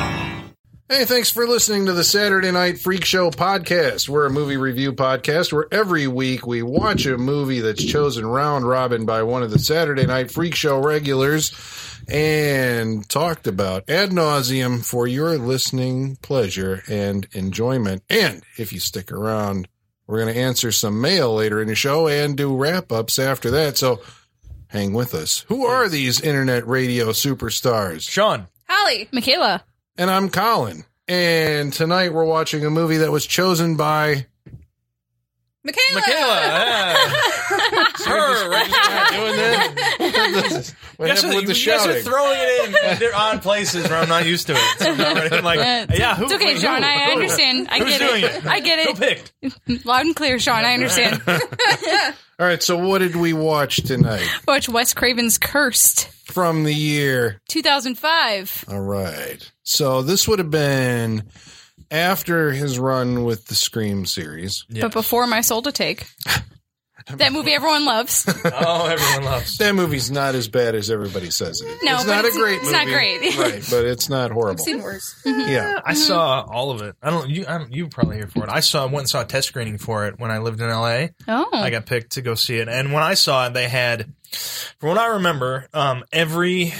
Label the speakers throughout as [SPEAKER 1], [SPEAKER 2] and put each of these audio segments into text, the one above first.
[SPEAKER 1] Hey, thanks for listening to the Saturday Night Freak Show podcast. We're a movie review podcast where every week we watch a movie that's chosen round robin by one of the Saturday Night Freak Show regulars and talked about ad nauseum for your listening pleasure and enjoyment. And if you stick around, we're going to answer some mail later in the show and do wrap ups after that. So hang with us. Who are these internet radio superstars?
[SPEAKER 2] Sean.
[SPEAKER 3] Holly.
[SPEAKER 4] Michaela.
[SPEAKER 1] And I'm Colin. And tonight we're watching a movie that was chosen by
[SPEAKER 3] Michaela.
[SPEAKER 2] Michaela. yeah. her, right?
[SPEAKER 1] doing that. what
[SPEAKER 2] Yes,
[SPEAKER 1] happened
[SPEAKER 2] you
[SPEAKER 1] with the
[SPEAKER 2] you guys are
[SPEAKER 1] shouting?
[SPEAKER 2] throwing it in. They're on places where I'm not used to it. So I'm not ready. I'm like,
[SPEAKER 4] Yeah, it's,
[SPEAKER 2] yeah, who,
[SPEAKER 4] it's okay,
[SPEAKER 2] who-
[SPEAKER 4] Sean. I
[SPEAKER 2] who-
[SPEAKER 4] understand. I
[SPEAKER 2] Who's
[SPEAKER 4] get
[SPEAKER 2] doing
[SPEAKER 4] it.
[SPEAKER 2] it?
[SPEAKER 4] I get
[SPEAKER 2] Who
[SPEAKER 4] it.
[SPEAKER 2] picked?
[SPEAKER 4] Loud and clear, Sean. I understand.
[SPEAKER 1] All right, so what did we watch tonight
[SPEAKER 4] Watch Wes Craven's Cursed,
[SPEAKER 1] from the year?
[SPEAKER 4] 2005.
[SPEAKER 1] All right. So this would have been after his run with the Scream series.
[SPEAKER 4] But before my soul to take. That movie everyone loves. No,
[SPEAKER 2] Oh, everyone loves.
[SPEAKER 1] That movie's not as bad as everybody says it. is. it's
[SPEAKER 4] but
[SPEAKER 1] not a great
[SPEAKER 4] It's
[SPEAKER 1] movie.
[SPEAKER 4] not great.
[SPEAKER 1] right, but it's not horrible.
[SPEAKER 3] Seen worse.
[SPEAKER 1] Yeah.
[SPEAKER 4] Mm-hmm.
[SPEAKER 2] I saw all of it. I don't. You, I don't, you were probably here for it. I saw went and saw a test screening for it when I lived in LA.
[SPEAKER 4] oh,
[SPEAKER 2] I got picked to go see it, and when I saw it, they had, from what I remember, um, every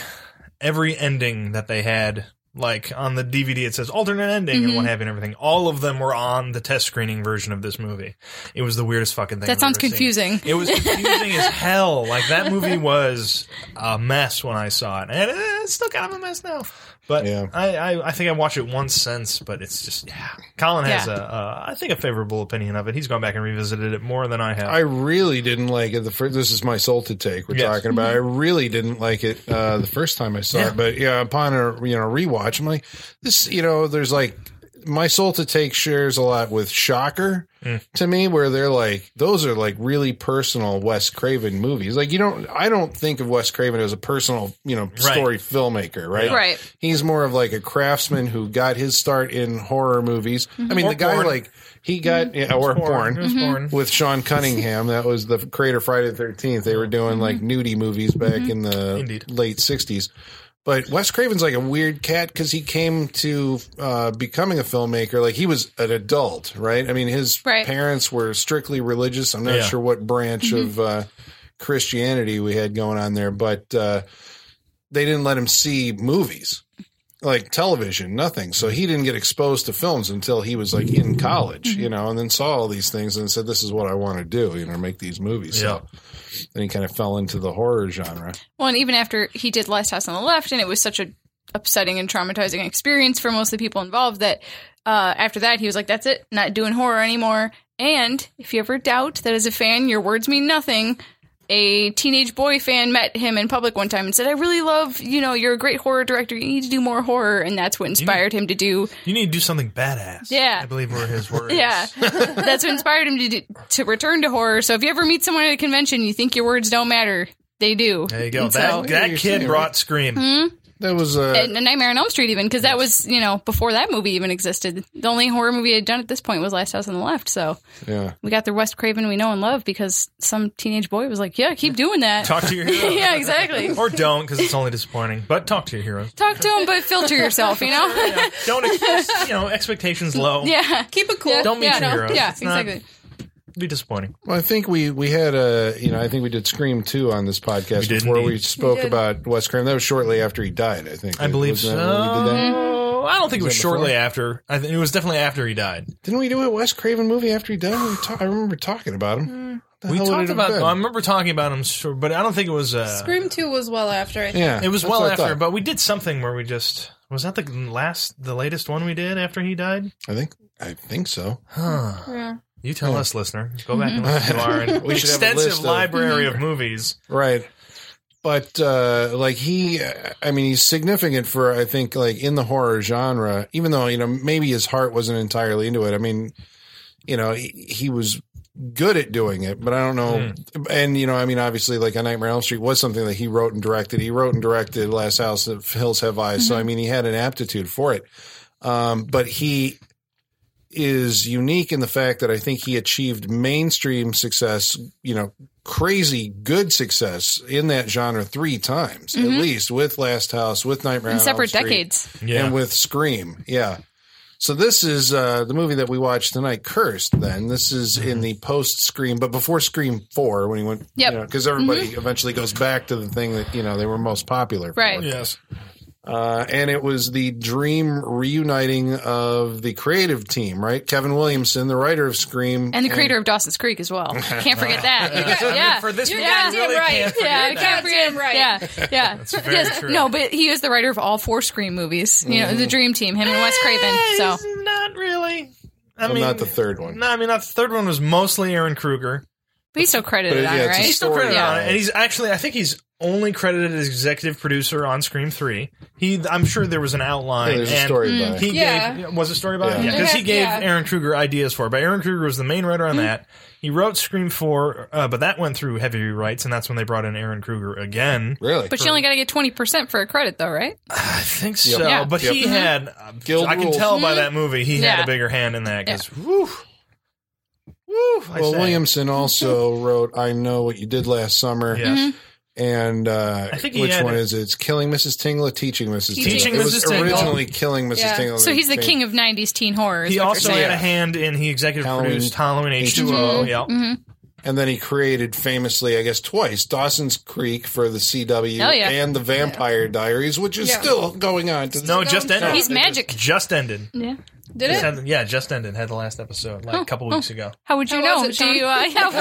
[SPEAKER 2] every ending that they had, like on the DVD, it says alternate ending and
[SPEAKER 4] Mm-hmm.
[SPEAKER 2] what have you and everything. All of them were on the test screening version of this movie. It was the weirdest fucking thing.
[SPEAKER 4] that
[SPEAKER 2] I've
[SPEAKER 4] sounds
[SPEAKER 2] ever seen.
[SPEAKER 4] confusing.
[SPEAKER 2] It was confusing as hell. Like that movie was a mess when I saw it, and it's still kind of a mess now. But
[SPEAKER 1] Yeah.
[SPEAKER 2] I, I, I think I watched it once since, but it's just yeah. Colin has
[SPEAKER 4] Yeah.
[SPEAKER 2] a, uh, I think a favorable opinion of it. He's gone back and revisited it more than I have.
[SPEAKER 1] I really didn't like it. The first, this is my soul to take. We're
[SPEAKER 2] Yes.
[SPEAKER 1] talking about. I really didn't like it uh, the first time I saw
[SPEAKER 2] Yeah.
[SPEAKER 1] it, but yeah, upon a you know rewatch, I'm like this. You know, there's like my soul to take shares a lot with Shocker
[SPEAKER 2] Mm.
[SPEAKER 1] to me, where they're like those are like really personal Wes Craven movies. Like you don't, I don't think of Wes Craven as a personal you know story filmmaker, right?
[SPEAKER 4] Right.
[SPEAKER 1] He's more of like a craftsman who got his start in horror movies. I mean,
[SPEAKER 2] Mm-hmm. Or
[SPEAKER 1] the guy
[SPEAKER 2] porn.
[SPEAKER 1] like he got yeah, or porn
[SPEAKER 2] It was
[SPEAKER 4] Mm-hmm.
[SPEAKER 2] porn. Mm-hmm.
[SPEAKER 1] with Sean Cunningham. That was the creator of Friday the Thirteenth. They were doing like nudie movies back in the
[SPEAKER 2] Mm-hmm. Indeed.
[SPEAKER 1] late sixties. But Wes Craven's like a weird cat because he came to uh, becoming a filmmaker. Like he was an adult, right? I mean, his
[SPEAKER 4] Right.
[SPEAKER 1] parents were strictly religious. I'm not
[SPEAKER 2] Yeah. Mm-hmm.
[SPEAKER 1] sure what branch of uh, Christianity we had going on there, but uh, they didn't let him see movies like television, nothing. So he didn't get exposed to films until he was like in college,
[SPEAKER 2] Mm-hmm.
[SPEAKER 1] you know, and then saw all these things and said, "This is what I want to do," you know, make these movies. So then he kind of fell into the horror genre.
[SPEAKER 4] Well, and even after he did Last House on the Left, and it was such a upsetting and traumatizing experience for most of the people involved that uh, after that he was like, "That's it, not doing horror anymore." And if you ever doubt that as a fan your words mean nothing, a teenage boy fan met him in public one time and said, "I really love you know you're a great horror director. You need to do more horror," and that's what inspired him to do.
[SPEAKER 2] You need to do something badass.
[SPEAKER 4] Yeah.
[SPEAKER 2] I believe were his words.
[SPEAKER 4] Yeah, that's what inspired him to do, to return to horror. So if you ever meet someone at a convention, you think your words don't matter, they do.
[SPEAKER 2] There you go.
[SPEAKER 4] And so-
[SPEAKER 2] That,
[SPEAKER 1] Yeah,
[SPEAKER 2] that
[SPEAKER 1] you're
[SPEAKER 2] kid
[SPEAKER 1] saying,
[SPEAKER 2] brought
[SPEAKER 1] right?
[SPEAKER 2] Scream.
[SPEAKER 4] Mm-hmm.
[SPEAKER 1] That was uh,
[SPEAKER 4] and a Nightmare on Elm Street, even because that was you know before that movie even existed. The only horror movie I'd done at this point was Last House on the Left. So
[SPEAKER 1] yeah.
[SPEAKER 4] we got the West Craven we know and love because some teenage boy was like, "Yeah, keep doing that."
[SPEAKER 2] Talk to your hero.
[SPEAKER 4] yeah, exactly.
[SPEAKER 2] Or don't, because it's only disappointing. But talk to your heroes.
[SPEAKER 4] Talk to him, but filter yourself. You know.
[SPEAKER 2] Yeah. Don't, ex- you know, expectations low.
[SPEAKER 4] yeah.
[SPEAKER 3] Keep it cool.
[SPEAKER 2] Don't meet
[SPEAKER 4] yeah,
[SPEAKER 2] your heroes.
[SPEAKER 4] Yeah,
[SPEAKER 2] It's not-
[SPEAKER 4] exactly.
[SPEAKER 2] Be disappointing.
[SPEAKER 1] Well, I think we we had a you know I think we did Scream two on this podcast
[SPEAKER 2] We did
[SPEAKER 1] before we
[SPEAKER 2] indeed.
[SPEAKER 1] spoke about Wes Craven. That was shortly after he died. I think
[SPEAKER 2] I believe
[SPEAKER 1] Wasn't that when we did
[SPEAKER 2] Mm-hmm.
[SPEAKER 1] that?
[SPEAKER 2] so. I don't think it was
[SPEAKER 1] that before?
[SPEAKER 2] shortly after. I think it was definitely after he died.
[SPEAKER 1] Didn't we do a Wes Craven movie after he died? We ta- I remember talking about him. The
[SPEAKER 2] we
[SPEAKER 1] hell would it
[SPEAKER 2] talked
[SPEAKER 1] have
[SPEAKER 2] about.
[SPEAKER 1] been?
[SPEAKER 2] I remember talking about him, sure, but I don't think it was. Uh,
[SPEAKER 3] Scream 2 was well after, I think.
[SPEAKER 1] yeah,
[SPEAKER 2] It was
[SPEAKER 1] that's
[SPEAKER 2] well
[SPEAKER 1] what I
[SPEAKER 2] after,
[SPEAKER 1] thought.
[SPEAKER 2] but we did something where we just was that the last, the latest one we did after he died.
[SPEAKER 1] I think I think so.
[SPEAKER 2] Huh.
[SPEAKER 3] Yeah.
[SPEAKER 2] You tell us, listener. Go back and listen to our
[SPEAKER 1] We should have a
[SPEAKER 2] extensive
[SPEAKER 1] list of-
[SPEAKER 2] library of movies.
[SPEAKER 1] Right. But uh, like he, I mean, he's significant for I think like in the horror genre. Even though you know maybe his heart wasn't entirely into it. I mean, you know he, he was good at doing it, but I don't know. And you know, I mean, obviously, like a Nightmare on Elm Street was something that he wrote and directed. He wrote and directed Last House of Hills Have Eyes, so I mean, he had an aptitude for it. Um, but he is unique in the fact that I think he achieved mainstream success, you know, crazy good success in that genre three times at least with Last House, with Nightmare on
[SPEAKER 4] Mm-hmm. in
[SPEAKER 1] Elm
[SPEAKER 4] separate
[SPEAKER 1] Street,
[SPEAKER 4] decades.
[SPEAKER 2] Yeah.
[SPEAKER 1] and with Scream. Yeah. So this is uh, the movie that we watched tonight, Cursed. Then this is in the post Scream, but before Scream Four, when he went,
[SPEAKER 4] Yep. Mm-hmm.
[SPEAKER 1] because everybody eventually goes back to the thing that you know they were most popular, for.
[SPEAKER 4] Right.
[SPEAKER 2] yes.
[SPEAKER 1] Uh, and it was the dream reuniting of the creative team, right? Kevin Williamson, the writer of Scream,
[SPEAKER 4] And the creator of Dawson's Creek as well. Can't forget that. You got-
[SPEAKER 2] I mean,
[SPEAKER 4] yeah.
[SPEAKER 2] for this
[SPEAKER 4] yeah.
[SPEAKER 2] one, you really
[SPEAKER 4] right.
[SPEAKER 2] can't forget
[SPEAKER 4] yeah,
[SPEAKER 2] that.
[SPEAKER 4] can't forget
[SPEAKER 3] Goddamn right.
[SPEAKER 4] Yeah, yeah.
[SPEAKER 2] very
[SPEAKER 4] yes.
[SPEAKER 2] true. Mm-hmm.
[SPEAKER 4] No, but he is the writer of all four Scream movies. You know, the Dream Team, him and Wes Craven. So
[SPEAKER 2] Eh, not really. I
[SPEAKER 1] Well,
[SPEAKER 2] mean,
[SPEAKER 1] not the third one.
[SPEAKER 2] No, I mean, not the third one was mostly Aaron Kruger.
[SPEAKER 4] but he's still credited
[SPEAKER 1] But,
[SPEAKER 4] on
[SPEAKER 1] yeah, it's
[SPEAKER 4] it,
[SPEAKER 1] a
[SPEAKER 4] right?
[SPEAKER 2] He's still
[SPEAKER 1] Story
[SPEAKER 2] credited on it,
[SPEAKER 1] line.
[SPEAKER 2] and he's actually, I think he's only credited as executive producer on Scream Three. He, I'm sure there was an outline.
[SPEAKER 1] there's a
[SPEAKER 2] and
[SPEAKER 4] Hmm.
[SPEAKER 1] story by.
[SPEAKER 2] He
[SPEAKER 3] Yeah.
[SPEAKER 2] gave was a story about it
[SPEAKER 1] Yeah.
[SPEAKER 2] because he
[SPEAKER 3] Yeah.
[SPEAKER 2] gave
[SPEAKER 3] Yeah.
[SPEAKER 2] Aaron Kruger ideas for it. But Aaron Kruger was the main writer on
[SPEAKER 4] Hmm.
[SPEAKER 2] that. He wrote Scream Four, uh, but that went through heavy rewrites, and that's when they brought in Aaron Kruger again.
[SPEAKER 1] really?
[SPEAKER 4] But you only got to get twenty percent for a credit, though, right?
[SPEAKER 2] I think so.
[SPEAKER 4] Yeah. Hmm.
[SPEAKER 2] But
[SPEAKER 1] Yep.
[SPEAKER 2] he had, uh,
[SPEAKER 1] Guild
[SPEAKER 2] I can
[SPEAKER 1] rules.
[SPEAKER 2] tell by that movie, he had
[SPEAKER 4] Yeah.
[SPEAKER 2] a bigger hand in that because
[SPEAKER 1] well,
[SPEAKER 2] say.
[SPEAKER 1] Williamson
[SPEAKER 4] Mm-hmm.
[SPEAKER 1] also wrote "I Know What You Did Last Summer,"
[SPEAKER 2] yes.
[SPEAKER 1] and uh,
[SPEAKER 2] I think he
[SPEAKER 1] which
[SPEAKER 2] had
[SPEAKER 1] one
[SPEAKER 2] it.
[SPEAKER 1] is it? It's "Killing Mrs. Tingle," "Teaching Mrs. Tingle."
[SPEAKER 4] Teaching
[SPEAKER 1] it was
[SPEAKER 2] Mrs. Tingle.
[SPEAKER 1] originally "Killing Mrs.
[SPEAKER 3] Yeah.
[SPEAKER 1] Tingle."
[SPEAKER 4] So he's the
[SPEAKER 1] They-
[SPEAKER 4] king of '90s teen horror. is
[SPEAKER 2] Oh, He
[SPEAKER 4] what you're
[SPEAKER 2] also
[SPEAKER 4] saying. Mm-hmm.
[SPEAKER 2] had
[SPEAKER 1] Yeah.
[SPEAKER 2] a hand in he executive
[SPEAKER 1] Halloween
[SPEAKER 2] produced Halloween H two O.
[SPEAKER 1] H2O.
[SPEAKER 2] Yep.
[SPEAKER 1] And then he created famously, I guess, twice Dawson's Creek for the CW
[SPEAKER 4] Oh, yeah.
[SPEAKER 1] and the Vampire Diaries, which is
[SPEAKER 3] Yeah.
[SPEAKER 1] still going on. To
[SPEAKER 2] No, just ended.
[SPEAKER 4] He's
[SPEAKER 1] They
[SPEAKER 4] magic.
[SPEAKER 2] Just ended.
[SPEAKER 4] Yeah.
[SPEAKER 3] Did
[SPEAKER 2] Just
[SPEAKER 3] it?
[SPEAKER 2] ended- Yeah, just ended. Had the last episode
[SPEAKER 4] Oh,
[SPEAKER 2] like a couple weeks ago.
[SPEAKER 4] How would you
[SPEAKER 3] How
[SPEAKER 4] know?
[SPEAKER 3] was it,
[SPEAKER 4] Do you? Uh,
[SPEAKER 3] Sean?
[SPEAKER 4] yeah, how was,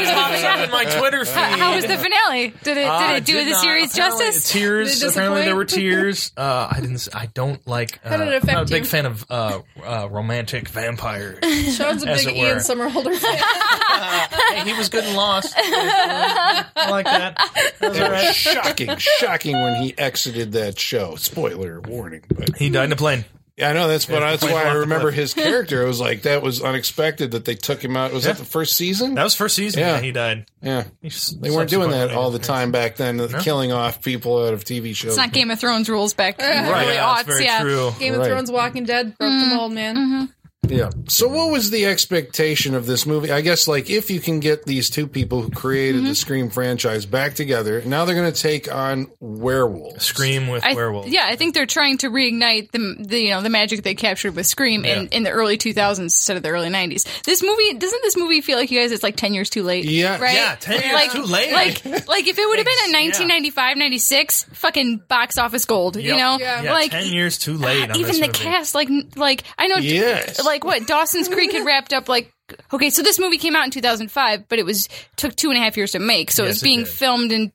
[SPEAKER 4] was
[SPEAKER 2] Pops up in my Twitter feed.
[SPEAKER 4] How, how was the finale? Did it
[SPEAKER 2] Uh,
[SPEAKER 4] did it do
[SPEAKER 2] did
[SPEAKER 4] the
[SPEAKER 2] not-
[SPEAKER 4] series
[SPEAKER 2] apparently-
[SPEAKER 4] justice?
[SPEAKER 2] Tears.
[SPEAKER 3] Did it
[SPEAKER 2] Apparently, there were
[SPEAKER 3] disappoint?
[SPEAKER 2] tears. Uh, I didn't. s- I don't like. Uh,
[SPEAKER 3] How did it
[SPEAKER 2] I'm not a
[SPEAKER 3] affect
[SPEAKER 2] big
[SPEAKER 3] you?
[SPEAKER 2] fan of uh, uh, romantic vampires.
[SPEAKER 3] Sean's a
[SPEAKER 2] As
[SPEAKER 3] big
[SPEAKER 2] it were.
[SPEAKER 3] Ian Somerhalder fan.
[SPEAKER 2] Hey, he was good and lost. I like that. That was all
[SPEAKER 1] were
[SPEAKER 2] right.
[SPEAKER 1] shocking, shocking when he exited that show. Spoiler warning, but
[SPEAKER 2] He died in a plane.
[SPEAKER 1] yeah, I know that's, but that's
[SPEAKER 2] point
[SPEAKER 1] why
[SPEAKER 2] off
[SPEAKER 1] I
[SPEAKER 2] the
[SPEAKER 1] remember
[SPEAKER 2] cliff.
[SPEAKER 1] his character. It was like that was unexpected that they took him out. Was that the first season?
[SPEAKER 2] That was first season.
[SPEAKER 1] Yeah.
[SPEAKER 2] Yeah, he died.
[SPEAKER 1] yeah,
[SPEAKER 2] He s-
[SPEAKER 1] they weren't doing that
[SPEAKER 2] subsequently-
[SPEAKER 1] all the time back then,
[SPEAKER 2] No.
[SPEAKER 1] killing off people out of TV shows.
[SPEAKER 4] It's not Game of Thrones rules back in the
[SPEAKER 2] Right, yeah,
[SPEAKER 4] early
[SPEAKER 2] that's
[SPEAKER 4] aughts,
[SPEAKER 2] very
[SPEAKER 4] yeah.
[SPEAKER 2] true.
[SPEAKER 3] Game of
[SPEAKER 1] Right.
[SPEAKER 3] Thrones, Walking Dead, broke
[SPEAKER 4] Mm-hmm.
[SPEAKER 3] them all, man.
[SPEAKER 1] Yeah. So what was the expectation of this movie? I guess like if you can get these two people who created
[SPEAKER 4] Mm-hmm.
[SPEAKER 1] the Scream franchise back together, now they're going to take on werewolves.
[SPEAKER 2] Scream with
[SPEAKER 4] I,
[SPEAKER 2] werewolves.
[SPEAKER 4] Yeah, I think they're trying to reignite the, the you know the magic they captured with Scream in,
[SPEAKER 2] Yeah.
[SPEAKER 4] in the early 2000s instead of the early 90s. This movie doesn't this movie feel like you guys it's like 10 years too late?
[SPEAKER 1] Yeah.
[SPEAKER 4] right?
[SPEAKER 2] Yeah, 10 years
[SPEAKER 4] like,
[SPEAKER 2] too late.
[SPEAKER 4] Like like if it would have been in
[SPEAKER 2] Yeah.
[SPEAKER 4] 1995, 96, fucking box office gold, you
[SPEAKER 2] Yep.
[SPEAKER 4] know?
[SPEAKER 3] Yeah.
[SPEAKER 2] Yeah,
[SPEAKER 4] like uh,
[SPEAKER 2] ten years too late. on
[SPEAKER 4] even
[SPEAKER 2] this
[SPEAKER 4] the
[SPEAKER 2] movie.
[SPEAKER 4] cast like like i know
[SPEAKER 1] Yes.
[SPEAKER 4] like what dawson's creek had wrapped up like okay so this movie came out in 2005 but it was took two and a half years to make so it
[SPEAKER 2] Yes,
[SPEAKER 4] was
[SPEAKER 2] it
[SPEAKER 4] being
[SPEAKER 2] did.
[SPEAKER 4] filmed in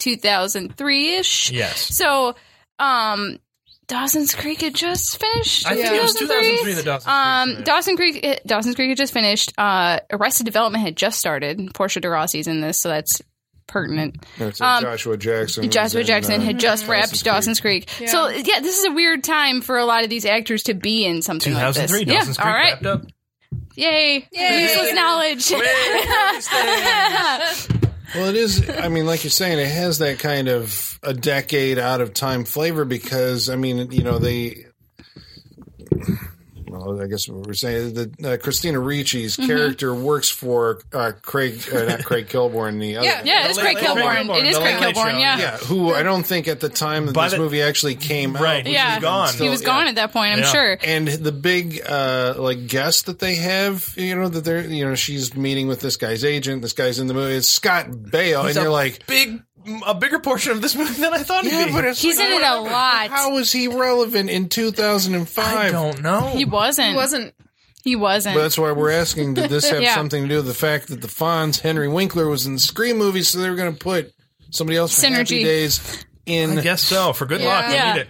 [SPEAKER 4] 2003ish
[SPEAKER 2] Yes.
[SPEAKER 4] so um dawson's creek had just finished
[SPEAKER 2] I think it was 2003 that Dawson's Creek
[SPEAKER 4] um
[SPEAKER 2] finished.
[SPEAKER 4] dawson creek eh, dawson's creek had just finished uh arrested development had just started portia de rossi's in this so that's pertinent
[SPEAKER 1] That's what Joshua Jackson. was
[SPEAKER 4] Um, Joshua
[SPEAKER 1] in,
[SPEAKER 4] Jackson
[SPEAKER 1] uh,
[SPEAKER 4] had just
[SPEAKER 1] Creek.
[SPEAKER 4] wrapped Dawson's Creek.
[SPEAKER 3] Yeah.
[SPEAKER 4] So yeah, this is a weird time for a lot of these actors to be in something like this.
[SPEAKER 2] 2003. Dawson's
[SPEAKER 4] yeah,
[SPEAKER 2] Creek
[SPEAKER 4] all right,
[SPEAKER 2] wrapped up.
[SPEAKER 4] yay,
[SPEAKER 3] Yay.
[SPEAKER 4] useless knowledge.
[SPEAKER 1] Well, it is. I mean, like you're saying, it has that kind of a decade out of time flavor because I mean, you know, they. Well, I guess what we're saying is that uh, Christina Ricci's character works for uh, Craig, uh, not Craig Kilborn, the other.
[SPEAKER 3] Yeah.
[SPEAKER 4] yeah, it's
[SPEAKER 2] The
[SPEAKER 4] Craig
[SPEAKER 2] late- late Craig
[SPEAKER 4] Kilborn. It
[SPEAKER 2] Kilborn,
[SPEAKER 4] is
[SPEAKER 2] the
[SPEAKER 4] Craig
[SPEAKER 2] late late
[SPEAKER 4] Kilborn.
[SPEAKER 2] show,
[SPEAKER 4] Yeah,
[SPEAKER 1] Yeah, who I don't think at the time that
[SPEAKER 2] By
[SPEAKER 1] this
[SPEAKER 2] the-
[SPEAKER 1] movie actually came
[SPEAKER 2] Right.
[SPEAKER 1] out.
[SPEAKER 4] Yeah.
[SPEAKER 2] He's gone.
[SPEAKER 4] he was gone at that point. I'm
[SPEAKER 2] Yeah.
[SPEAKER 4] sure.
[SPEAKER 1] And the big uh like guest that they have, you know, that they're you know, she's meeting with this guy's agent, this guy's in the movie, it's Scott Baio, and
[SPEAKER 2] a
[SPEAKER 1] you're like
[SPEAKER 2] big, a bigger portion of this movie than I thought
[SPEAKER 1] Yeah,
[SPEAKER 2] it'd be.
[SPEAKER 1] but it's
[SPEAKER 4] He's
[SPEAKER 1] like,
[SPEAKER 4] in it a lot.
[SPEAKER 1] how is he relevant in two thousand and
[SPEAKER 2] I
[SPEAKER 1] five?
[SPEAKER 2] don't know.
[SPEAKER 4] He wasn't.
[SPEAKER 3] It wasn't.
[SPEAKER 4] He wasn't.
[SPEAKER 1] But that's why we're asking did this have
[SPEAKER 4] Yeah.
[SPEAKER 1] something to do with the fact that the Fonz, Henry Winkler was in the Scream movies, so they were gonna put somebody else from Happy
[SPEAKER 4] Synergy.
[SPEAKER 1] Days in
[SPEAKER 2] I guess so. For good
[SPEAKER 3] Yeah.
[SPEAKER 2] luck, we
[SPEAKER 4] Yeah.
[SPEAKER 2] need it.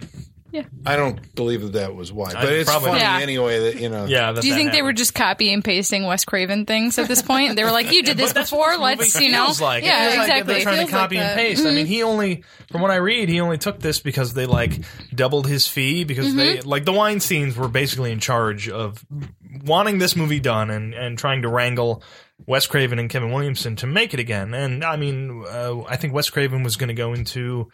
[SPEAKER 1] I don't believe that that was why. But it's
[SPEAKER 2] probably-
[SPEAKER 1] funny
[SPEAKER 4] Yeah.
[SPEAKER 1] anyway that you know
[SPEAKER 2] Yeah. that
[SPEAKER 4] Do you
[SPEAKER 2] that
[SPEAKER 4] think they were
[SPEAKER 2] happened.
[SPEAKER 4] just copy and pasting Wes Craven things at this point? They were like, "You did this
[SPEAKER 2] But that's
[SPEAKER 4] before.
[SPEAKER 2] what this
[SPEAKER 4] Let's,
[SPEAKER 2] movie
[SPEAKER 4] you know,
[SPEAKER 2] feels like. It
[SPEAKER 4] yeah,
[SPEAKER 2] feels like
[SPEAKER 4] exactly."
[SPEAKER 2] they're trying to
[SPEAKER 3] Feels like
[SPEAKER 2] copy and
[SPEAKER 3] that.
[SPEAKER 2] paste. I mean, he only, from what I read, he only took this because they like doubled his fee because they like the Weinstein's were basically in charge of wanting this movie done and and trying to wrangle. Wes Craven and Kevin Williamson to make it again, and I mean, uh, I think Wes Craven was going to go into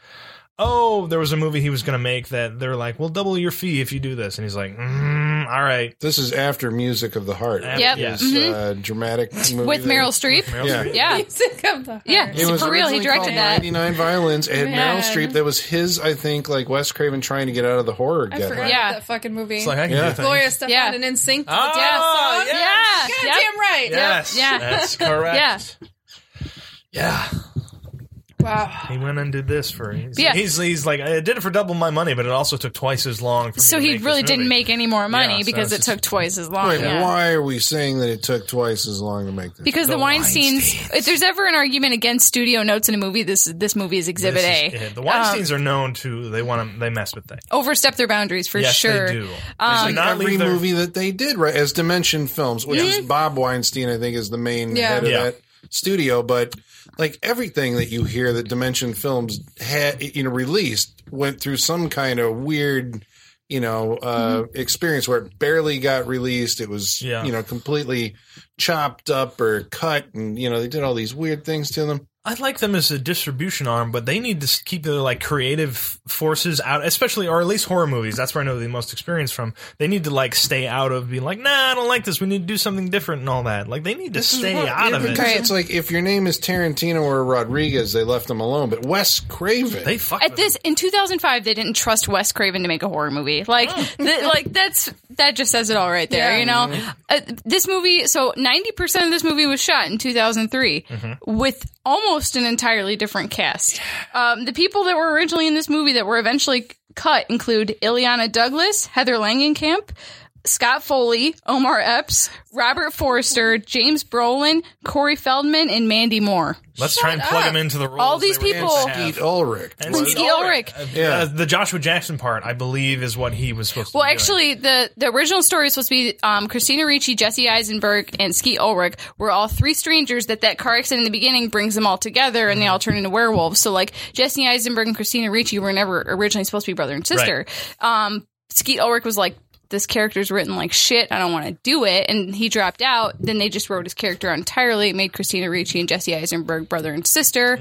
[SPEAKER 2] oh, there was a movie he was going to make that they're like, we'll double your fee if you do this, and he's like, mm, all right.
[SPEAKER 1] This is after Music of the Heart.
[SPEAKER 2] Yep.
[SPEAKER 4] Yep.
[SPEAKER 1] His,
[SPEAKER 4] Mhm.
[SPEAKER 1] uh, dramatic movie
[SPEAKER 4] with
[SPEAKER 1] that-
[SPEAKER 4] Meryl Streep.
[SPEAKER 2] Meryl
[SPEAKER 1] Yeah.
[SPEAKER 2] Streep.
[SPEAKER 4] Yeah.
[SPEAKER 3] Music of the
[SPEAKER 4] Yeah.
[SPEAKER 3] Heart.
[SPEAKER 4] It was- For real, he
[SPEAKER 1] originally
[SPEAKER 4] directed
[SPEAKER 1] called
[SPEAKER 4] that.
[SPEAKER 1] 99 Violins. It had
[SPEAKER 3] Man.
[SPEAKER 1] Meryl Streep. That was his, I think, like Wes Craven trying to get out of the horror
[SPEAKER 3] I
[SPEAKER 1] ghetto.
[SPEAKER 3] forgot
[SPEAKER 4] Yeah.
[SPEAKER 3] that fucking movie.
[SPEAKER 2] It's like I can
[SPEAKER 1] Yeah.
[SPEAKER 2] do things.
[SPEAKER 3] Gloria Stefan
[SPEAKER 4] Yeah.
[SPEAKER 3] and NSYNC.
[SPEAKER 2] Oh,
[SPEAKER 3] yeah.
[SPEAKER 2] yes.
[SPEAKER 4] Yeah.
[SPEAKER 3] Goddamn
[SPEAKER 4] Yep.
[SPEAKER 3] right.
[SPEAKER 2] Yes,
[SPEAKER 4] Yeah.
[SPEAKER 2] that's correct. Yeah.
[SPEAKER 3] Wow.
[SPEAKER 2] he went and did this for. He's,
[SPEAKER 4] Yeah.
[SPEAKER 2] he's he's like I did it for double my money, but it also took twice as long. For me
[SPEAKER 4] So
[SPEAKER 2] to
[SPEAKER 4] he
[SPEAKER 2] make
[SPEAKER 4] really
[SPEAKER 2] this
[SPEAKER 4] didn't
[SPEAKER 2] movie.
[SPEAKER 4] make any more money
[SPEAKER 2] so
[SPEAKER 4] because it
[SPEAKER 2] it's
[SPEAKER 4] took twice as long.
[SPEAKER 1] Wait,
[SPEAKER 4] Yeah.
[SPEAKER 1] Why are we saying that it took twice as long to make this?
[SPEAKER 4] Because the,
[SPEAKER 2] The
[SPEAKER 4] Weinstein's, if there's ever an argument against studio notes in a movie, this this movie is
[SPEAKER 2] This
[SPEAKER 4] Exhibit
[SPEAKER 2] is
[SPEAKER 4] A.
[SPEAKER 2] it. The
[SPEAKER 4] Um,
[SPEAKER 2] Weinstein's are known to they want to they mess with things.
[SPEAKER 4] Overstep their boundaries for
[SPEAKER 2] yes,
[SPEAKER 4] sure.
[SPEAKER 2] they do. They
[SPEAKER 4] Um,
[SPEAKER 2] should not
[SPEAKER 1] every
[SPEAKER 2] leave their-
[SPEAKER 1] movie that they did, right? As Dimension Films, which is Bob Weinstein, I think, is the main
[SPEAKER 3] Yeah.
[SPEAKER 1] head of
[SPEAKER 2] Yeah.
[SPEAKER 1] that studio. But like everything that you hear that Dimension Films had, you know, released went through some kind of weird, you know, uh, experience where it barely got released. It was,
[SPEAKER 2] Yeah.
[SPEAKER 1] you know, completely chopped up or cut, and you know, they did all these weird things to them.
[SPEAKER 2] I like them as a distribution arm, but they need to s- keep their like creative forces out, especially or at least horror movies. That's where I know the most experience from. They need to like stay out of being like, nah, I don't like this. We need to do something different and all that. Like they need to stay
[SPEAKER 1] Well,
[SPEAKER 2] out
[SPEAKER 1] yeah,
[SPEAKER 2] of it.
[SPEAKER 1] because It's like if your name is Tarantino or Rodriguez, they left them alone. But Wes Craven,
[SPEAKER 2] They fuck
[SPEAKER 4] At
[SPEAKER 2] with
[SPEAKER 4] this in 2005, they didn't trust Wes Craven to make a horror movie. Like, th- like that's that just says it all right there.
[SPEAKER 3] Yeah.
[SPEAKER 4] You know, uh, this movie. So 90 percent of this movie was shot in 2003 with almost an entirely different cast. Um, the people that were originally in this movie that were eventually cut include Ileana Douglas, Heather Langenkamp. Scott Foley, Omar Epps, Robert Forster, James Brolin, Corey Feldman, and Mandy Moore.
[SPEAKER 2] Let's try and plug them into the roles.
[SPEAKER 4] All these
[SPEAKER 2] they were
[SPEAKER 4] people-
[SPEAKER 2] supposed to have.
[SPEAKER 1] Pete Ulrich,
[SPEAKER 2] And
[SPEAKER 4] Skeet Ulrich.
[SPEAKER 2] Uh,
[SPEAKER 1] Yeah.
[SPEAKER 2] uh, the Joshua Jackson part, I believe, is what he was supposed to.
[SPEAKER 4] Well,
[SPEAKER 2] be doing.
[SPEAKER 4] actually, the, the original story was supposed to be um, Christina Ricci, Jesse Eisenberg, and Skeet Ulrich were all three strangers that that car accident in the beginning brings them all together, and they all turn into werewolves. So, like Jesse Eisenberg and Christina Ricci were never originally supposed to be brother and sister. Um, Skeet Ulrich was like. This character's written like shit. I don't want to do it, and he dropped out. Then they just wrote his character out entirely, made Christina Ricci and Jesse Eisenberg brother and sister,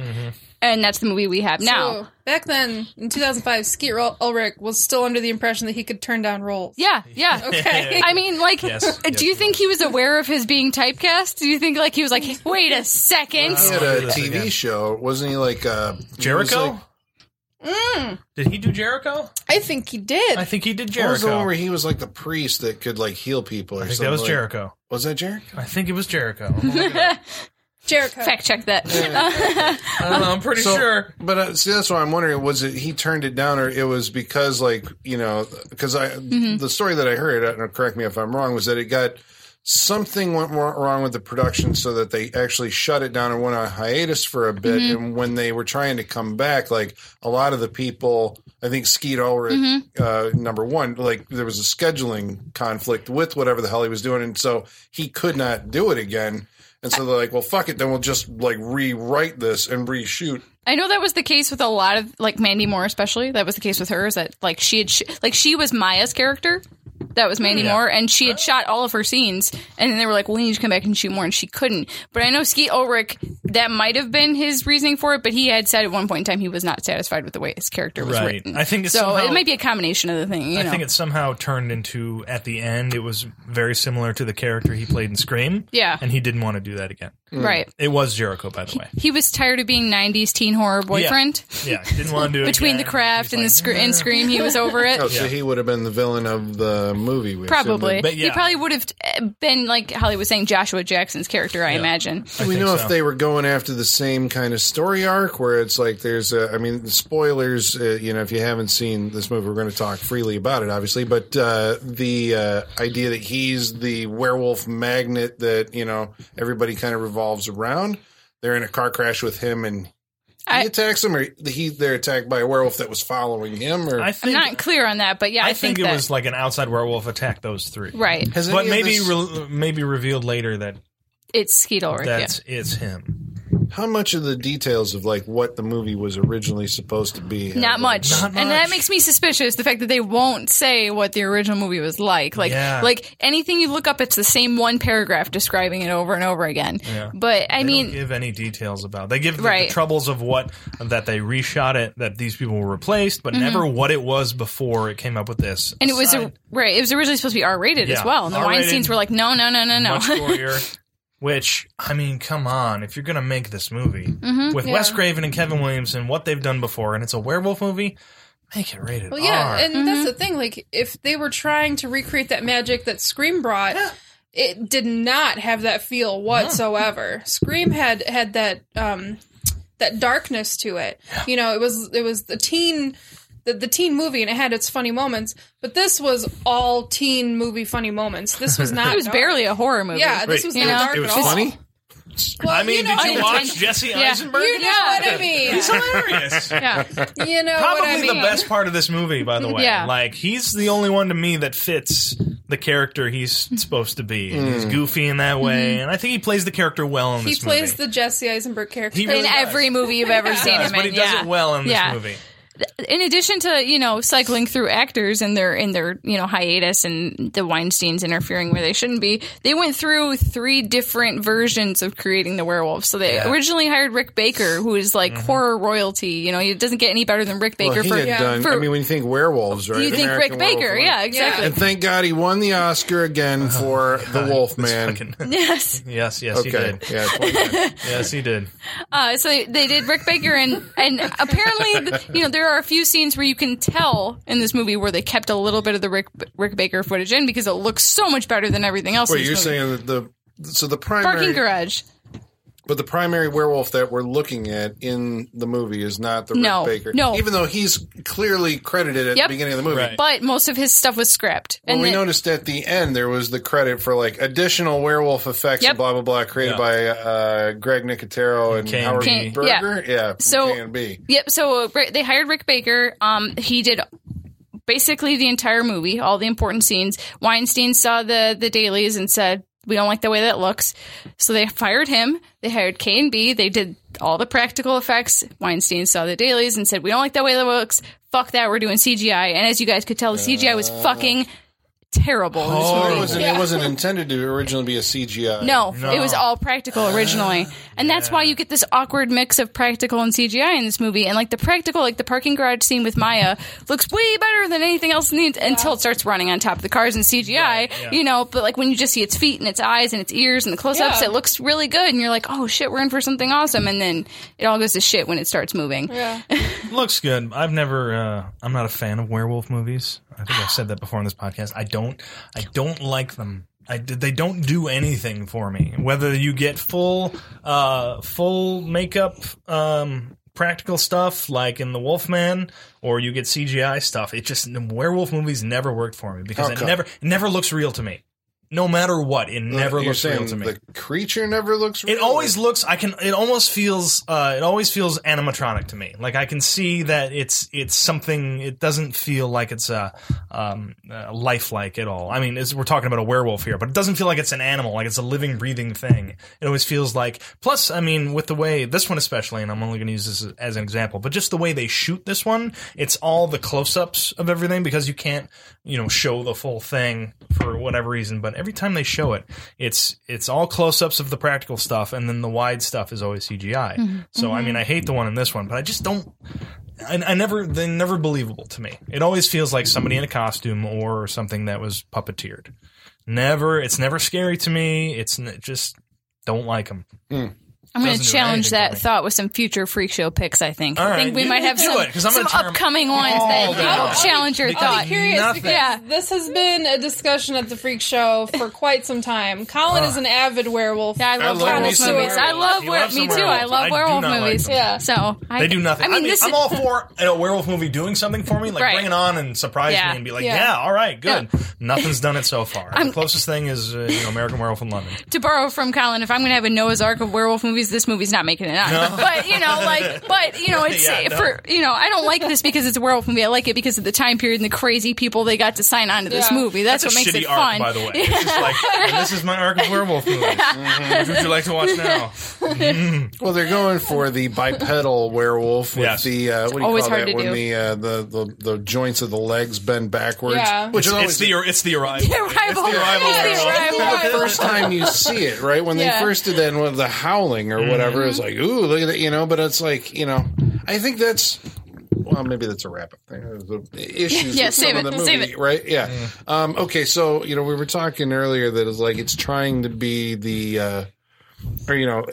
[SPEAKER 4] and that's the movie we have now.
[SPEAKER 3] So, back then, in 2005, Skeet Ul- Ulrich was still under the impression that he could turn down roles.
[SPEAKER 4] Yeah, yeah.
[SPEAKER 3] Okay.
[SPEAKER 4] I mean, like,
[SPEAKER 2] Yes,
[SPEAKER 4] do
[SPEAKER 2] yes,
[SPEAKER 4] you
[SPEAKER 2] he
[SPEAKER 4] think he was aware of his being typecast? Do you think like he was like, wait a second,
[SPEAKER 1] he had
[SPEAKER 2] I'll do
[SPEAKER 1] a
[SPEAKER 2] this
[SPEAKER 1] TV
[SPEAKER 2] again.
[SPEAKER 1] show, wasn't he? Like uh, he was
[SPEAKER 2] Jericho.
[SPEAKER 1] like-
[SPEAKER 4] Mm.
[SPEAKER 2] Did he do Jericho?
[SPEAKER 3] I think he did.
[SPEAKER 2] I think he
[SPEAKER 1] what was
[SPEAKER 2] did
[SPEAKER 1] the one
[SPEAKER 2] Jericho.
[SPEAKER 1] where he was like the priest that could like heal people? Or
[SPEAKER 2] I think
[SPEAKER 1] something
[SPEAKER 2] that was
[SPEAKER 1] like-
[SPEAKER 2] Jericho.
[SPEAKER 1] Was that Jericho?
[SPEAKER 2] I think it was Jericho. I'm gonna look it up.
[SPEAKER 3] Jericho.
[SPEAKER 4] fact check that? Uh,
[SPEAKER 2] I don't know. I'm pretty
[SPEAKER 1] So-
[SPEAKER 2] sure.
[SPEAKER 1] But uh, see, that's why I'm wondering: was it he turned it down, or it was because like you know, because I the story that I heard, I don't know, correct me if I'm wrong, was that it got something went wa- wrong with the production, so that they actually shut it down and went on hiatus for a bit. And when they were trying to come back, like a lot of the people, I think Skeet Ulrich, uh, number one, like there was a scheduling conflict with whatever the hell he was doing, and so he could not do it again. And so they're like, well, fuck it, then we'll just like rewrite this and reshoot
[SPEAKER 4] I know that was the case with a lot of like Mandy Moore, especially. That was the case with her is that like she had sh- like she was Maya's character. That was Mandy Moore, and she had shot all of her scenes, and then they were like, "Well, we need you to come back and shoot more," and she couldn't. But I know Skeet Ulrich, that might have been his reasoning for it, but he had said at one point in time he was not satisfied with the way his character was
[SPEAKER 2] Right.
[SPEAKER 4] written.
[SPEAKER 2] I think it's
[SPEAKER 4] so.
[SPEAKER 2] somehow-
[SPEAKER 4] it might be a combination of the thing. You
[SPEAKER 2] I
[SPEAKER 4] know?
[SPEAKER 2] think it somehow turned into at the end. It was very similar to the character he played in Scream.
[SPEAKER 4] Yeah.
[SPEAKER 2] and he didn't want to do that again.
[SPEAKER 4] right.
[SPEAKER 2] It was Jericho, by the way.
[SPEAKER 4] he was tired of being 90s teen horror boyfriend.
[SPEAKER 2] Yeah, didn't want to do it
[SPEAKER 4] Between
[SPEAKER 2] again.
[SPEAKER 4] the craft
[SPEAKER 2] He's
[SPEAKER 4] and the
[SPEAKER 2] like,
[SPEAKER 4] scre-
[SPEAKER 2] "Nah."
[SPEAKER 4] and scream, he was over it.
[SPEAKER 1] Oh, so he would have been the villain of the movie. We
[SPEAKER 4] Probably,
[SPEAKER 1] assume
[SPEAKER 2] But
[SPEAKER 4] he
[SPEAKER 2] yeah.
[SPEAKER 4] probably would have uh, been like Holly was saying, Joshua Jackson's character. I imagine.
[SPEAKER 1] that- We
[SPEAKER 2] think
[SPEAKER 1] know
[SPEAKER 2] so.
[SPEAKER 1] if they were going after the same kind of story arc where it's like there's a, I mean, spoilers, uh, you know, if you haven't seen this movie, we're going to talk freely about it, obviously. But uh, the uh, idea that he's the werewolf magnet that, you know, everybody kind of revolves around. They're in a car crash with him and he
[SPEAKER 4] I-
[SPEAKER 1] attacks him, or he they're attacked by a werewolf that was following him, or
[SPEAKER 2] I
[SPEAKER 4] I'm
[SPEAKER 2] think.
[SPEAKER 4] not clear on that, but yeah, I,
[SPEAKER 2] I think, it
[SPEAKER 4] that
[SPEAKER 2] was like an outside werewolf attack. Those three.
[SPEAKER 4] right.
[SPEAKER 1] Has
[SPEAKER 2] But
[SPEAKER 1] any of
[SPEAKER 2] maybe
[SPEAKER 1] this-
[SPEAKER 2] re- maybe revealed later that
[SPEAKER 4] It's Skeet Ulrich. Yeah.
[SPEAKER 2] that's it's him.
[SPEAKER 1] How much of the details of like what the movie was originally supposed to be? have
[SPEAKER 4] Not
[SPEAKER 1] they-
[SPEAKER 4] much.
[SPEAKER 2] Not
[SPEAKER 4] And
[SPEAKER 2] much.
[SPEAKER 4] that makes me suspicious the fact that they won't say what the original movie was like. Like
[SPEAKER 2] Yeah.
[SPEAKER 4] like anything you look up it's the same one paragraph describing it over and over again.
[SPEAKER 2] Yeah.
[SPEAKER 4] But
[SPEAKER 2] They
[SPEAKER 4] I
[SPEAKER 2] don't
[SPEAKER 4] mean
[SPEAKER 2] give any details about. They give the,
[SPEAKER 4] Right.
[SPEAKER 2] the troubles of what that they reshot it, that these people were replaced, but never what it was before it came up with this.
[SPEAKER 4] Mm-hmm. and it was
[SPEAKER 2] Aside,
[SPEAKER 4] a, right. It was originally supposed to be R rated
[SPEAKER 2] Yeah,
[SPEAKER 4] as well. And the wine
[SPEAKER 2] R-rated.
[SPEAKER 4] scenes were like, no, no, no, no,
[SPEAKER 2] much
[SPEAKER 4] no.
[SPEAKER 2] gorier. Which I mean, come on! If you're gonna make this movie
[SPEAKER 4] Mm-hmm.
[SPEAKER 2] with
[SPEAKER 3] yeah.
[SPEAKER 2] Wes Craven and Kevin Williams and what they've done before, and it's a werewolf movie, make it rated
[SPEAKER 3] Well, yeah,
[SPEAKER 2] R.
[SPEAKER 3] and
[SPEAKER 4] Mm-hmm.
[SPEAKER 3] that's the thing. Like, if they were trying to recreate that magic that Scream brought, it did not have that feel whatsoever. Scream had had that um, that darkness to it. You know, it was it was the teen. The, the teen movie and it had its funny moments, but this was all teen movie funny moments. This was not.
[SPEAKER 4] it was
[SPEAKER 3] dark.
[SPEAKER 4] barely a horror movie.
[SPEAKER 3] Yeah, this
[SPEAKER 2] Wait,
[SPEAKER 3] was
[SPEAKER 4] you
[SPEAKER 3] not
[SPEAKER 4] know?
[SPEAKER 3] dark
[SPEAKER 1] It was
[SPEAKER 3] at all.
[SPEAKER 1] funny.
[SPEAKER 3] Well,
[SPEAKER 2] I mean,
[SPEAKER 3] you know,
[SPEAKER 2] did you
[SPEAKER 4] I-
[SPEAKER 2] watch Jesse
[SPEAKER 4] Yeah.
[SPEAKER 2] Eisenberg?
[SPEAKER 3] You know
[SPEAKER 4] Yeah.
[SPEAKER 3] what I mean.
[SPEAKER 2] He's hilarious.
[SPEAKER 4] Yeah.
[SPEAKER 3] You know
[SPEAKER 2] Probably
[SPEAKER 3] what I mean.
[SPEAKER 2] the best part of this movie, by the way.
[SPEAKER 4] Yeah.
[SPEAKER 2] Like he's the only one to me that fits the character he's supposed to be. And He's goofy in that way, and I think he plays the character well in
[SPEAKER 3] Mm-hmm. He
[SPEAKER 2] this
[SPEAKER 3] plays
[SPEAKER 2] movie.
[SPEAKER 3] the Jesse Eisenberg character.
[SPEAKER 2] He
[SPEAKER 4] in
[SPEAKER 2] really does.
[SPEAKER 4] every movie you've ever seen
[SPEAKER 2] Does,
[SPEAKER 4] him
[SPEAKER 2] but
[SPEAKER 4] in.
[SPEAKER 2] he does
[SPEAKER 4] yeah.
[SPEAKER 2] it well in this
[SPEAKER 4] Yeah.
[SPEAKER 2] movie.
[SPEAKER 4] in addition to you know cycling through actors and their in their you know hiatus and the Weinstein's interfering where they shouldn't be, they went through three different versions of creating the werewolf. So they originally hired Rick Baker, who is like
[SPEAKER 2] Mm-hmm.
[SPEAKER 4] horror royalty. You know, it doesn't get any better than Rick
[SPEAKER 1] Well,
[SPEAKER 4] Baker
[SPEAKER 1] he
[SPEAKER 4] for.
[SPEAKER 1] had
[SPEAKER 2] uh,
[SPEAKER 1] done. I
[SPEAKER 4] for-
[SPEAKER 1] mean, when you think werewolves, right?
[SPEAKER 4] you think
[SPEAKER 1] American
[SPEAKER 4] Rick Baker?
[SPEAKER 1] Werewolf,
[SPEAKER 4] Yeah,
[SPEAKER 1] right?
[SPEAKER 4] exactly.
[SPEAKER 1] And thank God he won the Oscar again
[SPEAKER 2] Oh,
[SPEAKER 1] for The Wolfman.
[SPEAKER 2] Fucking-
[SPEAKER 4] Yes.
[SPEAKER 2] yes, yes, he
[SPEAKER 1] Okay,
[SPEAKER 2] did.
[SPEAKER 1] yeah, it's one man.
[SPEAKER 2] Yes, he did.
[SPEAKER 4] Uh, so they, they did Rick Baker, and and apparently, th- you know, there are a few scenes where you can tell in this movie where they kept a little bit of the Rick Rick Baker footage in because it looks so much better than everything else.
[SPEAKER 1] Wait,
[SPEAKER 4] in
[SPEAKER 1] you're
[SPEAKER 4] this movie.
[SPEAKER 1] saying that the so the primary
[SPEAKER 4] parking garage?
[SPEAKER 1] But the primary werewolf that we're looking at in the movie is not the
[SPEAKER 4] No,
[SPEAKER 1] Rick Baker.
[SPEAKER 4] no.
[SPEAKER 1] Even though he's clearly credited at
[SPEAKER 4] Yep.
[SPEAKER 1] the beginning of the movie.
[SPEAKER 2] Right.
[SPEAKER 4] But most of his stuff was scrapped.
[SPEAKER 1] Well,
[SPEAKER 4] and
[SPEAKER 1] we
[SPEAKER 4] the-
[SPEAKER 1] noticed at the end there was the credit for like additional werewolf effects
[SPEAKER 4] Yep.
[SPEAKER 1] and blah blah blah created
[SPEAKER 2] Yeah.
[SPEAKER 1] by uh, Greg Nicotero and
[SPEAKER 2] K&B.
[SPEAKER 1] Howard
[SPEAKER 4] K-
[SPEAKER 1] Berger. Yeah, from
[SPEAKER 4] So-
[SPEAKER 1] K&B.
[SPEAKER 4] Yep. So uh, Ri- they hired Rick Baker. Um, he did basically the entire movie, all the important scenes. Weinstein saw the the dailies and said, "We don't like the way that looks." So they fired him. They hired K and B. They did all the practical effects. Weinstein saw the dailies and said, "We don't like the way that looks. Fuck that. We're doing CGI." And as you guys could tell, the CGI was fucking terrible. in this movie.
[SPEAKER 2] Oh.
[SPEAKER 1] It wasn't, it wasn't intended to originally be a CGI.
[SPEAKER 4] No,
[SPEAKER 2] No.
[SPEAKER 4] it was all practical originally. And that's why you get this awkward mix of practical and CGI in this movie. And like the practical, like the parking garage scene with Maya looks way better than anything else needs until it starts running on top of the cars and CGI,
[SPEAKER 2] yeah.
[SPEAKER 4] you know, but like when you just see its feet and its eyes and its ears and the close ups,
[SPEAKER 3] Yeah.
[SPEAKER 4] it looks really good and you're like, "Oh shit, we're in for something awesome." And then it all goes to shit when it starts moving.
[SPEAKER 3] Yeah.
[SPEAKER 2] Looks good. I've never. Uh, I'm not a fan of werewolf movies. I think I've said that before on this podcast. I don't. I don't like them. I, they don't do anything for me. Whether you get full, uh, full makeup, um, practical stuff like in the Wolfman, or you get CGI stuff, it just the werewolf movies never worked for me because
[SPEAKER 1] How
[SPEAKER 2] it
[SPEAKER 1] come?
[SPEAKER 2] never, it never looks real to me. No matter what, it never
[SPEAKER 1] Uh, You're
[SPEAKER 2] looks real
[SPEAKER 1] saying
[SPEAKER 2] to me.
[SPEAKER 1] the creature never looks real?
[SPEAKER 2] It always looks. I can. It almost feels. Uh, it always feels animatronic to me. Like I can see that it's it's something. It doesn't feel like it's a um, uh, lifelike at all. I mean, it's, we're talking about a werewolf here, but it doesn't feel like it's an animal. Like it's a living, breathing thing. It always feels like. Plus, I mean, with the way this one especially, and I'm only going to use this as, as an example, but just the way they shoot this one, it's all the close-ups of everything because you can't, you know, show the full thing for whatever reason. But every time they show it, it's it's all close-ups of the practical stuff, and then the wide stuff is always CGI.
[SPEAKER 4] Mm-hmm.
[SPEAKER 2] So I mean, I hate the one in this one, but I just don't. I, I never they're never believable to me. It always feels like somebody in a costume or something that was puppeteered. Never, it's never scary to me. It's n- just don't like them.
[SPEAKER 3] Hmm.
[SPEAKER 4] I'm going to
[SPEAKER 2] Doesn't do
[SPEAKER 4] challenge
[SPEAKER 2] anything for
[SPEAKER 4] that
[SPEAKER 2] me.
[SPEAKER 4] thought with some future freak show picks, I think.
[SPEAKER 2] All
[SPEAKER 4] I think
[SPEAKER 2] right,
[SPEAKER 4] we
[SPEAKER 2] you-
[SPEAKER 4] might
[SPEAKER 2] you
[SPEAKER 4] have
[SPEAKER 2] do
[SPEAKER 4] some,
[SPEAKER 2] it, 'cause I'm
[SPEAKER 4] some
[SPEAKER 2] gonna tear 'em
[SPEAKER 4] upcoming ones
[SPEAKER 2] all
[SPEAKER 4] that
[SPEAKER 2] down.
[SPEAKER 4] will challenge your
[SPEAKER 2] Because-
[SPEAKER 4] thought.
[SPEAKER 3] I'm curious
[SPEAKER 2] Nothing.
[SPEAKER 3] because
[SPEAKER 4] Yeah.
[SPEAKER 3] this has been a discussion at the freak show for quite some time. Colin is an avid werewolf.
[SPEAKER 4] Yeah, I love
[SPEAKER 1] love
[SPEAKER 4] werewolf
[SPEAKER 1] me some
[SPEAKER 4] movies. I
[SPEAKER 1] werewolves.
[SPEAKER 4] love
[SPEAKER 2] You
[SPEAKER 4] were-
[SPEAKER 2] love
[SPEAKER 4] me
[SPEAKER 2] some
[SPEAKER 4] too. I
[SPEAKER 2] werewolves. I
[SPEAKER 4] love
[SPEAKER 2] do
[SPEAKER 4] werewolf
[SPEAKER 2] not like
[SPEAKER 4] movies.
[SPEAKER 2] them.
[SPEAKER 3] Yeah.
[SPEAKER 4] So I,
[SPEAKER 2] They do nothing.
[SPEAKER 4] I mean, this
[SPEAKER 2] I'm all for a werewolf movie doing something for me, like
[SPEAKER 4] Right.
[SPEAKER 2] bring it on and surprise
[SPEAKER 4] Yeah.
[SPEAKER 2] me and be like,
[SPEAKER 3] Yeah.
[SPEAKER 2] yeah, all right, good. Nothing's done it so far. the closest thing is uh, you know American Werewolf in London.
[SPEAKER 4] to borrow from Colin, if I'm going to have a Noah's Ark of werewolf movies, movies, this movie's not making it on.
[SPEAKER 2] No.
[SPEAKER 4] But you know, like, but you know, it's
[SPEAKER 2] Yeah, no.
[SPEAKER 4] for you know, I don't like this because it's a werewolf movie. I like it because of the time period and the crazy people they got to sign on to this
[SPEAKER 3] Yeah.
[SPEAKER 4] movie. That's,
[SPEAKER 2] That's
[SPEAKER 4] what
[SPEAKER 2] a
[SPEAKER 4] makes
[SPEAKER 2] shitty
[SPEAKER 4] it
[SPEAKER 2] arc,
[SPEAKER 4] fun.
[SPEAKER 2] by the way. It's just like, and this is my arc of werewolf movies. Which would you like to watch now?
[SPEAKER 1] Well, they're going for the bipedal werewolf with
[SPEAKER 2] Yes.
[SPEAKER 1] the uh, what do you
[SPEAKER 4] Always
[SPEAKER 1] call
[SPEAKER 4] hard
[SPEAKER 1] that
[SPEAKER 4] to
[SPEAKER 1] when
[SPEAKER 4] do.
[SPEAKER 1] the, uh, the the the joints of the legs bend backwards?
[SPEAKER 3] Yeah.
[SPEAKER 1] which is
[SPEAKER 2] It's
[SPEAKER 1] always
[SPEAKER 2] the it's the arrival.
[SPEAKER 4] The arrival.
[SPEAKER 2] It's the arrival.
[SPEAKER 4] It's the
[SPEAKER 1] Well,
[SPEAKER 4] arrival.
[SPEAKER 1] the first time you see it, right? When
[SPEAKER 4] Yeah.
[SPEAKER 1] they first did that, and with the howling or whatever, it's like, ooh, look at that, you know. But it's like, you know, I think that's well, maybe that's a wrap up thing. The Issues,
[SPEAKER 4] Yeah,
[SPEAKER 1] with
[SPEAKER 4] save
[SPEAKER 1] some of
[SPEAKER 4] it,
[SPEAKER 1] the
[SPEAKER 4] save
[SPEAKER 1] movie,
[SPEAKER 4] it.
[SPEAKER 1] right? Yeah. Um, okay, so you know, we were talking earlier that it's like it's trying to be the, uh, or you know.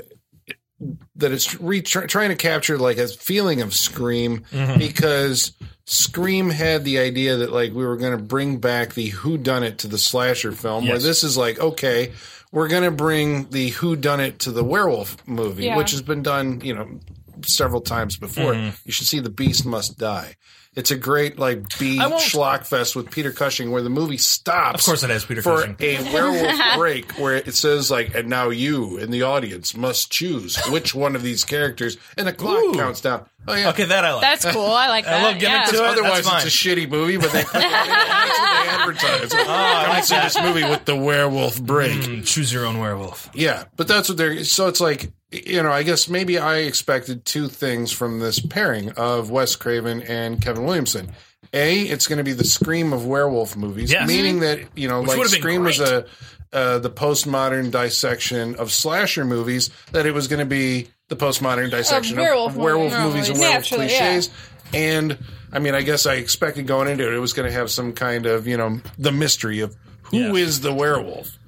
[SPEAKER 1] That it's re- try- trying to capture like a feeling of Scream
[SPEAKER 2] Mm-hmm.
[SPEAKER 1] because Scream had the idea that like we were going to bring back the Who Done It to the slasher film, where
[SPEAKER 2] Yes.
[SPEAKER 1] this is like okay, we're going to bring the Who Done It to the werewolf movie,
[SPEAKER 3] Yeah.
[SPEAKER 1] which has been done you know several times before.
[SPEAKER 2] Mm-hmm.
[SPEAKER 1] You should see The Beast Must Die. It's a great like B
[SPEAKER 2] I won't-
[SPEAKER 1] schlock fest with Peter Cushing, where the movie stops.
[SPEAKER 2] Of course it has Peter
[SPEAKER 1] for
[SPEAKER 2] Cushing.
[SPEAKER 1] a werewolf break where it says like, and now you in the audience must choose which one of these characters, and the clock
[SPEAKER 2] Ooh.
[SPEAKER 1] counts down. Oh yeah,
[SPEAKER 2] Okay, that I like.
[SPEAKER 4] That's cool. I like that.
[SPEAKER 2] love getting
[SPEAKER 4] yeah.
[SPEAKER 2] to it.
[SPEAKER 1] Otherwise,
[SPEAKER 2] That's
[SPEAKER 1] it's a shitty movie, but they, they advertise. Like,
[SPEAKER 2] Ah,
[SPEAKER 1] Come and see this movie with the werewolf break.
[SPEAKER 2] Choose your own werewolf.
[SPEAKER 1] Yeah, but that's what they're. So it's like you know, I guess maybe I expected two things from this pairing of Wes Craven and Kevin Williamson. A, it's going to be the scream of werewolf movies,
[SPEAKER 2] Yes.
[SPEAKER 1] meaning that you know, like
[SPEAKER 2] would've been
[SPEAKER 1] Scream was
[SPEAKER 2] great.
[SPEAKER 1] a uh, the postmodern dissection of slasher movies. That it was going to be the postmodern dissection of
[SPEAKER 3] werewolf
[SPEAKER 1] werewolf, werewolf movies
[SPEAKER 3] movies.
[SPEAKER 1] and
[SPEAKER 3] Normally.
[SPEAKER 1] werewolf
[SPEAKER 3] Naturally, yeah.
[SPEAKER 1] cliches. And I mean, I guess I expected going into it, it was going to have some kind of you know the mystery of who is
[SPEAKER 2] Yeah.
[SPEAKER 1] the werewolf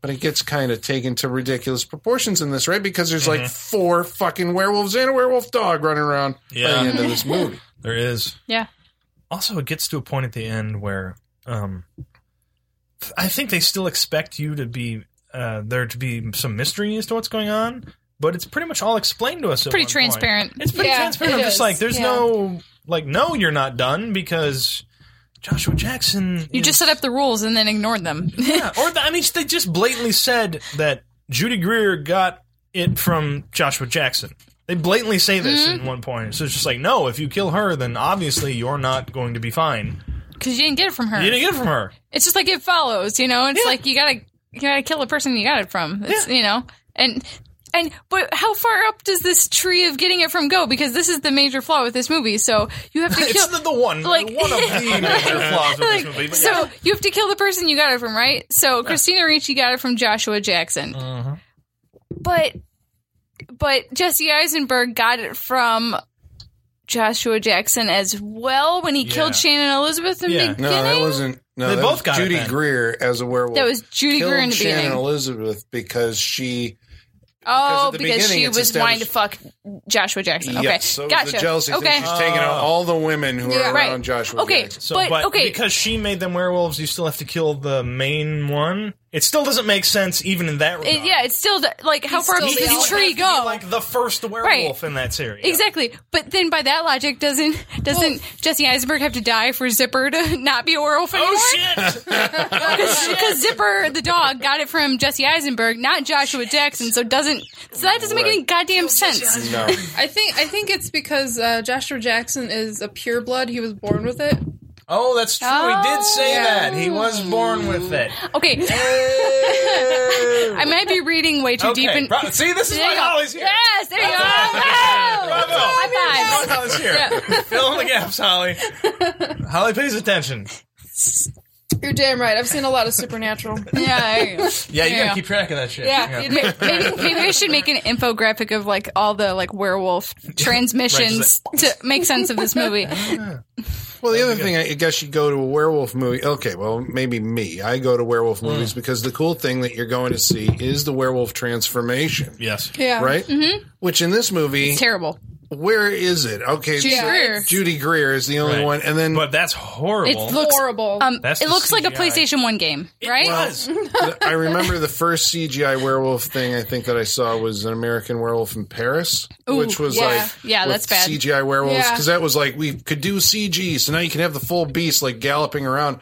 [SPEAKER 1] but it gets kind of taken to ridiculous proportions in this, right? Because there's like
[SPEAKER 2] Mm-hmm.
[SPEAKER 1] four fucking werewolves and a werewolf dog running around by
[SPEAKER 2] Yeah.
[SPEAKER 1] the end of this movie.
[SPEAKER 2] There is.
[SPEAKER 4] Yeah.
[SPEAKER 2] Also, it gets to a point at the end where um, I think they still expect you to be uh, there to be some mystery as to what's going on, but it's pretty much all explained to us. at
[SPEAKER 4] Pretty
[SPEAKER 2] one point.
[SPEAKER 4] transparent.
[SPEAKER 2] It's pretty
[SPEAKER 3] Yeah,
[SPEAKER 2] transparent.
[SPEAKER 3] it
[SPEAKER 2] I'm
[SPEAKER 3] is.
[SPEAKER 2] just like, there's
[SPEAKER 3] Yeah.
[SPEAKER 2] no like, no, you're not done because Joshua Jackson.
[SPEAKER 4] You
[SPEAKER 2] is-
[SPEAKER 4] just set up the rules and then ignored them.
[SPEAKER 2] yeah, or the, I mean, they just blatantly said that Judy Greer got it from Joshua Jackson. They blatantly say this
[SPEAKER 4] Mm-hmm.
[SPEAKER 2] at one point. So it's just like, no, if you kill her, then obviously you're not going to be fine.
[SPEAKER 4] Because you didn't get it from her.
[SPEAKER 2] You didn't get it from her.
[SPEAKER 4] it's just like it follows, you know. It's like you gotta you gotta kill the person you got it from. It's you know, and and but how far up does this tree of getting it from go? Because this is the major flaw with this movie. So you have to
[SPEAKER 2] It's
[SPEAKER 4] kill.
[SPEAKER 2] the, the one,
[SPEAKER 4] like-
[SPEAKER 2] one of the major flaws with this
[SPEAKER 4] like,
[SPEAKER 2] movie. But
[SPEAKER 4] so
[SPEAKER 2] yeah.
[SPEAKER 4] you have to kill the person you got it from, right? So Christina Ricci got it from Joshua Jackson,
[SPEAKER 2] Uh-huh. Mm-hmm.
[SPEAKER 4] but but Jesse Eisenberg got it from Joshua Jackson as well when he killed
[SPEAKER 2] Yeah.
[SPEAKER 4] Shannon Elizabeth in the
[SPEAKER 2] Yeah. No,
[SPEAKER 4] beginning.
[SPEAKER 1] No, that wasn't. No,
[SPEAKER 2] They
[SPEAKER 1] that
[SPEAKER 2] both
[SPEAKER 1] was
[SPEAKER 2] got it
[SPEAKER 1] Judy
[SPEAKER 2] then.
[SPEAKER 1] Greer as a werewolf.
[SPEAKER 4] That was Judy
[SPEAKER 1] killed
[SPEAKER 4] Greer in the
[SPEAKER 1] Shannon
[SPEAKER 4] beginning.
[SPEAKER 1] Elizabeth because she
[SPEAKER 4] Oh,
[SPEAKER 1] Because at the
[SPEAKER 4] because
[SPEAKER 1] beginning,
[SPEAKER 4] she
[SPEAKER 1] it's
[SPEAKER 4] was wanting to
[SPEAKER 1] established-
[SPEAKER 4] fuck Joshua Jackson. Okay,
[SPEAKER 1] yes, so it was
[SPEAKER 4] gotcha.
[SPEAKER 1] the jealousy thing.
[SPEAKER 4] okay,
[SPEAKER 1] She's taking
[SPEAKER 2] Oh.
[SPEAKER 1] out all the women who
[SPEAKER 3] Yeah.
[SPEAKER 1] are
[SPEAKER 4] Right.
[SPEAKER 1] around Joshua.
[SPEAKER 4] Okay.
[SPEAKER 1] Jackson.
[SPEAKER 2] So,
[SPEAKER 4] but-
[SPEAKER 2] but,
[SPEAKER 4] okay.
[SPEAKER 2] because she made them werewolves, you still have to kill the main one. It still doesn't make sense, even in that regard.
[SPEAKER 4] It- yeah, it's still the- like how
[SPEAKER 3] It's
[SPEAKER 4] far up
[SPEAKER 3] still
[SPEAKER 4] does
[SPEAKER 3] the
[SPEAKER 4] this
[SPEAKER 3] element.
[SPEAKER 4] tree go?
[SPEAKER 2] like the first werewolf in that series.
[SPEAKER 4] Exactly, but then by that logic, doesn't doesn't Jesse Eisenberg have to die for Zipper to not be a werewolf anymore?
[SPEAKER 2] Oh shit!
[SPEAKER 4] Because Zipper the dog got it from Jesse Eisenberg, not Joshua Jackson. So doesn't so that doesn't make any goddamn sense.
[SPEAKER 1] No,
[SPEAKER 3] I think I think it's because uh, Joshua Jackson is a pureblood. He was born with it.
[SPEAKER 2] Oh, that's true. he did say
[SPEAKER 3] Oh.
[SPEAKER 2] that. He was born with it.
[SPEAKER 4] Okay,
[SPEAKER 2] Hey.
[SPEAKER 4] I might be reading way too
[SPEAKER 2] okay.
[SPEAKER 4] deep. In-
[SPEAKER 2] Pro- See, this is
[SPEAKER 4] There
[SPEAKER 2] why
[SPEAKER 4] you go.
[SPEAKER 2] Holly's here.
[SPEAKER 4] Yes, there you go.
[SPEAKER 2] Bravo.
[SPEAKER 4] Wow. High five.
[SPEAKER 2] Why Holly's here. Fill in the gaps, Holly. Holly pays attention.
[SPEAKER 3] You're damn right. I've seen a lot of Supernatural.
[SPEAKER 4] Yeah, there you go.
[SPEAKER 2] Yeah, you
[SPEAKER 4] Yeah.
[SPEAKER 2] gotta keep track of that shit.
[SPEAKER 3] Yeah,
[SPEAKER 4] Ma- maybe, maybe I should make an infographic of like all the like werewolf transmissions to make sense of this movie.
[SPEAKER 1] Well, the other thing, I guess you go to a werewolf movie. Okay, well, maybe me. I go to werewolf
[SPEAKER 2] Mm.
[SPEAKER 1] movies because the cool thing that you're going to see is the werewolf transformation,
[SPEAKER 2] Yes.
[SPEAKER 3] Yeah,
[SPEAKER 1] right? Mm-hmm. Which in this movie,
[SPEAKER 4] Terrible.
[SPEAKER 1] where is it? Okay,
[SPEAKER 4] Judy
[SPEAKER 1] so
[SPEAKER 4] Greer.
[SPEAKER 1] Judy Greer is the only
[SPEAKER 2] Right.
[SPEAKER 1] one, and then
[SPEAKER 2] But that's horrible.
[SPEAKER 4] It looks-
[SPEAKER 3] horrible.
[SPEAKER 4] Um,
[SPEAKER 2] That's
[SPEAKER 4] it
[SPEAKER 2] the
[SPEAKER 4] looks like a
[SPEAKER 2] CGI.
[SPEAKER 4] PlayStation One game, right?
[SPEAKER 2] was.
[SPEAKER 1] I remember the first CGI werewolf thing I think that I saw was an American Werewolf in Paris, which was
[SPEAKER 3] yeah.
[SPEAKER 1] like
[SPEAKER 4] Yeah,
[SPEAKER 1] with
[SPEAKER 4] that's bad.
[SPEAKER 1] CGI werewolves
[SPEAKER 3] Yeah.
[SPEAKER 1] because that was like we could do CG, so now you can have the full beast like galloping around,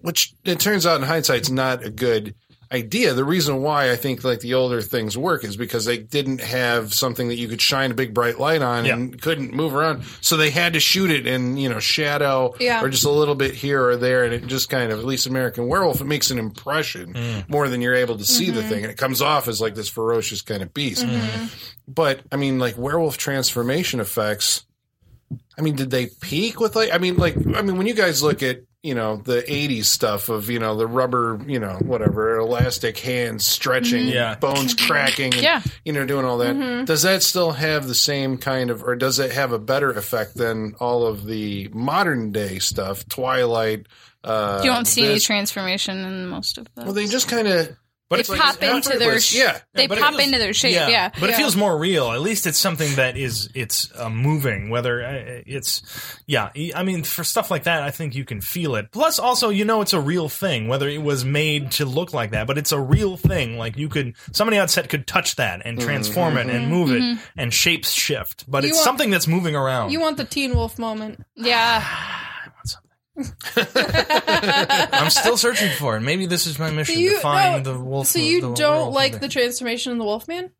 [SPEAKER 1] which it turns out in hindsight is not a good idea. The reason why I think like the older things work is because they didn't have something that you could shine a big bright light on and couldn't move around. So they had to shoot it in, you know, shadow
[SPEAKER 3] Yeah.
[SPEAKER 1] or just a little bit here or there. And it just kind of, at least American Werewolf, it makes an impression more than you're able to see the thing. And it comes off as like this ferocious kind of beast. But I mean, like werewolf transformation effects. I mean, did they peak with like? I mean, like I mean, when you guys look at you know the '80s stuff of you know the rubber, you know whatever elastic hands stretching, and
[SPEAKER 2] Yeah.
[SPEAKER 1] bones cracking, and,
[SPEAKER 4] Mm-hmm. Yeah. Mm-hmm.
[SPEAKER 1] you know doing all that. Does that still have the same kind of, or does it have a better effect than all of the modern day stuff? Twilight. Uh,
[SPEAKER 4] you don't see any
[SPEAKER 1] this-
[SPEAKER 4] transformation in most of them.
[SPEAKER 1] Well, they just kind of
[SPEAKER 2] But
[SPEAKER 4] They
[SPEAKER 2] it's like,
[SPEAKER 4] pop
[SPEAKER 2] it's
[SPEAKER 4] into their
[SPEAKER 2] effortless.
[SPEAKER 4] sh-
[SPEAKER 1] yeah.
[SPEAKER 4] they
[SPEAKER 2] but it
[SPEAKER 4] pop
[SPEAKER 2] feels-
[SPEAKER 4] into their shape. Yeah,
[SPEAKER 2] but it
[SPEAKER 3] Yeah.
[SPEAKER 2] feels more real. At least it's something that is it's uh, moving. Whether uh, it's yeah, e- I mean for stuff like that, I think you can feel it. Plus, also you know it's a real thing. Whether it was made to look like that, but it's a real thing. Like you could somebody on set could touch that
[SPEAKER 1] Mm-hmm.
[SPEAKER 2] and transform it and move it and shapes shift. But
[SPEAKER 3] Mm-hmm. You
[SPEAKER 2] it's
[SPEAKER 3] want-
[SPEAKER 2] something that's moving around.
[SPEAKER 3] You want the Teen Wolf moment.
[SPEAKER 4] yeah.
[SPEAKER 2] I'm still searching for it. Maybe this is my mission
[SPEAKER 3] you-
[SPEAKER 2] to find
[SPEAKER 3] no,
[SPEAKER 2] the wolf.
[SPEAKER 3] So
[SPEAKER 2] of
[SPEAKER 3] you
[SPEAKER 2] the
[SPEAKER 3] don't
[SPEAKER 2] world.
[SPEAKER 3] like the transformation in the Wolfman?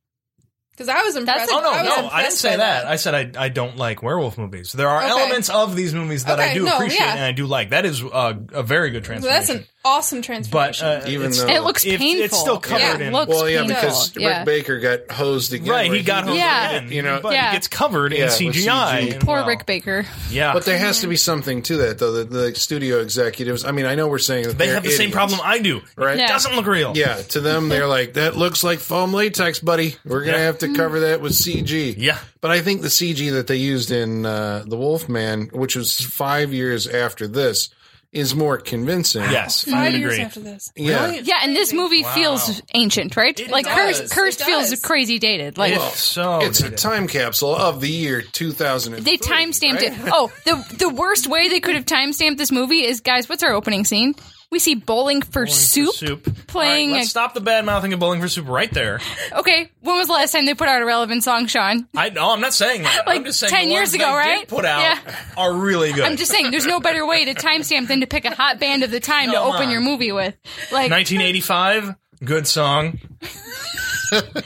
[SPEAKER 3] Because I was impressed.
[SPEAKER 4] a-
[SPEAKER 2] Oh no,
[SPEAKER 3] I was
[SPEAKER 2] no, I didn't
[SPEAKER 3] impressed
[SPEAKER 2] say
[SPEAKER 3] by
[SPEAKER 2] that. I said I, I don't like werewolf movies. There are
[SPEAKER 3] Okay.
[SPEAKER 2] elements of these movies that I
[SPEAKER 3] Okay,
[SPEAKER 2] do
[SPEAKER 3] no,
[SPEAKER 2] appreciate
[SPEAKER 3] yeah.
[SPEAKER 2] and I do like. That is uh, a very good
[SPEAKER 3] So that's an
[SPEAKER 2] transformation.
[SPEAKER 3] awesome
[SPEAKER 2] but
[SPEAKER 3] transformation.
[SPEAKER 2] uh,
[SPEAKER 1] Even
[SPEAKER 2] it's-
[SPEAKER 1] though-
[SPEAKER 4] And it looks
[SPEAKER 2] If- it's
[SPEAKER 4] painful.
[SPEAKER 2] still covered
[SPEAKER 4] yeah,
[SPEAKER 2] in-
[SPEAKER 4] It looks
[SPEAKER 1] well, yeah,
[SPEAKER 4] painful.
[SPEAKER 1] because
[SPEAKER 4] yeah.
[SPEAKER 1] Rick Baker got hosed again.
[SPEAKER 2] right,
[SPEAKER 1] where
[SPEAKER 2] he got home
[SPEAKER 4] Yeah.
[SPEAKER 2] again,
[SPEAKER 1] You know-
[SPEAKER 2] but
[SPEAKER 4] Yeah.
[SPEAKER 2] he gets covered
[SPEAKER 1] Yeah,
[SPEAKER 2] in
[SPEAKER 1] with
[SPEAKER 2] CGI.
[SPEAKER 1] CG.
[SPEAKER 2] and,
[SPEAKER 4] Poor
[SPEAKER 2] well,
[SPEAKER 4] Rick Baker.
[SPEAKER 2] Yeah,
[SPEAKER 1] But there has to
[SPEAKER 4] Mm-hmm.
[SPEAKER 1] be something to that, though. The, the studio executives. I mean, I know we're saying that
[SPEAKER 2] they
[SPEAKER 1] they're
[SPEAKER 2] have the same
[SPEAKER 1] idiots.
[SPEAKER 2] problem I do.
[SPEAKER 1] Right.
[SPEAKER 2] It
[SPEAKER 4] Yeah.
[SPEAKER 2] doesn't look real.
[SPEAKER 1] Yeah, to them, they're like, that looks like foam latex, buddy. We're going to
[SPEAKER 2] Yeah.
[SPEAKER 1] have to cover that with CG.
[SPEAKER 2] Yeah.
[SPEAKER 1] But I think the CG that they used in uh, The Wolfman, which was five years after this, is more convincing.
[SPEAKER 2] Yes, uh, I
[SPEAKER 3] Five
[SPEAKER 2] would
[SPEAKER 3] years
[SPEAKER 2] agree.
[SPEAKER 3] after this.
[SPEAKER 1] Yeah.
[SPEAKER 4] Yeah, and this movie
[SPEAKER 2] Wow.
[SPEAKER 4] feels ancient, right?
[SPEAKER 2] It
[SPEAKER 4] like
[SPEAKER 2] does.
[SPEAKER 4] Cursed, Cursed
[SPEAKER 3] It
[SPEAKER 4] feels
[SPEAKER 3] does.
[SPEAKER 4] crazy dated. Like
[SPEAKER 2] It's so
[SPEAKER 1] It's a
[SPEAKER 2] dated.
[SPEAKER 1] time capsule of the year 2000.
[SPEAKER 4] they timestamped it. Oh, the the worst way they could have timestamped this movie is, guys, what's our opening scene? We see bowling for
[SPEAKER 2] Bowling for
[SPEAKER 4] soup.
[SPEAKER 2] soup.
[SPEAKER 4] playing
[SPEAKER 2] All right,
[SPEAKER 4] a-
[SPEAKER 2] let's stop the bad mouthing of bowling for soup right there.
[SPEAKER 4] Okay, when was the last time they put out a relevant song, Sean?
[SPEAKER 2] I no, I'm not saying that.
[SPEAKER 4] Like
[SPEAKER 2] I'm just saying
[SPEAKER 4] 10
[SPEAKER 2] the
[SPEAKER 4] years
[SPEAKER 2] ones
[SPEAKER 4] ago,
[SPEAKER 2] they did
[SPEAKER 4] right?
[SPEAKER 2] Put out
[SPEAKER 4] Yeah.
[SPEAKER 2] are really good.
[SPEAKER 4] I'm just saying, there's no better way to timestamp than to pick a hot band of the time to
[SPEAKER 2] Come
[SPEAKER 4] open
[SPEAKER 2] on.
[SPEAKER 4] your movie with. Like,
[SPEAKER 2] 1985, good song.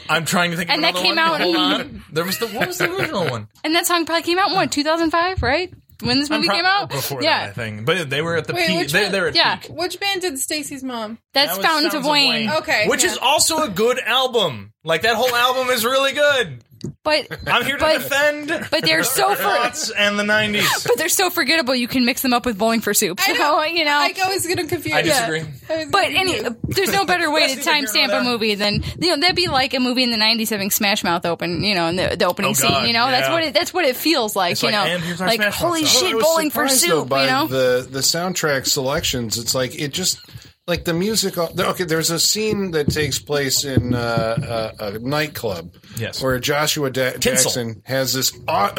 [SPEAKER 2] I'm trying to think. Of
[SPEAKER 4] And that
[SPEAKER 2] another
[SPEAKER 4] came
[SPEAKER 2] one.
[SPEAKER 4] out-
[SPEAKER 2] Hold on. There was the what was the original one?
[SPEAKER 4] and that song probably came out in what 2005, right? When this movie
[SPEAKER 2] Pro-
[SPEAKER 4] came out?
[SPEAKER 2] before
[SPEAKER 4] yeah,
[SPEAKER 2] that, I think. But they were at the
[SPEAKER 3] Wait,
[SPEAKER 2] peak.
[SPEAKER 3] which
[SPEAKER 2] They,
[SPEAKER 3] one?
[SPEAKER 2] they were at
[SPEAKER 4] Yeah.
[SPEAKER 2] peak.
[SPEAKER 3] Which band did Stacy's mom?
[SPEAKER 4] that's
[SPEAKER 2] That was
[SPEAKER 4] Fountains of Wayne.
[SPEAKER 3] Okay,
[SPEAKER 2] which
[SPEAKER 3] yeah.
[SPEAKER 2] is also a good album. Like that whole album is really good.
[SPEAKER 4] But
[SPEAKER 2] I'm here to
[SPEAKER 4] But-
[SPEAKER 2] defend.
[SPEAKER 4] but they're so
[SPEAKER 2] the
[SPEAKER 4] for,
[SPEAKER 2] aughts and the 90s.
[SPEAKER 4] but they're so forgettable. You can mix them up with bowling for soup. So,
[SPEAKER 3] I know.
[SPEAKER 4] you know.
[SPEAKER 3] I always get them confused.
[SPEAKER 2] I disagree.
[SPEAKER 3] I was
[SPEAKER 4] But
[SPEAKER 3] gonna
[SPEAKER 4] any,
[SPEAKER 3] do-
[SPEAKER 4] there's no better way to
[SPEAKER 2] That's neither here nor
[SPEAKER 4] timestamp a
[SPEAKER 2] there.
[SPEAKER 4] movie than you know that'd be like a movie in the '90s having Smash Mouth open, you know, in the, the opening
[SPEAKER 2] Oh,
[SPEAKER 4] scene.
[SPEAKER 2] God,
[SPEAKER 4] You know, that's
[SPEAKER 2] yeah.
[SPEAKER 4] what it that's what it feels like.
[SPEAKER 2] It's
[SPEAKER 4] you
[SPEAKER 2] like,
[SPEAKER 4] know,
[SPEAKER 2] and here's our
[SPEAKER 4] like
[SPEAKER 2] Smash Mouth
[SPEAKER 1] Well,
[SPEAKER 2] song.
[SPEAKER 4] holy
[SPEAKER 1] I
[SPEAKER 4] shit,
[SPEAKER 1] was
[SPEAKER 4] bowling for
[SPEAKER 1] surprised, though,
[SPEAKER 4] soup.
[SPEAKER 1] by
[SPEAKER 4] you know,
[SPEAKER 1] the the soundtrack selections. It's like it just like the music. uh, Okay, there's a scene that takes place in uh, a, a nightclub.
[SPEAKER 2] Yes.
[SPEAKER 1] where Joshua da-
[SPEAKER 2] Tinsel.
[SPEAKER 1] Jackson has this aw-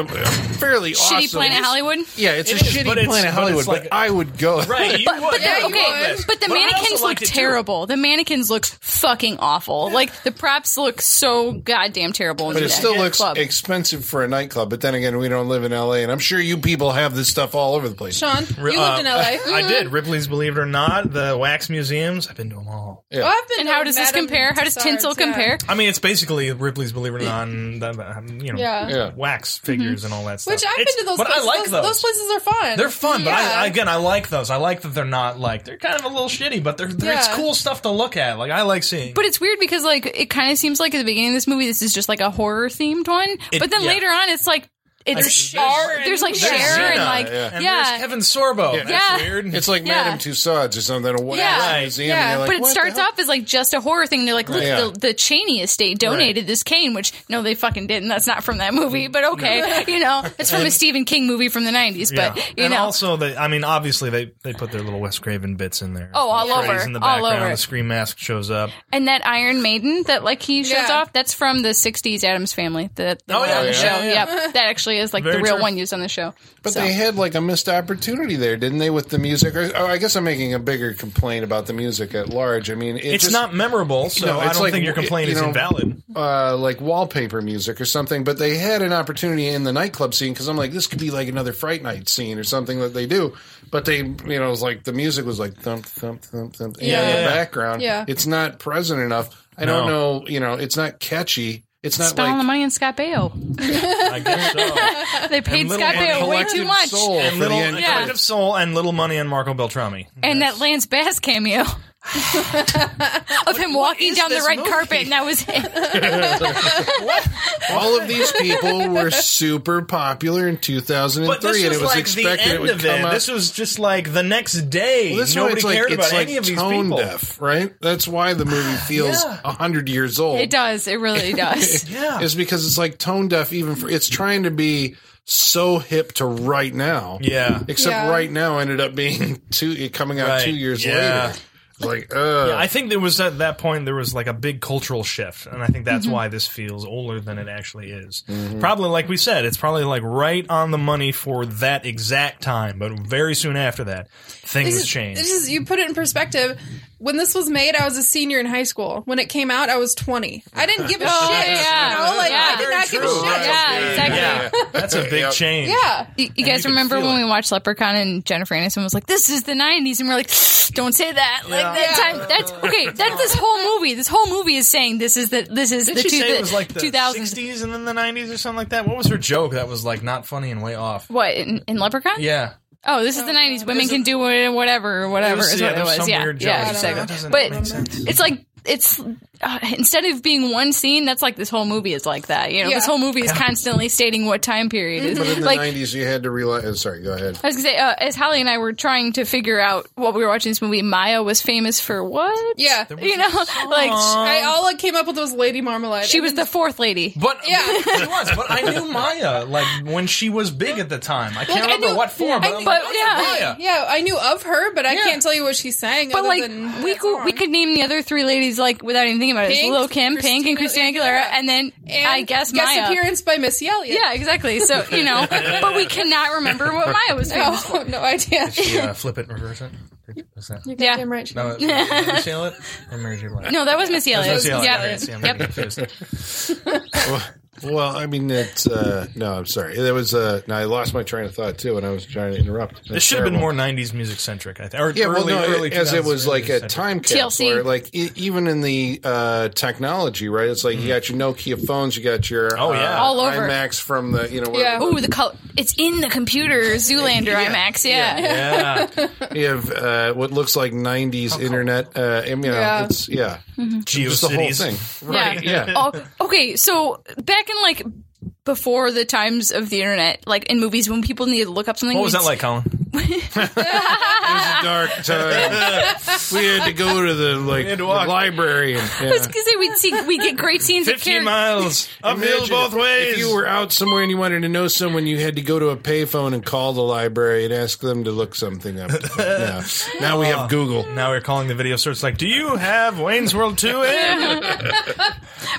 [SPEAKER 1] fairly
[SPEAKER 4] shitty
[SPEAKER 1] awesome.
[SPEAKER 4] Planet Hollywood.
[SPEAKER 1] Yeah, it's
[SPEAKER 2] It
[SPEAKER 1] a
[SPEAKER 2] is,
[SPEAKER 1] shitty
[SPEAKER 2] but it's-
[SPEAKER 1] Planet
[SPEAKER 2] but
[SPEAKER 1] Hollywood,
[SPEAKER 2] it's like-
[SPEAKER 1] but I would go.
[SPEAKER 2] Right. You would,
[SPEAKER 4] But
[SPEAKER 2] yeah,
[SPEAKER 4] they're
[SPEAKER 2] you would
[SPEAKER 4] okay.
[SPEAKER 2] this.
[SPEAKER 4] But the
[SPEAKER 2] I also
[SPEAKER 4] mannequins look
[SPEAKER 2] liked it too.
[SPEAKER 4] terrible. The mannequins look fucking awful. Like the props look so goddamn terrible.
[SPEAKER 1] But
[SPEAKER 4] in
[SPEAKER 1] it
[SPEAKER 4] that
[SPEAKER 1] still looks
[SPEAKER 4] club.
[SPEAKER 1] expensive for a nightclub. But then again, we don't live in LA, and I'm sure you people have this stuff all over the place.
[SPEAKER 3] Sean, you lived in LA.
[SPEAKER 2] uh, I did. Ripley's Believe It or Not, the wax museums. I've been to them all.
[SPEAKER 3] Oh, I've been
[SPEAKER 4] and
[SPEAKER 3] to
[SPEAKER 4] how does this
[SPEAKER 3] Madame
[SPEAKER 4] compare? How does
[SPEAKER 3] Tussauds,
[SPEAKER 4] tinsel
[SPEAKER 3] yeah.
[SPEAKER 4] compare?
[SPEAKER 2] I mean, it's basically Ripley's Believe It or Not, and the, um, you know,
[SPEAKER 3] Yeah.
[SPEAKER 1] Yeah. Mm-hmm.
[SPEAKER 2] wax figures and all that stuff.
[SPEAKER 3] Which I've
[SPEAKER 2] It's-
[SPEAKER 3] been to those.
[SPEAKER 2] But
[SPEAKER 3] places.
[SPEAKER 2] I like
[SPEAKER 3] those,
[SPEAKER 2] those.
[SPEAKER 3] those places are fun.
[SPEAKER 2] They're fun, but
[SPEAKER 3] Yeah.
[SPEAKER 2] I, again, I like those. I like that they're not like they're kind of a little shitty, but they're, they're it's
[SPEAKER 3] Yeah.
[SPEAKER 2] cool stuff to look at. Like I like seeing.
[SPEAKER 4] But it's weird because like it kind of seems like at the beginning of this movie, this is just like a horror themed one.
[SPEAKER 2] It-
[SPEAKER 4] but then
[SPEAKER 2] yeah.
[SPEAKER 4] later on, it's like it's
[SPEAKER 2] There's
[SPEAKER 4] all-
[SPEAKER 2] Cher and-
[SPEAKER 4] there's like
[SPEAKER 2] there's
[SPEAKER 4] Cher and
[SPEAKER 2] Xena,
[SPEAKER 4] like
[SPEAKER 1] yeah.
[SPEAKER 4] yeah.
[SPEAKER 2] and there's Kevin Sorbo.
[SPEAKER 1] Yeah.
[SPEAKER 2] That's
[SPEAKER 4] Yeah.
[SPEAKER 2] weird.
[SPEAKER 1] It's like
[SPEAKER 4] Yeah.
[SPEAKER 1] Madame Tussauds or something. A wax
[SPEAKER 4] Yeah.
[SPEAKER 2] Right.
[SPEAKER 1] museum.
[SPEAKER 3] Yeah.
[SPEAKER 1] and you're like,
[SPEAKER 4] but it
[SPEAKER 1] "What the
[SPEAKER 4] starts
[SPEAKER 1] hell?"
[SPEAKER 4] off as like just a horror thing. They're like, look,
[SPEAKER 1] Yeah.
[SPEAKER 4] the, the Cheney estate donated
[SPEAKER 2] Right.
[SPEAKER 4] this cane, which no, they fucking didn't. That's not from that movie, but okay, you know, it's from a Stephen King movie from the '90s. But you
[SPEAKER 2] and
[SPEAKER 4] know,
[SPEAKER 2] also they, I mean, obviously they they put their little Wes Craven bits in there.
[SPEAKER 4] Oh, all
[SPEAKER 2] Freddy's
[SPEAKER 4] over.
[SPEAKER 2] in the
[SPEAKER 4] All
[SPEAKER 2] background.
[SPEAKER 4] over.
[SPEAKER 2] The scream mask shows up.
[SPEAKER 4] and that Iron Maiden that like he shows
[SPEAKER 3] Yeah.
[SPEAKER 4] off, that's from the '60s Adams Family. That
[SPEAKER 2] Oh, yeah,
[SPEAKER 4] on
[SPEAKER 2] yeah,
[SPEAKER 4] the show.
[SPEAKER 2] yeah, yeah.
[SPEAKER 4] Yep, that actually actually is like the
[SPEAKER 2] Very
[SPEAKER 4] real
[SPEAKER 2] true.
[SPEAKER 4] one used on the show.
[SPEAKER 1] But
[SPEAKER 4] So-
[SPEAKER 1] they had like a missed opportunity there, didn't they, with the music? Or, oh, I guess I'm making a bigger complaint about the music at large. I mean, it
[SPEAKER 2] It's
[SPEAKER 1] just-
[SPEAKER 2] not memorable, so
[SPEAKER 1] No,
[SPEAKER 2] I
[SPEAKER 1] it's
[SPEAKER 2] don't
[SPEAKER 1] like,
[SPEAKER 2] think your complaint
[SPEAKER 1] you
[SPEAKER 2] is
[SPEAKER 1] know,
[SPEAKER 2] invalid.
[SPEAKER 1] uh, like wallpaper music or something, but they had an opportunity in the nightclub scene because I'm like, this could be like another Fright Night scene or something that they do. But they, you know, it was like the music was like thump, thump, thump, thump you know, in
[SPEAKER 3] Yeah.
[SPEAKER 1] the background.
[SPEAKER 3] Yeah.
[SPEAKER 1] It's not present enough. I don't know, you know, it's not catchy. It's not
[SPEAKER 4] Spent all the
[SPEAKER 1] like
[SPEAKER 4] money on Scott Baio.
[SPEAKER 2] I guess so.
[SPEAKER 4] They paid
[SPEAKER 2] And little-
[SPEAKER 4] Scott
[SPEAKER 2] and
[SPEAKER 4] Baio way too
[SPEAKER 1] Collective
[SPEAKER 4] much.
[SPEAKER 1] Soul
[SPEAKER 2] and
[SPEAKER 1] for
[SPEAKER 2] little
[SPEAKER 1] the end.
[SPEAKER 4] Yeah.
[SPEAKER 2] Collective Soul and Little Money and Marco Beltrami.
[SPEAKER 4] And that Lance Bass cameo of him walking
[SPEAKER 2] is
[SPEAKER 4] down the
[SPEAKER 2] this
[SPEAKER 4] red
[SPEAKER 2] movie?
[SPEAKER 4] carpet, and that was it.
[SPEAKER 1] All of these people were super popular in 2003,
[SPEAKER 2] But this
[SPEAKER 1] and it
[SPEAKER 2] was
[SPEAKER 1] was
[SPEAKER 2] like the
[SPEAKER 1] expected it
[SPEAKER 2] end
[SPEAKER 1] would
[SPEAKER 2] of
[SPEAKER 1] come
[SPEAKER 2] it.
[SPEAKER 1] out.
[SPEAKER 2] This was just like the next day.
[SPEAKER 1] Well, this is why
[SPEAKER 2] Nobody
[SPEAKER 1] it's like
[SPEAKER 2] cared
[SPEAKER 1] it's
[SPEAKER 2] about
[SPEAKER 1] like
[SPEAKER 2] any of these
[SPEAKER 1] tone
[SPEAKER 2] people.
[SPEAKER 1] deaf, right? That's why the movie feels a
[SPEAKER 2] Yeah.
[SPEAKER 1] hundred years old.
[SPEAKER 4] It does. It really does.
[SPEAKER 2] Yeah.
[SPEAKER 1] is because it's like tone deaf even for it's trying to be so hip to right now
[SPEAKER 2] yeah.
[SPEAKER 1] except
[SPEAKER 3] Yeah.
[SPEAKER 1] right now ended up being two it coming out
[SPEAKER 2] Right.
[SPEAKER 1] two years
[SPEAKER 2] Yeah.
[SPEAKER 1] later it's like uh
[SPEAKER 2] I think there was at that point there was like a big cultural shift, and I think
[SPEAKER 1] Mm-hmm.
[SPEAKER 2] that's why this feels older than it actually is. Probably like we said, it's probably like right on the money for that exact time, but very soon after that,
[SPEAKER 3] This
[SPEAKER 2] things
[SPEAKER 3] is-
[SPEAKER 2] changed.
[SPEAKER 3] This is, you put it in perspective. When this was made, I was a senior in high school. When it came out, I was 20. I didn't give a shit.
[SPEAKER 4] Oh, yeah.
[SPEAKER 3] You know, like,
[SPEAKER 4] Yeah.
[SPEAKER 3] I did not give a
[SPEAKER 2] Very true.
[SPEAKER 3] shit.
[SPEAKER 4] Yeah, exactly.
[SPEAKER 2] yeah, that's a big
[SPEAKER 1] Yep.
[SPEAKER 2] change.
[SPEAKER 3] Yeah.
[SPEAKER 4] You, you guys
[SPEAKER 2] can
[SPEAKER 4] remember
[SPEAKER 2] feel
[SPEAKER 4] when
[SPEAKER 2] it.
[SPEAKER 4] we watched Leprechaun and Jennifer Aniston was like, "This is the '90s," and we're like, "Don't say that." Like that time. That's okay. That's this whole movie. This whole movie is saying this is the this is
[SPEAKER 2] Did
[SPEAKER 4] the,
[SPEAKER 2] she
[SPEAKER 4] two,
[SPEAKER 2] say
[SPEAKER 4] the
[SPEAKER 2] it was like the
[SPEAKER 4] 2000s.
[SPEAKER 2] 60s and then the 90s or something like that? What was her joke that was like not funny and way off?
[SPEAKER 4] What in, in Leprechaun?
[SPEAKER 2] Yeah,
[SPEAKER 4] Oh, this is the '90s. Women can do wha- whatever or whatever
[SPEAKER 2] was-
[SPEAKER 4] is
[SPEAKER 2] yeah,
[SPEAKER 4] what it
[SPEAKER 2] there was
[SPEAKER 4] was.
[SPEAKER 2] some
[SPEAKER 4] Yeah,
[SPEAKER 2] weird joke.
[SPEAKER 4] yeah,
[SPEAKER 2] I don't know. That
[SPEAKER 4] exactly.
[SPEAKER 2] doesn't
[SPEAKER 4] But
[SPEAKER 2] make sense.
[SPEAKER 4] it's like it's uh, instead of being one scene, that's like this whole movie is like that. You know, this
[SPEAKER 3] Yeah.
[SPEAKER 4] whole movie is constantly stating what time period is.
[SPEAKER 1] but in the
[SPEAKER 4] Like
[SPEAKER 1] 90s you had to realize sorry go ahead
[SPEAKER 4] I was gonna say, uh, as Holly and I were trying to figure out what we were watching this movie, Maya was famous for what?
[SPEAKER 3] Yeah.
[SPEAKER 4] you know, like sh-
[SPEAKER 3] I
[SPEAKER 2] Um,
[SPEAKER 3] all I came up with was Lady Marmalade.
[SPEAKER 4] she
[SPEAKER 3] And
[SPEAKER 4] was the fourth lady.
[SPEAKER 2] But
[SPEAKER 3] Yeah.
[SPEAKER 2] she was. But I knew Maya like when she was big at the time. I can't
[SPEAKER 3] Like, I
[SPEAKER 2] remember
[SPEAKER 3] knew-
[SPEAKER 2] what form, but,
[SPEAKER 3] I
[SPEAKER 2] I'm
[SPEAKER 3] knew-
[SPEAKER 2] like,
[SPEAKER 4] but,
[SPEAKER 2] oh,
[SPEAKER 4] yeah.
[SPEAKER 2] Maya.
[SPEAKER 3] Yeah, I knew of her, but I
[SPEAKER 2] Yeah.
[SPEAKER 3] can't tell you what she sang.
[SPEAKER 4] But
[SPEAKER 3] other
[SPEAKER 4] like
[SPEAKER 3] than
[SPEAKER 4] we
[SPEAKER 3] that
[SPEAKER 4] could, we
[SPEAKER 3] song.
[SPEAKER 4] could name the other three ladies like without even thinking about it. It's
[SPEAKER 3] Pink,
[SPEAKER 4] Lil Kim, Pink, and Christina
[SPEAKER 3] Christina
[SPEAKER 4] Aguilera,
[SPEAKER 3] Aguilera.
[SPEAKER 4] and then
[SPEAKER 3] And
[SPEAKER 4] I guess
[SPEAKER 3] guest
[SPEAKER 4] Maya.
[SPEAKER 3] appearance by Missy Elliott.
[SPEAKER 4] Yeah, exactly. So you know, but we cannot remember what Maya was famous.
[SPEAKER 3] No, no idea.
[SPEAKER 2] Yeah, uh, flip it, reverse it. What's that?
[SPEAKER 4] Yeah.
[SPEAKER 3] Damn right. she
[SPEAKER 2] No,
[SPEAKER 3] was.
[SPEAKER 2] it- Mary J. Lett or Mary J. Blige?
[SPEAKER 4] No, that was Missy Elliott.
[SPEAKER 2] That's the other one.
[SPEAKER 4] Yeah.
[SPEAKER 2] Alright, see, I'm
[SPEAKER 4] Yep.
[SPEAKER 2] getting confused.
[SPEAKER 1] well i mean it's uh no i'm sorry that was uh no i lost my train of thought too and i was trying to interrupt That's
[SPEAKER 2] This should have been
[SPEAKER 1] terrible.
[SPEAKER 2] more '90s music centric, I think. Or
[SPEAKER 1] Yeah,
[SPEAKER 2] early,
[SPEAKER 1] well, no,
[SPEAKER 2] early
[SPEAKER 1] as it
[SPEAKER 2] 2000s
[SPEAKER 1] was like
[SPEAKER 2] music
[SPEAKER 1] a
[SPEAKER 2] centric.
[SPEAKER 1] time capsule,
[SPEAKER 4] TLC.
[SPEAKER 1] where, like e- even in the uh, technology, right? It's like you got your Nokia phones, you got your
[SPEAKER 2] Mm-hmm. Oh, yeah.
[SPEAKER 1] uh,
[SPEAKER 4] All over.
[SPEAKER 1] IMAX from the you know
[SPEAKER 3] Yeah.
[SPEAKER 1] whatever.
[SPEAKER 4] Ooh, the color. It's in the computer. Zoolander IMAX. Yeah.
[SPEAKER 2] Yeah,
[SPEAKER 1] you have uh, what looks like '90s internet. Uh, and, you know,
[SPEAKER 3] Yeah.
[SPEAKER 1] it's yeah, just the whole
[SPEAKER 2] GeoCities.
[SPEAKER 1] thing,
[SPEAKER 4] Right,
[SPEAKER 1] Yeah.
[SPEAKER 4] Oh, okay, so back in like before the times of the internet, like in movies, when people needed to look up something,
[SPEAKER 2] What was
[SPEAKER 4] we'd-
[SPEAKER 2] that like, Colin?
[SPEAKER 1] it was a dark time. we had to go to the like
[SPEAKER 2] had to
[SPEAKER 1] the
[SPEAKER 2] walk.
[SPEAKER 1] library and.
[SPEAKER 4] I was gonna say we'd see we get great scenes. of
[SPEAKER 2] Fifteen
[SPEAKER 4] character-
[SPEAKER 2] miles uphill
[SPEAKER 1] Imagine
[SPEAKER 2] both
[SPEAKER 1] if-
[SPEAKER 2] ways.
[SPEAKER 1] If you were out somewhere and you wanted to know someone, you had to go to a payphone and call the library and ask them to look something up. yeah. Now we have Google.
[SPEAKER 2] Oh. now we're calling the video search like, "Do you have Wayne's World 2 in?"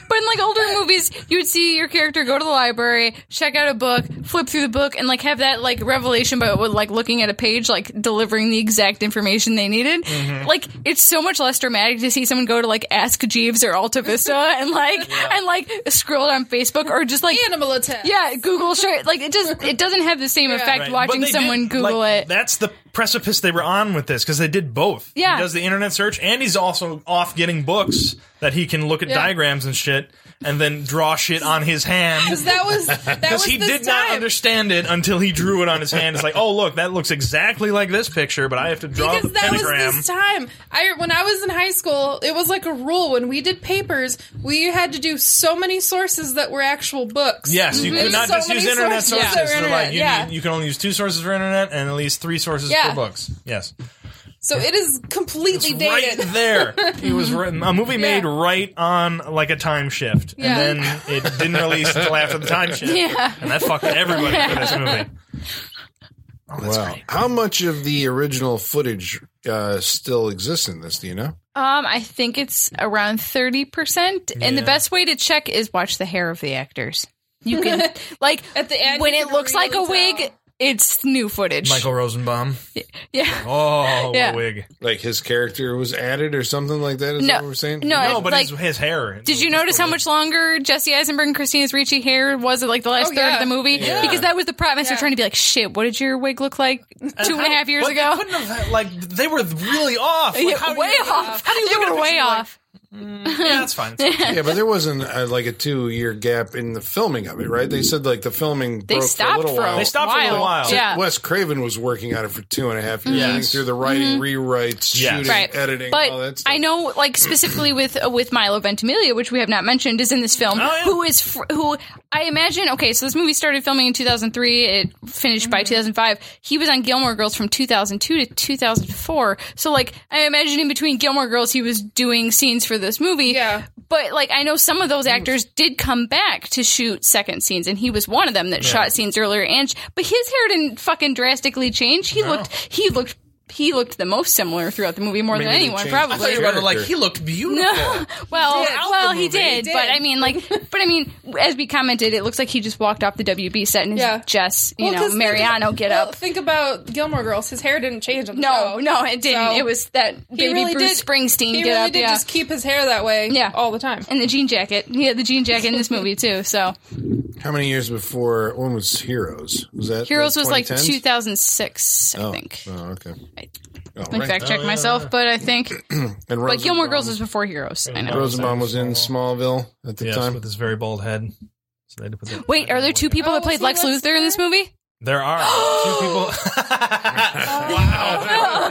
[SPEAKER 4] But in like older movies, you would see your character go to the library, check out a book, flip through the book, and like have that like revelation, but with like looking at a page, like delivering the exact information they needed.
[SPEAKER 2] Mm-hmm.
[SPEAKER 4] Like it's so much less dramatic to see someone go to like Ask Jeeves or Alta Vista and like and like scroll on Facebook or just like
[SPEAKER 3] Animal attack.
[SPEAKER 4] Yeah, Google search. Like it just it doesn't have the same effect
[SPEAKER 2] Right.
[SPEAKER 4] watching
[SPEAKER 2] But they
[SPEAKER 4] someone
[SPEAKER 2] did,
[SPEAKER 4] Google
[SPEAKER 2] like,
[SPEAKER 4] it.
[SPEAKER 2] That's the precipice they were on with this because they did both.
[SPEAKER 4] Yeah.
[SPEAKER 2] he does the internet search, and he's also off getting books that he can look at
[SPEAKER 3] Yeah.
[SPEAKER 2] diagrams and shit, and then draw shit on his hand.
[SPEAKER 3] Because that was that was
[SPEAKER 2] Because he
[SPEAKER 3] this
[SPEAKER 2] did
[SPEAKER 3] time.
[SPEAKER 2] not understand it until he drew it on his hand. It's like, oh look, that looks exactly like this picture, but I have to draw
[SPEAKER 3] because
[SPEAKER 2] the
[SPEAKER 3] that
[SPEAKER 2] pentagram.
[SPEAKER 3] was this time. I when I was in high school, it was like a rule when we did papers, we had to do so many sources that were actual books.
[SPEAKER 2] Yes, you
[SPEAKER 4] Mm-hmm.
[SPEAKER 3] Mhm.
[SPEAKER 2] could not
[SPEAKER 3] So
[SPEAKER 2] just
[SPEAKER 3] many
[SPEAKER 2] use internet
[SPEAKER 3] sources
[SPEAKER 2] sources. They're
[SPEAKER 3] that were
[SPEAKER 2] like
[SPEAKER 3] internet,
[SPEAKER 2] you,
[SPEAKER 3] yeah.
[SPEAKER 2] need, you can only use two sources for internet and at least three sources
[SPEAKER 3] Yeah.
[SPEAKER 2] for books. Yes,
[SPEAKER 3] So it is completely
[SPEAKER 2] right
[SPEAKER 3] dated.
[SPEAKER 2] there. It was ri- a movie made right on like a time shift,
[SPEAKER 3] Yeah.
[SPEAKER 2] and then it didn't release until after the time shift.
[SPEAKER 4] Yeah.
[SPEAKER 2] and that fucked everybody for this movie.
[SPEAKER 1] wow. How much of the original footage uh, still exists in this? Do you know?
[SPEAKER 4] Um, I think it's around thirty percent, and the best way to check is watch the hair of the actors. You can like
[SPEAKER 3] At the end,
[SPEAKER 4] when
[SPEAKER 3] you
[SPEAKER 4] it
[SPEAKER 3] can
[SPEAKER 4] looks like a
[SPEAKER 3] really
[SPEAKER 4] wig,
[SPEAKER 3] tell.
[SPEAKER 4] it's new footage.
[SPEAKER 2] Michael Rosenbaum.
[SPEAKER 4] yeah.
[SPEAKER 2] Oh, what
[SPEAKER 4] Yeah.
[SPEAKER 2] a wig.
[SPEAKER 1] Like his character was added or something like that. Is
[SPEAKER 4] No.
[SPEAKER 1] that what we're saying?
[SPEAKER 4] No.
[SPEAKER 2] No, but
[SPEAKER 4] Like-
[SPEAKER 2] his, his hair.
[SPEAKER 4] Did you notice how much longer Jesse Eisenberg and Christina's Ricci hair was at like the last
[SPEAKER 3] Oh,
[SPEAKER 4] third
[SPEAKER 3] yeah.
[SPEAKER 4] of the movie?
[SPEAKER 1] Yeah.
[SPEAKER 4] Because that was the premise.
[SPEAKER 3] Yeah. Uh-huh.
[SPEAKER 4] They're trying to be like, shit, what did your wig look like two and a half years
[SPEAKER 2] But they
[SPEAKER 4] ago?
[SPEAKER 2] couldn't have, like they were really off. Like,
[SPEAKER 4] Yeah,
[SPEAKER 2] how do
[SPEAKER 4] way
[SPEAKER 2] you-
[SPEAKER 4] off.
[SPEAKER 2] How do you
[SPEAKER 4] they
[SPEAKER 2] look at a
[SPEAKER 4] were way
[SPEAKER 2] picture and be like,
[SPEAKER 4] off.
[SPEAKER 2] yeah, that's fine. It's fine.
[SPEAKER 1] Yeah, but there wasn't uh like a two year gap in the filming of it, right? They said like the filming
[SPEAKER 4] They
[SPEAKER 1] broke
[SPEAKER 4] stopped
[SPEAKER 1] for a little
[SPEAKER 4] for a
[SPEAKER 1] while.
[SPEAKER 2] Mm-hmm. They stopped for a little while.
[SPEAKER 4] Yeah. Mm-hmm.
[SPEAKER 1] Wes Craven was working on it for two and a half years, I think,
[SPEAKER 2] Yes.
[SPEAKER 1] through the writing, rewrites,
[SPEAKER 2] Yes.
[SPEAKER 1] shooting,
[SPEAKER 4] Right.
[SPEAKER 1] editing,
[SPEAKER 4] But
[SPEAKER 1] all that stuff.
[SPEAKER 4] I know, like specifically with uh, with Milo Ventimiglia, which we have not mentioned, is in this film.
[SPEAKER 2] Oh, yeah.
[SPEAKER 4] Who is fr- who? I imagine. Okay, so this movie started filming in 2003. It finished
[SPEAKER 1] Mm.
[SPEAKER 4] by 2005. He was on Gilmore Girls from 2002 to 2004. So, like, I imagine in between Gilmore Girls, he was doing scenes for this movie.
[SPEAKER 3] Yeah. Mm.
[SPEAKER 4] But like, I know some of those actors did come back to shoot second scenes, and he was one of them that shot scenes earlier. And but his hair didn't fucking drastically change. He looked. He looked. He looked the most similar throughout the movie, more than
[SPEAKER 1] Maybe they
[SPEAKER 4] anyone,
[SPEAKER 1] changed-
[SPEAKER 4] probably.
[SPEAKER 2] I thought you were about to, like
[SPEAKER 1] Character.
[SPEAKER 2] he looked beautiful.
[SPEAKER 4] No. Well,
[SPEAKER 2] did.
[SPEAKER 4] well,
[SPEAKER 2] Out the
[SPEAKER 4] he
[SPEAKER 2] movie.
[SPEAKER 4] did,
[SPEAKER 3] He
[SPEAKER 4] but
[SPEAKER 3] did.
[SPEAKER 4] I mean, like, but I mean, as we commented, it looks like he just walked off the WB set in his
[SPEAKER 3] Yeah.
[SPEAKER 4] Jess, you
[SPEAKER 3] Well, 'cause
[SPEAKER 4] know,
[SPEAKER 3] think
[SPEAKER 4] Mariano
[SPEAKER 3] about-
[SPEAKER 4] get
[SPEAKER 3] well,
[SPEAKER 4] up.
[SPEAKER 3] Think about Gilmore Girls. His hair didn't change. On the
[SPEAKER 4] No,
[SPEAKER 3] show.
[SPEAKER 4] no, it didn't.
[SPEAKER 3] So-
[SPEAKER 4] it was that
[SPEAKER 3] He
[SPEAKER 4] baby
[SPEAKER 3] really
[SPEAKER 4] Bruce
[SPEAKER 3] did-
[SPEAKER 4] Springsteen
[SPEAKER 3] He
[SPEAKER 4] get
[SPEAKER 3] really
[SPEAKER 4] up,
[SPEAKER 3] did
[SPEAKER 4] yeah,
[SPEAKER 3] just keep his hair that way.
[SPEAKER 4] Yeah.
[SPEAKER 3] all the time.
[SPEAKER 4] and the jean jacket. He had the jean jacket in this movie too. So
[SPEAKER 1] How many years before when was Heroes? Was that
[SPEAKER 4] Heroes
[SPEAKER 1] the
[SPEAKER 4] was like
[SPEAKER 1] 2010s?
[SPEAKER 4] 2006, I
[SPEAKER 1] Oh.
[SPEAKER 4] think.
[SPEAKER 1] Oh, okay. Oh,
[SPEAKER 4] I
[SPEAKER 1] right.
[SPEAKER 4] fact check myself, but I think
[SPEAKER 1] And
[SPEAKER 4] like Gilmore
[SPEAKER 1] Rosenbaum-
[SPEAKER 4] Girls was before Heroes. I know.
[SPEAKER 1] Rosenbaum was in Smallville at the
[SPEAKER 2] Yes,
[SPEAKER 1] time.
[SPEAKER 2] with his very bald head. So they had to put that-
[SPEAKER 4] Wait, are there two people
[SPEAKER 3] Oh,
[SPEAKER 4] that played
[SPEAKER 3] so
[SPEAKER 4] Lex
[SPEAKER 3] Lex
[SPEAKER 4] Luthor in this movie?
[SPEAKER 2] There are two people.
[SPEAKER 4] Oh,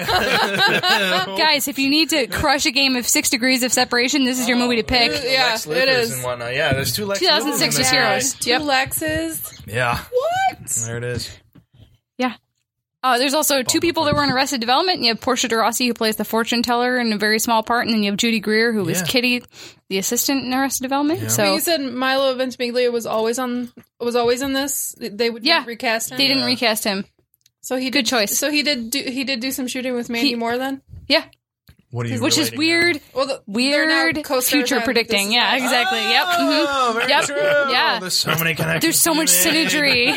[SPEAKER 2] wow.
[SPEAKER 4] Guys, if you need to crush a game of Six Degrees of Separation, this is your movie to pick.
[SPEAKER 3] Oh, Yeah,
[SPEAKER 2] Lex
[SPEAKER 3] it
[SPEAKER 2] Luthor's
[SPEAKER 3] is.
[SPEAKER 2] And whatnot. Yeah, there's two Lex
[SPEAKER 4] 2006
[SPEAKER 2] Luthors in
[SPEAKER 4] is
[SPEAKER 2] there.
[SPEAKER 4] Heroes.
[SPEAKER 3] Two
[SPEAKER 4] Yep.
[SPEAKER 3] Lexes.
[SPEAKER 2] Yeah,
[SPEAKER 3] What?
[SPEAKER 2] there it is.
[SPEAKER 4] Uh, there's also two people that were in Arrested Development. You have Portia de Rossi, who plays the fortune teller in a very small part, and then you have Judy Greer, who was
[SPEAKER 2] Yeah.
[SPEAKER 4] Kitty, the assistant in Arrested Development.
[SPEAKER 3] But
[SPEAKER 4] So
[SPEAKER 3] you said Milo Ventimiglia was always on was always in this. They would
[SPEAKER 4] Yeah.
[SPEAKER 3] recast him.
[SPEAKER 4] they didn't recast him.
[SPEAKER 3] So he did,
[SPEAKER 4] Good choice.
[SPEAKER 3] So he did do he did do some shooting with Mandy
[SPEAKER 4] He-
[SPEAKER 3] Moore then.
[SPEAKER 4] Yeah,
[SPEAKER 2] What are you?
[SPEAKER 4] which is
[SPEAKER 2] relating
[SPEAKER 4] weird,
[SPEAKER 3] Well, the, they're now
[SPEAKER 4] weird
[SPEAKER 3] co-stars
[SPEAKER 4] future
[SPEAKER 3] on This
[SPEAKER 4] predicting.
[SPEAKER 3] Is
[SPEAKER 4] Yeah,
[SPEAKER 3] Us.
[SPEAKER 4] exactly.
[SPEAKER 2] now?
[SPEAKER 4] Yep. mhm.
[SPEAKER 2] Oh, very
[SPEAKER 4] Yep.
[SPEAKER 2] true.
[SPEAKER 4] Yeah.
[SPEAKER 2] There's so many connections.
[SPEAKER 4] There's so
[SPEAKER 2] to
[SPEAKER 4] much
[SPEAKER 2] be made.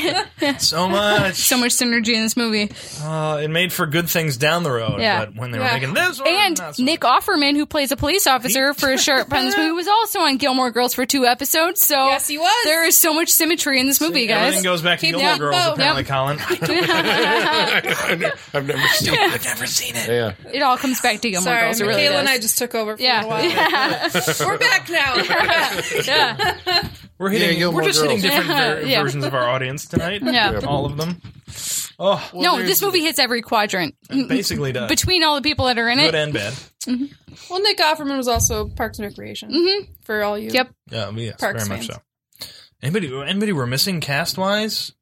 [SPEAKER 4] synergy,
[SPEAKER 2] So much.
[SPEAKER 4] so much synergy in this movie.
[SPEAKER 2] Uh, it made for good things down the road.
[SPEAKER 4] Yeah.
[SPEAKER 2] But when they
[SPEAKER 3] Yeah.
[SPEAKER 2] were making this, one,
[SPEAKER 4] And
[SPEAKER 2] not so
[SPEAKER 4] Nick Offerman, who plays a police officer for a short part in this movie, was also on Gilmore Girls for two episodes. So
[SPEAKER 3] Yes, he was.
[SPEAKER 4] There is so much symmetry in this movie, guys.
[SPEAKER 2] Everything goes back to
[SPEAKER 3] Keep
[SPEAKER 2] Gilmore
[SPEAKER 3] that
[SPEAKER 2] Girls,
[SPEAKER 3] boat.
[SPEAKER 2] apparently, Colin.
[SPEAKER 1] I've never seen it.
[SPEAKER 2] I've never seen it.
[SPEAKER 1] Yeah.
[SPEAKER 4] it all comes back to Gilmore
[SPEAKER 3] Sorry,
[SPEAKER 4] Girls. It
[SPEAKER 3] Michaela
[SPEAKER 4] really does.
[SPEAKER 3] and I just took over. For
[SPEAKER 4] Yeah.
[SPEAKER 3] a while. we're back now. We're back.
[SPEAKER 4] yeah,
[SPEAKER 2] We're hitting.
[SPEAKER 1] Gilmore
[SPEAKER 2] we're just hitting
[SPEAKER 1] Girls.
[SPEAKER 2] different ver-
[SPEAKER 4] Yeah.
[SPEAKER 2] versions of our audience tonight.
[SPEAKER 4] yeah.
[SPEAKER 2] All of them. Oh,
[SPEAKER 4] no, this movie hits every quadrant.
[SPEAKER 2] basically does.
[SPEAKER 4] Between all the people that are in
[SPEAKER 2] good
[SPEAKER 4] it.
[SPEAKER 2] and bad.
[SPEAKER 3] Well, Nick Offerman was also Parks and Recreation for all you.
[SPEAKER 4] Mm-hmm. Yep.
[SPEAKER 2] Yeah, yes,
[SPEAKER 3] Parks
[SPEAKER 2] very much
[SPEAKER 3] fans.
[SPEAKER 2] so. Anybody? Anybody we're missing cast wise?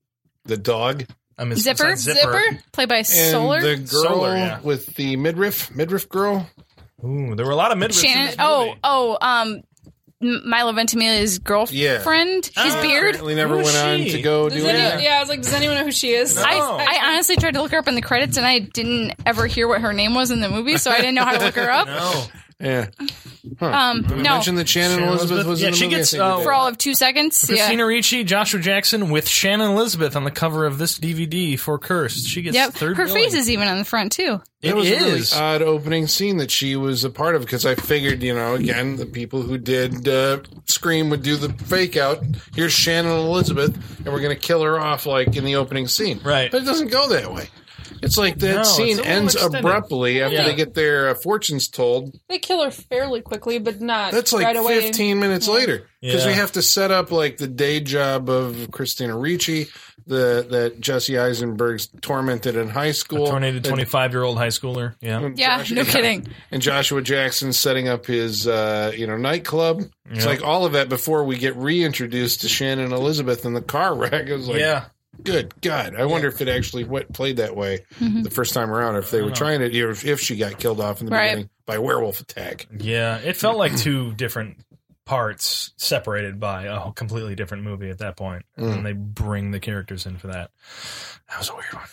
[SPEAKER 1] The dog
[SPEAKER 2] I miss
[SPEAKER 4] Zipper,
[SPEAKER 2] besides Zipper.
[SPEAKER 4] played by
[SPEAKER 1] and
[SPEAKER 4] Solar.
[SPEAKER 1] the girl
[SPEAKER 2] Solar, yeah.
[SPEAKER 1] with the midriff, midriff girl.
[SPEAKER 2] Ooh, there were a lot of midriffs in
[SPEAKER 4] Shannon.
[SPEAKER 2] this
[SPEAKER 4] Oh,
[SPEAKER 2] movie.
[SPEAKER 4] oh, um, M- Milo Ventimiglia's girlfriend. His
[SPEAKER 2] Ah.
[SPEAKER 4] beard.
[SPEAKER 1] Apparently never
[SPEAKER 2] Who is
[SPEAKER 1] went on
[SPEAKER 2] she?
[SPEAKER 1] to go
[SPEAKER 3] Does
[SPEAKER 1] do
[SPEAKER 3] any-
[SPEAKER 1] anything.
[SPEAKER 3] yeah, I was like, does anyone know who she is?
[SPEAKER 2] No.
[SPEAKER 4] I,
[SPEAKER 2] Oh.
[SPEAKER 4] I honestly tried to look her up in the credits and I didn't ever hear what her name was in the movie, so I didn't know how to look her up.
[SPEAKER 2] No,
[SPEAKER 1] Yeah.
[SPEAKER 4] Um, no,
[SPEAKER 1] Mentioned that Shannon,
[SPEAKER 2] Shannon
[SPEAKER 1] Elizabeth
[SPEAKER 2] Elizabeth?
[SPEAKER 1] was
[SPEAKER 2] Yeah,
[SPEAKER 1] in the
[SPEAKER 2] she
[SPEAKER 1] movie. I
[SPEAKER 2] gets,
[SPEAKER 1] think you
[SPEAKER 2] uh,
[SPEAKER 1] did.
[SPEAKER 4] for all of two seconds.
[SPEAKER 2] Christina
[SPEAKER 4] Yeah.
[SPEAKER 2] Ricci, Joshua Jackson with Shannon Elizabeth on the cover of this DVD for Cursed. She gets
[SPEAKER 4] Yep.
[SPEAKER 2] third.
[SPEAKER 4] Her
[SPEAKER 2] billing.
[SPEAKER 4] face is even on the front too.
[SPEAKER 2] It
[SPEAKER 1] That was a really
[SPEAKER 2] is.
[SPEAKER 1] odd opening scene that she was a part of because I figured, you know, again, the people who did uh, Scream would do the fake out. Here's Shannon Elizabeth, and we're going to kill her off like in the opening scene.
[SPEAKER 2] Right.
[SPEAKER 1] But it doesn't go that way. It's like that
[SPEAKER 2] No, it's a
[SPEAKER 1] scene
[SPEAKER 2] little
[SPEAKER 1] ends
[SPEAKER 2] extended.
[SPEAKER 1] abruptly after
[SPEAKER 2] Yeah.
[SPEAKER 1] they get their uh, fortunes told.
[SPEAKER 3] They kill her fairly quickly, but not
[SPEAKER 1] That's like
[SPEAKER 3] right away.
[SPEAKER 1] 15 minutes later because
[SPEAKER 2] Yeah.
[SPEAKER 1] we have to set up like the day job of Christina Ricci, the that Jesse Eisenberg's tormented in high school,
[SPEAKER 2] Tornado
[SPEAKER 1] that
[SPEAKER 2] 25 year old high schooler. Yeah.
[SPEAKER 4] Yeah,
[SPEAKER 1] Josh-
[SPEAKER 4] no kidding.
[SPEAKER 1] and Joshua Jackson setting up his uh, you know nightclub. It's
[SPEAKER 2] Yeah.
[SPEAKER 1] like all of that before we get reintroduced to Shannon Elizabeth in the car wreck. It was like,
[SPEAKER 2] yeah.
[SPEAKER 1] good God, I wonder if it actually went, played that way
[SPEAKER 4] Mm-hmm.
[SPEAKER 1] the first time around, or if they were trying it, or if, if she got killed off in the
[SPEAKER 4] Right.
[SPEAKER 1] beginning by werewolf attack.
[SPEAKER 2] Yeah. It felt like two different parts separated by a completely different movie at that point. And they bring the characters in for that. That was a weird one.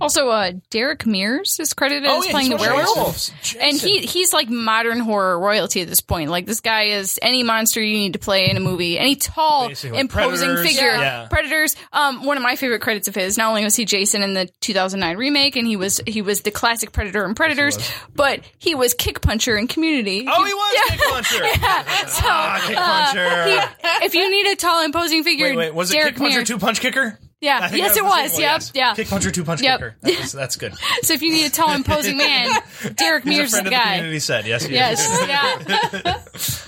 [SPEAKER 4] Also, uh, Derek Mears is credited as playing the
[SPEAKER 2] Oh, he's one of
[SPEAKER 4] werewolf.
[SPEAKER 2] werewolves.
[SPEAKER 4] And
[SPEAKER 2] Jason.
[SPEAKER 4] he he's like modern horror royalty at this point. Like this guy is any monster you need to play in a movie, any tall,
[SPEAKER 2] Basically,
[SPEAKER 4] imposing
[SPEAKER 2] Predators.
[SPEAKER 4] figure.
[SPEAKER 2] Yeah. Yeah.
[SPEAKER 4] Predators. Um, one of my favorite credits of his. Not only was he Jason in the 2009 remake, and he was he was the classic Predator in Predators, but he was Kick Puncher in Community.
[SPEAKER 2] Oh, he was Kick Puncher.
[SPEAKER 4] so
[SPEAKER 2] Ah, Kick Puncher.
[SPEAKER 4] if you need a tall, imposing figure,
[SPEAKER 2] Wait, wait, was it
[SPEAKER 4] Uh, Derek
[SPEAKER 2] Kick Puncher
[SPEAKER 4] Mears.
[SPEAKER 2] Two Punch Kicker?
[SPEAKER 4] Yeah.
[SPEAKER 2] I think
[SPEAKER 4] Yes,
[SPEAKER 2] that
[SPEAKER 4] it
[SPEAKER 2] the
[SPEAKER 4] was.
[SPEAKER 2] sequel,
[SPEAKER 4] Yep.
[SPEAKER 2] yes.
[SPEAKER 4] Yeah.
[SPEAKER 2] Kick Puncher Two Punch
[SPEAKER 4] Yep.
[SPEAKER 2] Kicker. That was- that's good.
[SPEAKER 4] So if you need a tall, imposing man, Derek
[SPEAKER 2] He's
[SPEAKER 4] Mears
[SPEAKER 2] a
[SPEAKER 4] is
[SPEAKER 2] friend
[SPEAKER 4] the
[SPEAKER 2] of the
[SPEAKER 4] guy.
[SPEAKER 2] community. Said yes. he is.
[SPEAKER 4] Yes.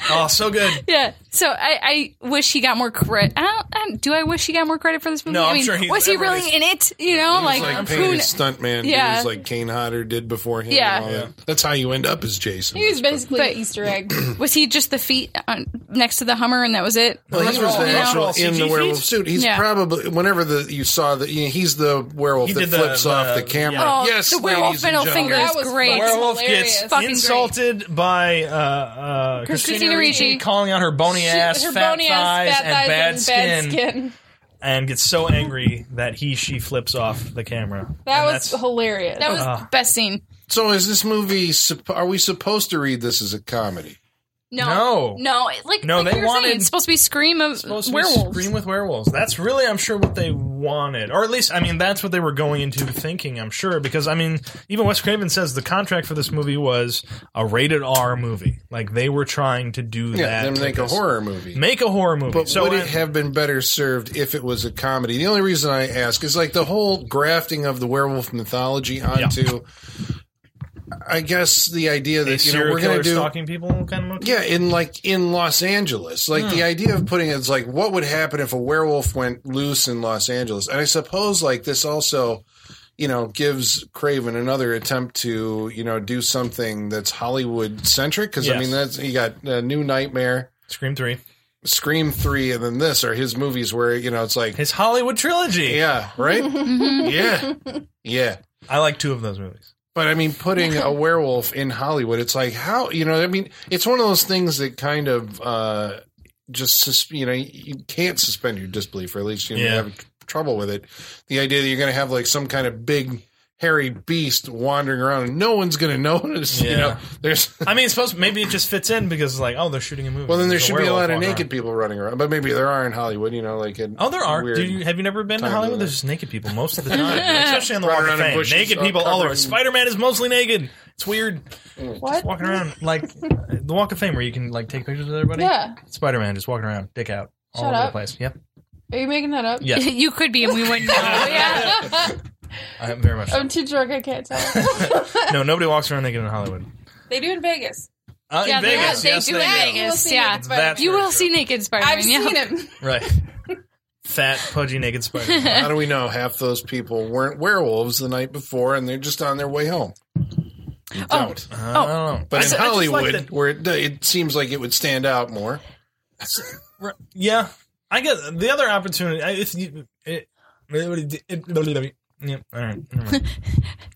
[SPEAKER 4] Yeah.
[SPEAKER 2] Oh, so good.
[SPEAKER 4] Yeah. So I, I wish he got more credit. I don't, I don't. Do I wish he got more credit for this movie?
[SPEAKER 2] No,
[SPEAKER 4] I
[SPEAKER 2] I'm
[SPEAKER 4] mean,
[SPEAKER 2] sure he-
[SPEAKER 4] was he really
[SPEAKER 2] everybody's-
[SPEAKER 4] in it? You know, like,
[SPEAKER 1] It's like
[SPEAKER 4] who
[SPEAKER 1] painting a
[SPEAKER 4] kn-
[SPEAKER 1] stuntman
[SPEAKER 4] Yeah.
[SPEAKER 1] dudes like Kane Hodder did before him.
[SPEAKER 4] Yeah.
[SPEAKER 1] and all that. That's how you end up as Jason.
[SPEAKER 5] He was basically
[SPEAKER 4] But-
[SPEAKER 5] an Easter egg.
[SPEAKER 4] was he just the feet on, next to the Hummer and that was it?
[SPEAKER 1] Well, he
[SPEAKER 2] Those were
[SPEAKER 1] was
[SPEAKER 2] all-
[SPEAKER 1] the
[SPEAKER 2] those were
[SPEAKER 1] actual
[SPEAKER 2] all
[SPEAKER 1] in
[SPEAKER 2] CG
[SPEAKER 1] the werewolf
[SPEAKER 2] feats?
[SPEAKER 1] suit. He's
[SPEAKER 4] Yeah.
[SPEAKER 1] probably whenever the you saw the you know, he's the werewolf
[SPEAKER 2] He
[SPEAKER 1] that
[SPEAKER 2] did the-
[SPEAKER 1] flips off the
[SPEAKER 2] the-
[SPEAKER 1] camera.
[SPEAKER 2] yeah.
[SPEAKER 4] Oh,
[SPEAKER 1] yes,
[SPEAKER 4] the werewolf
[SPEAKER 1] ladies and
[SPEAKER 4] middle
[SPEAKER 1] gentlemen.
[SPEAKER 4] finger is
[SPEAKER 5] That was
[SPEAKER 4] great.
[SPEAKER 5] fun.
[SPEAKER 2] Werewolf
[SPEAKER 5] hilarious.
[SPEAKER 2] gets
[SPEAKER 4] Fucking great.
[SPEAKER 2] insulted by uh, uh, Christina,
[SPEAKER 4] Christina
[SPEAKER 2] Ricci,
[SPEAKER 4] Ricci.
[SPEAKER 2] calling out her bony ass,
[SPEAKER 5] her
[SPEAKER 2] fat
[SPEAKER 5] bony
[SPEAKER 2] thighs,
[SPEAKER 5] ass, fat
[SPEAKER 2] and,
[SPEAKER 5] thighs,
[SPEAKER 2] bad,
[SPEAKER 5] and
[SPEAKER 2] skin,
[SPEAKER 5] bad skin.
[SPEAKER 2] and gets so angry that he she flips off the camera.
[SPEAKER 5] That
[SPEAKER 2] And
[SPEAKER 5] was
[SPEAKER 2] that's-
[SPEAKER 5] hilarious.
[SPEAKER 4] That was best scene.
[SPEAKER 1] So is this movie? supp- Are we supposed to read this as a comedy?
[SPEAKER 4] No,
[SPEAKER 2] No.
[SPEAKER 4] no, it- like
[SPEAKER 2] No,
[SPEAKER 4] like
[SPEAKER 2] they
[SPEAKER 4] you were saying,
[SPEAKER 2] wanted-
[SPEAKER 4] it's supposed to be scream of
[SPEAKER 2] supposed to be
[SPEAKER 4] werewolves.
[SPEAKER 2] Scream with werewolves. That's really, I'm sure, what they wanted, or at least, I mean, that's what they were going into thinking. I'm sure because I mean, even Wes Craven says the contract for this movie was a rated R movie. Like they were trying to do
[SPEAKER 1] Yeah,
[SPEAKER 2] that.
[SPEAKER 1] then
[SPEAKER 2] with
[SPEAKER 1] make a
[SPEAKER 2] this.
[SPEAKER 1] horror movie.
[SPEAKER 2] Make a horror movie.
[SPEAKER 1] But
[SPEAKER 2] so
[SPEAKER 1] would
[SPEAKER 2] uh,
[SPEAKER 1] it have been better served if it was a comedy? The only reason I ask is like the whole grafting of the werewolf mythology onto, I guess, the idea
[SPEAKER 2] a
[SPEAKER 1] that you know
[SPEAKER 2] serial
[SPEAKER 1] we're going to
[SPEAKER 2] killer
[SPEAKER 1] do.
[SPEAKER 2] stalking people kind of motif?
[SPEAKER 1] Yeah, in like in Los Angeles, like
[SPEAKER 2] Hmm.
[SPEAKER 1] the idea of putting it's like what would happen if a werewolf went loose in Los Angeles, and I suppose like this also, you know, gives Craven another attempt to you know do something that's Hollywood centric because I
[SPEAKER 2] Yes.
[SPEAKER 1] mean that's you got uh, New Nightmare,
[SPEAKER 2] Scream Three,
[SPEAKER 1] Scream Three, and then this are his movies where you know it's like
[SPEAKER 2] his Hollywood trilogy.
[SPEAKER 1] yeah right
[SPEAKER 4] Mm-hmm.
[SPEAKER 1] yeah yeah
[SPEAKER 2] I like two of those movies.
[SPEAKER 1] but I mean, putting a werewolf in Hollywood, it's like how you know. I mean, it's one of those things that kind of uh, just sus- you know you can't suspend your disbelief, or at least you, know, you
[SPEAKER 2] Yeah.
[SPEAKER 1] have trouble with it. The idea that you're going to have like some kind of big hairy beast wandering around and no one's going to notice. You
[SPEAKER 2] Yeah.
[SPEAKER 1] know, there's
[SPEAKER 2] I mean, it's supposed maybe it just fits in because like, oh, they're shooting a movie.
[SPEAKER 1] well then there
[SPEAKER 2] There's
[SPEAKER 1] should be a
[SPEAKER 2] werewolf
[SPEAKER 1] lot of
[SPEAKER 2] walking
[SPEAKER 1] naked
[SPEAKER 2] around.
[SPEAKER 1] people running around, but maybe there are in Hollywood. You know, like in
[SPEAKER 2] Oh, there are.
[SPEAKER 1] weird-
[SPEAKER 2] Do you, have you never been to
[SPEAKER 1] time
[SPEAKER 2] Hollywood?
[SPEAKER 1] limit.
[SPEAKER 2] There's just naked people most of the time, especially on the
[SPEAKER 1] Running
[SPEAKER 2] Walk of
[SPEAKER 1] around in
[SPEAKER 2] Fame.
[SPEAKER 1] bushes, uh,
[SPEAKER 2] naked
[SPEAKER 1] all
[SPEAKER 2] people all
[SPEAKER 1] covered
[SPEAKER 2] over.
[SPEAKER 1] in-
[SPEAKER 2] Spider Man is mostly naked. It's weird.
[SPEAKER 5] what?
[SPEAKER 2] Walking around like the Walk of Fame where you can like take pictures with everybody.
[SPEAKER 5] Yeah.
[SPEAKER 2] Spider Man just walking around, dick out, all
[SPEAKER 5] Shut
[SPEAKER 2] over the
[SPEAKER 5] up.
[SPEAKER 2] place. Yep.
[SPEAKER 5] Are you making that up?
[SPEAKER 2] Yes,
[SPEAKER 4] you could be, and we wouldn't know. yeah,
[SPEAKER 2] I am very much. so.
[SPEAKER 5] I'm too drunk. I can't tell.
[SPEAKER 2] No, nobody walks around naked in Hollywood.
[SPEAKER 3] They do in Vegas.
[SPEAKER 2] Uh,
[SPEAKER 4] yeah,
[SPEAKER 2] in
[SPEAKER 4] they-
[SPEAKER 2] Vegas,
[SPEAKER 4] they
[SPEAKER 2] yes,
[SPEAKER 4] do
[SPEAKER 2] they
[SPEAKER 4] in
[SPEAKER 2] do.
[SPEAKER 4] Vegas.
[SPEAKER 5] We'll see
[SPEAKER 4] Yeah,
[SPEAKER 5] it.
[SPEAKER 2] That's
[SPEAKER 4] you
[SPEAKER 2] very
[SPEAKER 4] will
[SPEAKER 2] true.
[SPEAKER 4] see naked Spider-Man.
[SPEAKER 3] I've
[SPEAKER 4] yeah.
[SPEAKER 3] seen him.
[SPEAKER 2] right. Fat, pudgy, naked Spider. Man.
[SPEAKER 1] How do we know half those people weren't werewolves the night before and they're just on their way home? You
[SPEAKER 4] Oh.
[SPEAKER 1] don't.
[SPEAKER 2] I don't know.
[SPEAKER 1] But in
[SPEAKER 2] I ju- I just like
[SPEAKER 1] Hollywood,
[SPEAKER 2] that-
[SPEAKER 1] where it, it seems like it would stand out more,
[SPEAKER 2] Right. Yeah, I guess the other opportunity. I- It's it. it, it, it yeah, all right. never mind.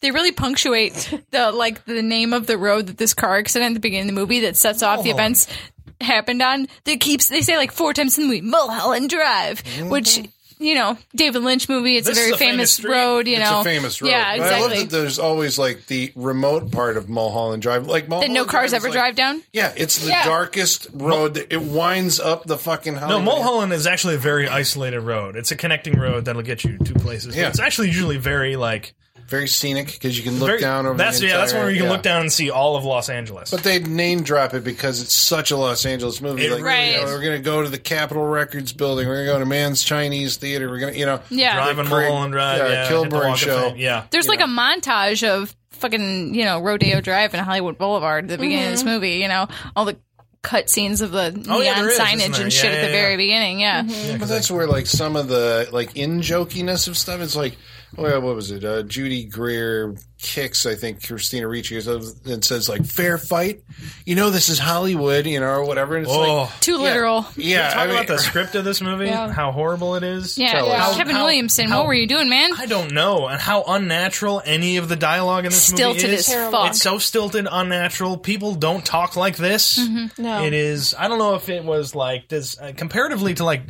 [SPEAKER 4] They really punctuate the like the name of the road that this car accident at the beginning of the movie that sets off the
[SPEAKER 2] Mulholland.
[SPEAKER 4] events happened on. That keeps they say like four times in the movie Mulholland Drive, which you know David Lynch movie. It's
[SPEAKER 2] This
[SPEAKER 4] a
[SPEAKER 2] is
[SPEAKER 4] very
[SPEAKER 2] a famous
[SPEAKER 4] famous,
[SPEAKER 2] street.
[SPEAKER 4] road. You
[SPEAKER 1] it's
[SPEAKER 4] know,
[SPEAKER 1] a famous road.
[SPEAKER 4] Yeah,
[SPEAKER 1] But I love
[SPEAKER 4] exactly.
[SPEAKER 1] that there's always like the remote part of Mulholland Drive, like
[SPEAKER 4] That
[SPEAKER 1] Mulholland
[SPEAKER 4] no cars
[SPEAKER 1] Drive is
[SPEAKER 4] ever
[SPEAKER 1] like-
[SPEAKER 4] drive down.
[SPEAKER 1] Yeah, it's the
[SPEAKER 5] Yeah.
[SPEAKER 1] darkest road. that- It winds up the fucking
[SPEAKER 2] No,
[SPEAKER 1] Hollywood.
[SPEAKER 2] Mulholland is actually a very isolated road. It's a connecting road that'll get you to places.
[SPEAKER 1] Yeah.
[SPEAKER 2] But it's actually usually very like
[SPEAKER 1] very scenic because you can look
[SPEAKER 2] very,
[SPEAKER 1] down over.
[SPEAKER 2] That's
[SPEAKER 1] the
[SPEAKER 2] yeah, that's
[SPEAKER 1] entire-
[SPEAKER 2] one where you can
[SPEAKER 1] yeah.
[SPEAKER 2] look down and see all of Los Angeles.
[SPEAKER 1] But they name drop it because it's such a Los Angeles movie.
[SPEAKER 2] It
[SPEAKER 1] like,
[SPEAKER 4] really
[SPEAKER 1] you know,
[SPEAKER 4] is.
[SPEAKER 1] we're gonna go to the Capitol Records building. We're gonna go to Man's Chinese Theater. We're gonna, you know,
[SPEAKER 4] Yeah.
[SPEAKER 2] Drive on
[SPEAKER 1] Craig-
[SPEAKER 2] Mulholland Drive,
[SPEAKER 1] yeah,
[SPEAKER 2] yeah, hit the
[SPEAKER 1] Kilburn
[SPEAKER 2] Walk of
[SPEAKER 1] show.
[SPEAKER 2] Fame, yeah.
[SPEAKER 4] There's like a montage of fucking you know Rodeo Drive and Hollywood Boulevard at the beginning of this movie. You know all the cut scenes of the neon
[SPEAKER 2] Oh, yeah, there is, isn't
[SPEAKER 4] signage
[SPEAKER 2] there?
[SPEAKER 4] and
[SPEAKER 2] Yeah,
[SPEAKER 4] shit at
[SPEAKER 2] yeah,
[SPEAKER 4] the
[SPEAKER 2] yeah.
[SPEAKER 4] very beginning. Yeah,
[SPEAKER 1] But that's where like some of the like in jokiness of stuff is like, well, what was it? Uh, Judy Greer kicks, I think Christina Ricci, or something, and says like "fair fight," you know, this is Hollywood, you know, or whatever. And it's like,
[SPEAKER 2] Oh,
[SPEAKER 4] too literal.
[SPEAKER 1] yeah,
[SPEAKER 2] talk
[SPEAKER 1] I mean,
[SPEAKER 2] about the script of this movie, how horrible it is.
[SPEAKER 4] Yeah,
[SPEAKER 1] Tell us.
[SPEAKER 4] Kevin
[SPEAKER 2] How-
[SPEAKER 4] Williamson, what were you doing, man?
[SPEAKER 2] I don't know, and how unnatural any of the dialogue in this
[SPEAKER 4] Stilted
[SPEAKER 2] movie
[SPEAKER 4] as
[SPEAKER 2] is.
[SPEAKER 4] fuck.
[SPEAKER 2] It's so stilted, unnatural. People don't talk like this.
[SPEAKER 5] no.
[SPEAKER 4] Mm-hmm.
[SPEAKER 2] It is. I don't know if it was like this uh, comparatively to like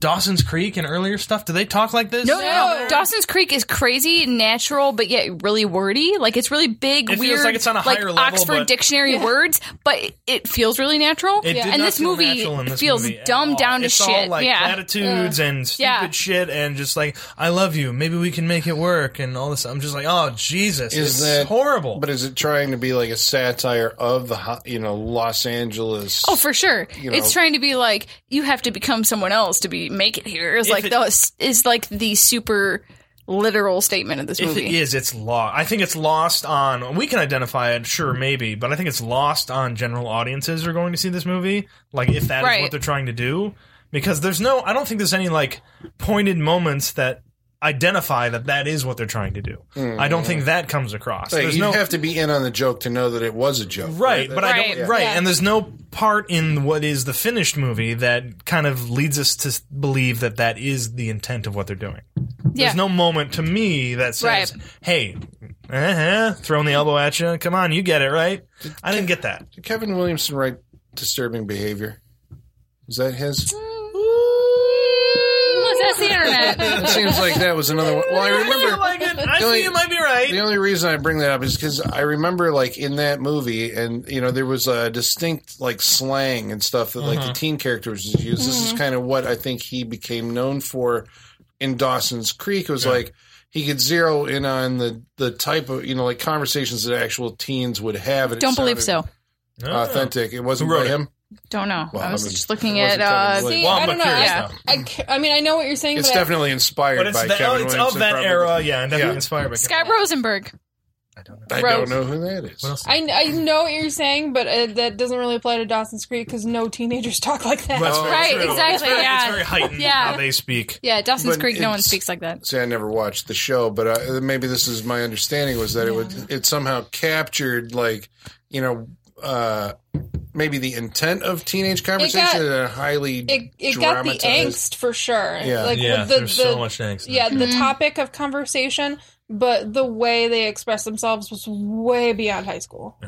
[SPEAKER 2] Dawson's Creek and earlier stuff? Do they talk like this?
[SPEAKER 4] No, no, no.
[SPEAKER 3] No.
[SPEAKER 4] Dawson's Creek is crazy, natural, but yet really wordy. Like it's really big,
[SPEAKER 2] It feels
[SPEAKER 4] weird.
[SPEAKER 2] like it's on a higher level,
[SPEAKER 4] Oxford
[SPEAKER 2] but-
[SPEAKER 4] Dictionary words, but it feels really natural.
[SPEAKER 2] It did
[SPEAKER 4] and
[SPEAKER 2] not
[SPEAKER 4] this
[SPEAKER 2] feel
[SPEAKER 4] movie
[SPEAKER 2] natural in this
[SPEAKER 4] feels
[SPEAKER 2] movie at
[SPEAKER 4] dumbed
[SPEAKER 2] all.
[SPEAKER 4] down to
[SPEAKER 2] it's
[SPEAKER 4] shit.
[SPEAKER 2] All like
[SPEAKER 4] yeah,
[SPEAKER 2] platitudes and stupid
[SPEAKER 4] Yeah.
[SPEAKER 2] shit, and just like I love you. Maybe we can make it work, and all this. I'm just like, oh Jesus,
[SPEAKER 1] Is
[SPEAKER 2] it's
[SPEAKER 1] that-
[SPEAKER 2] horrible?
[SPEAKER 1] But is it trying to be like a satire of the ho- you know Los Angeles?
[SPEAKER 4] Oh, for sure.
[SPEAKER 1] you know.
[SPEAKER 4] it's trying to be like you have to become someone else to be make it here. Is
[SPEAKER 2] If
[SPEAKER 4] like
[SPEAKER 2] it-
[SPEAKER 4] the is like the super literal statement of this
[SPEAKER 2] if
[SPEAKER 4] movie.
[SPEAKER 2] it is, it's lost. I think it's lost on. We can identify it, sure, maybe, but I think it's lost on general audiences who are going to see this movie. Like, if that is
[SPEAKER 4] Right.
[SPEAKER 2] what they're trying to do, because there's no. I don't think there's any like pointed moments that identify that that is what they're trying to do. I don't think that comes across.
[SPEAKER 1] Mm. Like,
[SPEAKER 2] there's
[SPEAKER 1] you
[SPEAKER 2] no
[SPEAKER 1] have to be in on the joke to know that it was a joke,
[SPEAKER 2] Right, but I
[SPEAKER 4] Right,
[SPEAKER 2] don't. Right,
[SPEAKER 5] yeah.
[SPEAKER 2] and there's no part in what is the finished movie that kind of leads us to s- believe that that is the intent of what they're doing.
[SPEAKER 4] yeah.
[SPEAKER 2] There's no moment to me that says,
[SPEAKER 4] Right.
[SPEAKER 2] "Hey, uh-huh, throwing the elbow at you. Come on, you get it right." I didn't get that.
[SPEAKER 1] Did Kevin Williamson write disturbing behavior? Is that his?
[SPEAKER 4] that's the internet.
[SPEAKER 1] It seems like that was another one. Well, I remember.
[SPEAKER 2] like it. I
[SPEAKER 1] Really-
[SPEAKER 2] think you might be
[SPEAKER 1] The
[SPEAKER 2] right.
[SPEAKER 1] only reason I bring that up is because I remember, like in that movie, and you know, there was a distinct like slang and stuff that
[SPEAKER 2] Mm-hmm.
[SPEAKER 1] like the teen characters used.
[SPEAKER 4] Mm-hmm.
[SPEAKER 1] This is kind of what I think he became known for in Dawson's Creek. It was like he could zero in on the the type of you know like conversations that actual teens would have. and it
[SPEAKER 4] Don't believe
[SPEAKER 1] sounded
[SPEAKER 4] so.
[SPEAKER 1] Oh. Authentic. It wasn't
[SPEAKER 2] Who wrote
[SPEAKER 1] by
[SPEAKER 2] it?
[SPEAKER 1] him.
[SPEAKER 4] Don't know.
[SPEAKER 1] Well,
[SPEAKER 4] I was
[SPEAKER 1] I mean,
[SPEAKER 4] just looking
[SPEAKER 1] it
[SPEAKER 4] at
[SPEAKER 1] wasn't
[SPEAKER 4] uh,
[SPEAKER 1] Kevin
[SPEAKER 5] See,
[SPEAKER 2] Well,
[SPEAKER 5] I
[SPEAKER 2] I'm
[SPEAKER 5] don't know.
[SPEAKER 2] but curious
[SPEAKER 5] I,
[SPEAKER 2] now.
[SPEAKER 5] I, ca- I mean, I know what you're saying,
[SPEAKER 1] It's
[SPEAKER 5] but I-
[SPEAKER 1] definitely inspired
[SPEAKER 2] But it's,
[SPEAKER 1] by
[SPEAKER 2] the, oh,
[SPEAKER 1] Kevin
[SPEAKER 2] it's
[SPEAKER 1] Williamson.
[SPEAKER 2] of that
[SPEAKER 1] probably.
[SPEAKER 2] era, yeah, and definitely
[SPEAKER 1] Yeah.
[SPEAKER 2] inspired by
[SPEAKER 4] Sky Rosenberg.
[SPEAKER 1] I don't
[SPEAKER 4] Rose.
[SPEAKER 1] know who that is.
[SPEAKER 2] What else?
[SPEAKER 5] I, I know what you're saying, but uh, that doesn't really apply to Dawson's Creek because no teenagers talk like that.
[SPEAKER 2] That's very
[SPEAKER 4] Right,
[SPEAKER 2] true. It's
[SPEAKER 4] exactly,
[SPEAKER 2] very-
[SPEAKER 4] yeah.
[SPEAKER 2] it's very heightened
[SPEAKER 4] Yeah.
[SPEAKER 2] how they speak.
[SPEAKER 4] Yeah, Dawson's
[SPEAKER 1] But
[SPEAKER 4] Creek. No one
[SPEAKER 1] it's-
[SPEAKER 4] speaks like that.
[SPEAKER 1] See, I never watched the show, but uh maybe this is my understanding was that it would it somehow captured like you know uh, maybe the intent of teenage conversation in a highly
[SPEAKER 5] It, it got the
[SPEAKER 1] dramatized.
[SPEAKER 5] angst for sure.
[SPEAKER 1] Yeah.
[SPEAKER 5] like
[SPEAKER 2] Yeah,
[SPEAKER 5] with the,
[SPEAKER 2] there's
[SPEAKER 5] the,
[SPEAKER 2] so much angst. in
[SPEAKER 5] Yeah,
[SPEAKER 2] that.
[SPEAKER 5] the topic of conversation, but the way they expressed themselves was way beyond high school.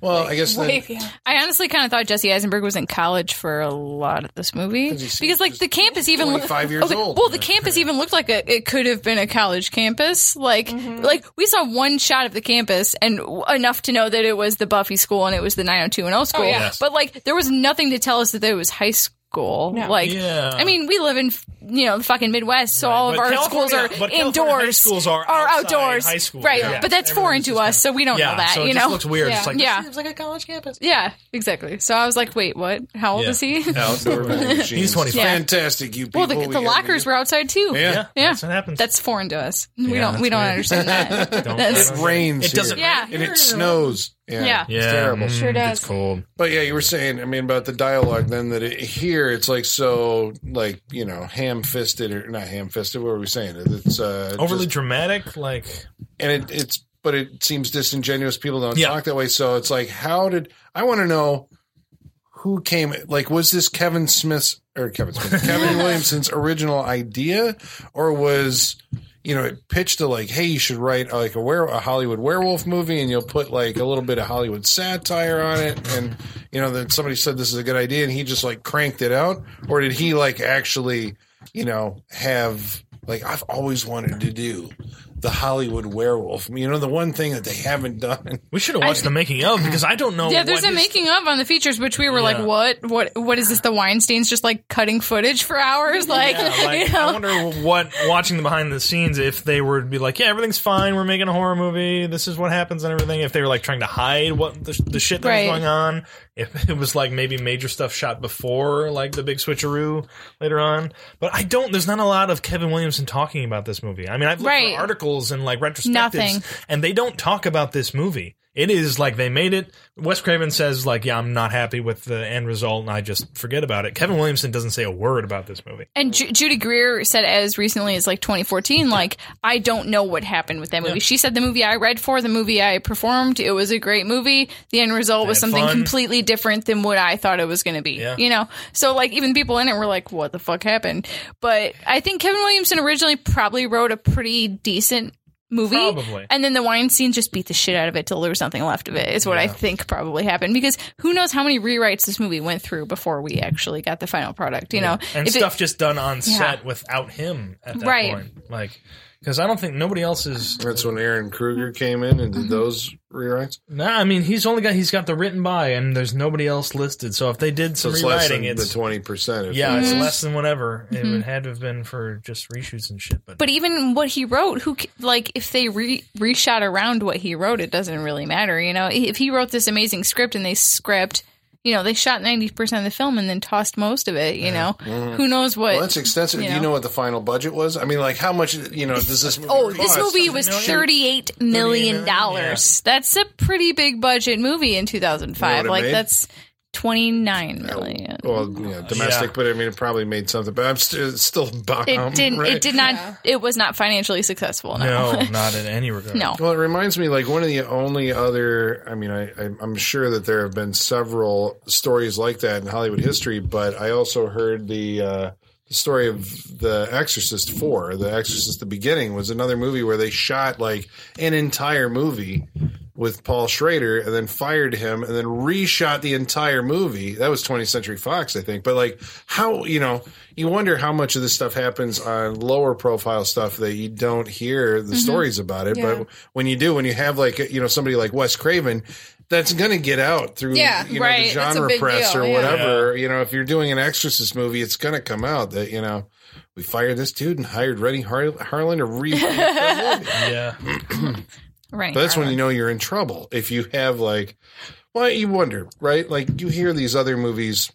[SPEAKER 1] Well, I guess
[SPEAKER 5] Way
[SPEAKER 1] then,
[SPEAKER 5] beyond.
[SPEAKER 4] I honestly kind of thought Jesse Eisenberg was in college for a lot of this movie
[SPEAKER 1] he seemed
[SPEAKER 4] because, like,
[SPEAKER 1] just
[SPEAKER 4] the campus even looked
[SPEAKER 1] 25 years old.
[SPEAKER 4] Well, Oh, the campus even looked like a, it could have been a college campus. Like, like we saw one shot of the campus and w- enough to know that it was the Buffy school and it was the 90210 school.
[SPEAKER 5] yeah.
[SPEAKER 2] Yes.
[SPEAKER 4] But like, there was nothing to tell us that it was high school.
[SPEAKER 5] No.
[SPEAKER 4] Like,
[SPEAKER 2] Yeah.
[SPEAKER 4] I mean, we live in you know the fucking Midwest, so all of
[SPEAKER 2] But
[SPEAKER 4] our
[SPEAKER 2] California-
[SPEAKER 4] schools are
[SPEAKER 2] but California
[SPEAKER 4] indoors.
[SPEAKER 2] high schools are outside
[SPEAKER 4] outdoors,
[SPEAKER 2] high school.
[SPEAKER 4] right?
[SPEAKER 2] Yeah.
[SPEAKER 4] But that's foreign to us, so we don't know that.
[SPEAKER 2] so it
[SPEAKER 4] you
[SPEAKER 2] just
[SPEAKER 4] know,
[SPEAKER 2] looks weird. It's
[SPEAKER 5] Yeah.
[SPEAKER 2] like,
[SPEAKER 4] yeah, seems like a college campus. Yeah, exactly. So I was like, wait, what? How old
[SPEAKER 2] Yeah.
[SPEAKER 4] is he?
[SPEAKER 1] outdoor vending machines.
[SPEAKER 2] 25.
[SPEAKER 4] Yeah.
[SPEAKER 1] Fantastic, you people.
[SPEAKER 4] well, the, the lockers were outside too.
[SPEAKER 1] Yeah.
[SPEAKER 2] yeah,
[SPEAKER 4] Yeah.
[SPEAKER 2] that's what happens.
[SPEAKER 4] That's foreign to us. We
[SPEAKER 2] Yeah,
[SPEAKER 4] don't. We
[SPEAKER 2] that's
[SPEAKER 4] don't
[SPEAKER 2] weird.
[SPEAKER 4] understand that.
[SPEAKER 2] Don't-
[SPEAKER 4] that's-
[SPEAKER 2] I
[SPEAKER 1] It
[SPEAKER 2] don't-
[SPEAKER 1] rains.
[SPEAKER 2] It doesn't.
[SPEAKER 1] here.
[SPEAKER 4] yeah.
[SPEAKER 1] And it snows. Yeah.
[SPEAKER 4] Yeah.
[SPEAKER 2] Yeah,
[SPEAKER 1] It's terrible.
[SPEAKER 2] mm,
[SPEAKER 5] Sure
[SPEAKER 2] it's
[SPEAKER 5] does.
[SPEAKER 2] cold.
[SPEAKER 1] But yeah, you were saying, I mean, about the dialogue then that it, here it's like so, like, you know, ham fisted or not ham fisted. What were we saying? It's uh,
[SPEAKER 2] Overly
[SPEAKER 1] just-
[SPEAKER 2] dramatic, like
[SPEAKER 1] and it, it's, but it seems disingenuous. People don't
[SPEAKER 2] Yeah.
[SPEAKER 1] talk that way. So it's like, how did, I want to know who came, like, was this Kevin Smith's or Kevin Smith, Kevin Williamson's original idea or was, you know, it pitched to like, hey, you should write like a, were- a Hollywood werewolf movie, and you'll put like a little bit of Hollywood satire on it, and you know, then somebody said this is a good idea, and he just like cranked it out, or did he like actually, you know, have like I've always wanted to do the Hollywood werewolf, you know, the one thing that they haven't done.
[SPEAKER 2] we should have watched the making of because I don't know.
[SPEAKER 4] Yeah, there's
[SPEAKER 2] what his-
[SPEAKER 4] a making of on the features, which we were like,
[SPEAKER 2] Yeah.
[SPEAKER 4] "What? What? What is this? The Weinstein's just like cutting footage for hours? Like,
[SPEAKER 2] Yeah, like,
[SPEAKER 4] you know?
[SPEAKER 2] I wonder what watching the behind the scenes if they were to be like, yeah, everything's fine. We're making a horror movie. This is what happens and everything. If they were like trying to hide what the, the shit that
[SPEAKER 4] Right.
[SPEAKER 2] was going on, if it was like maybe major stuff shot before like the big switcheroo later on. But I don't. There's not a lot of Kevin Williamson talking about this movie. I mean, I've looked
[SPEAKER 4] Right.
[SPEAKER 2] for articles and like retrospectives,
[SPEAKER 4] Nothing.
[SPEAKER 2] and they don't talk about this movie. It is like they made it. Wes Craven says like, yeah, I'm not happy with the end result, and I just forget about it. Kevin Williamson doesn't say a word about this movie.
[SPEAKER 4] And Ju- Judy Greer said as recently as like 2014, like, I don't know what happened with that movie. She said the movie I read for, the movie I performed, it was a great movie. The end result was
[SPEAKER 2] had
[SPEAKER 4] something
[SPEAKER 2] fun.
[SPEAKER 4] completely different than what I thought it was going to be.
[SPEAKER 2] Yeah.
[SPEAKER 4] You know? So, like, even people in it were like, what the fuck happened? But I think Kevin Williamson originally probably wrote a pretty decent movie.
[SPEAKER 2] Probably.
[SPEAKER 4] And then the Weinstein just beat the shit out of it till there was nothing left of it, is what I
[SPEAKER 2] Yeah.
[SPEAKER 4] think probably happened. Because who knows how many rewrites this movie went through before we actually got the final product, you know?
[SPEAKER 2] and
[SPEAKER 4] If it-
[SPEAKER 2] stuff just done on
[SPEAKER 4] Yeah.
[SPEAKER 2] set without him at that
[SPEAKER 4] Right.
[SPEAKER 2] point. Like, because I don't think nobody else is.
[SPEAKER 1] That's when Aaron Kruger came in and did those rewrites.
[SPEAKER 2] Nah, I mean, he's only got he's got the written by, and there's nobody else listed. So if they did
[SPEAKER 1] So
[SPEAKER 2] some
[SPEAKER 1] it's less than
[SPEAKER 2] rewriting,
[SPEAKER 1] the
[SPEAKER 2] it's
[SPEAKER 1] twenty percent.
[SPEAKER 2] yeah, it's
[SPEAKER 4] Mm-hmm.
[SPEAKER 2] less than whatever it would had to have been for just reshoots and shit. But,
[SPEAKER 4] but even what he wrote, who c- like if they re reshot around what he wrote, it doesn't really matter, you know. If he wrote this amazing script and they script, you know, they shot ninety percent of the film and then tossed most of it, you know. Who knows what?
[SPEAKER 1] Mm-hmm. Well, that's extensive.
[SPEAKER 4] you
[SPEAKER 1] Do you
[SPEAKER 4] know.
[SPEAKER 1] know what the final budget was? I mean, like how much? You know, does this movie?
[SPEAKER 4] Oh, this
[SPEAKER 1] cost?
[SPEAKER 4] movie was
[SPEAKER 2] million?
[SPEAKER 4] thirty-eight million dollars.
[SPEAKER 2] $38
[SPEAKER 4] That's a pretty big budget movie in two thousand
[SPEAKER 1] You
[SPEAKER 4] five.
[SPEAKER 1] know what it
[SPEAKER 4] Like
[SPEAKER 1] made? Oh. Um,
[SPEAKER 4] that's twenty-nine million.
[SPEAKER 1] Well, yeah, domestic,
[SPEAKER 2] Yeah.
[SPEAKER 1] but I mean, it probably made something. But I'm st- it's still bomb.
[SPEAKER 4] It didn't.
[SPEAKER 1] right?
[SPEAKER 4] It did not. It was not financially successful. No.
[SPEAKER 2] no, not in any regard.
[SPEAKER 4] No.
[SPEAKER 1] Well, it reminds me, like one of the only other. I mean, I, I, I'm sure that there have been several stories like that in Hollywood history, but I also heard the uh, the story of The Exorcist Four. The Exorcist: The Beginning was another movie where they shot like an entire movie with Paul Schrader, and then fired him, and then reshot the entire movie. That was 20th Century Fox, I think. But like, how you know, you wonder how much of this stuff happens on lower profile stuff that you don't hear the stories about it. But when you do, when you have like you know somebody like Wes Craven. That's going to get out through
[SPEAKER 3] Yeah,
[SPEAKER 1] you know, the
[SPEAKER 3] right. That's a
[SPEAKER 1] genre
[SPEAKER 3] big
[SPEAKER 1] press
[SPEAKER 3] deal,
[SPEAKER 1] or
[SPEAKER 3] yeah.
[SPEAKER 1] whatever. You know, if you're doing an Exorcist movie, it's going to come out that you know we fired this dude and hired Rennie Har- Harlan to re. that movie.
[SPEAKER 2] Yeah.
[SPEAKER 4] Right.
[SPEAKER 1] But that's when you know you're in trouble if you have like, well, you wonder, right? Like you hear these other movies,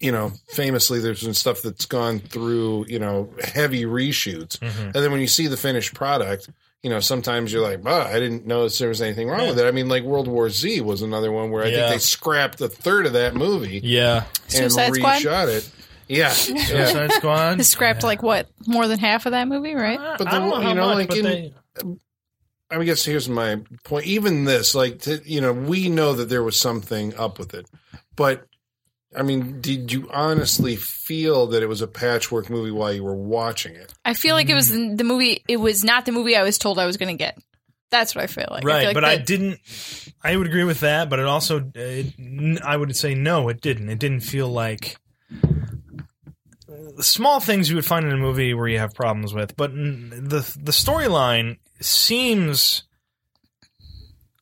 [SPEAKER 1] you know, famously there's been stuff that's gone through, you know, heavy reshoots,
[SPEAKER 2] Mm-hmm.
[SPEAKER 1] and then when you see the finished product. You know, sometimes you're like, "Bah, I didn't notice there was anything wrong with it." I mean, like World War Z was another one where I
[SPEAKER 2] Yeah.
[SPEAKER 1] think they scrapped a third of that movie
[SPEAKER 2] Yeah.
[SPEAKER 4] Suicide
[SPEAKER 1] and
[SPEAKER 4] Squad?
[SPEAKER 1] reshot it. Yeah, yeah.
[SPEAKER 2] Suicide Squad.
[SPEAKER 4] the scrapped like what more than half of that movie, right?
[SPEAKER 1] But
[SPEAKER 2] But
[SPEAKER 1] the-
[SPEAKER 2] I don't know
[SPEAKER 1] you
[SPEAKER 2] how
[SPEAKER 1] know,
[SPEAKER 2] much,
[SPEAKER 1] like
[SPEAKER 2] but
[SPEAKER 1] in-
[SPEAKER 2] they,
[SPEAKER 1] I guess here's my point. Even this, like, to, you know, we know that there was something up with it, but I mean, did you honestly feel that it was a patchwork movie while you were watching it?
[SPEAKER 4] I feel like it was
[SPEAKER 2] Mm-hmm.
[SPEAKER 4] the the movie. It was not the movie I was told I was going to get. That's what I feel like. I
[SPEAKER 2] right
[SPEAKER 4] feel like
[SPEAKER 2] but i
[SPEAKER 4] that-
[SPEAKER 2] didn't i would agree with that but it also it, n- i would say no it didn't it didn't feel like uh, small things you would find in a movie where you have problems with but n- the the storyline seems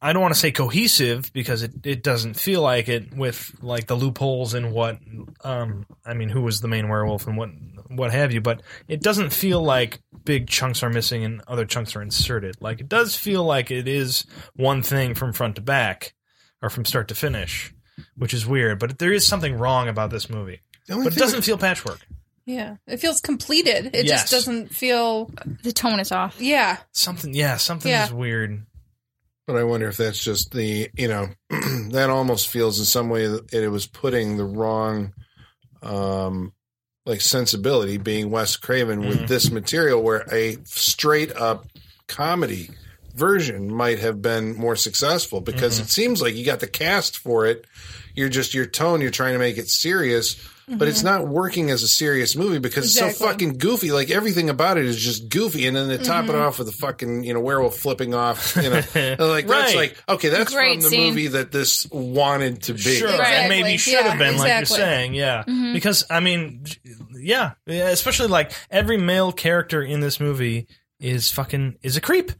[SPEAKER 2] i don't want to say cohesive because it, it doesn't feel like it with like the loopholes and what um i mean who was the main werewolf and what what have you but it doesn't feel like big chunks are missing and other chunks are inserted. Like it does feel like it is one thing from front to back or from start to finish, which is weird, but there is something wrong about this movie.
[SPEAKER 1] The only
[SPEAKER 2] But it
[SPEAKER 1] thing-
[SPEAKER 2] doesn't feel patchwork.
[SPEAKER 3] Yeah, it feels completed. It
[SPEAKER 2] Yes.
[SPEAKER 3] just doesn't feel.
[SPEAKER 4] the tone is off.
[SPEAKER 3] Yeah,
[SPEAKER 2] Something yeah, something
[SPEAKER 3] Yeah.
[SPEAKER 2] is weird.
[SPEAKER 1] But I wonder if that's just the, you know, that almost feels in some way that it was putting the wrong, um, like sensibility being Wes Craven with this material where a straight up comedy version might have been more successful because it seems like you got the cast for it. You're just your tone, you're trying to make it serious, but
[SPEAKER 4] Mm-hmm.
[SPEAKER 1] it's not working as a serious movie because it's so
[SPEAKER 3] Exactly.
[SPEAKER 1] fucking goofy. Like everything about it is just goofy. And then they top
[SPEAKER 4] Mm-hmm.
[SPEAKER 1] it off with a fucking, you know, werewolf flipping off, you know, like that's
[SPEAKER 2] Right.
[SPEAKER 1] like, okay, that's
[SPEAKER 4] Great
[SPEAKER 1] from the
[SPEAKER 4] scene.
[SPEAKER 1] movie that this wanted to be.
[SPEAKER 2] Sure,
[SPEAKER 3] Exactly.
[SPEAKER 2] and maybe should have
[SPEAKER 3] Yeah,
[SPEAKER 2] been like you're
[SPEAKER 3] exactly.
[SPEAKER 2] saying, yeah.
[SPEAKER 4] Mm-hmm.
[SPEAKER 2] Because I mean, j- yeah, yeah, especially like every male character in this movie is fucking is a creep.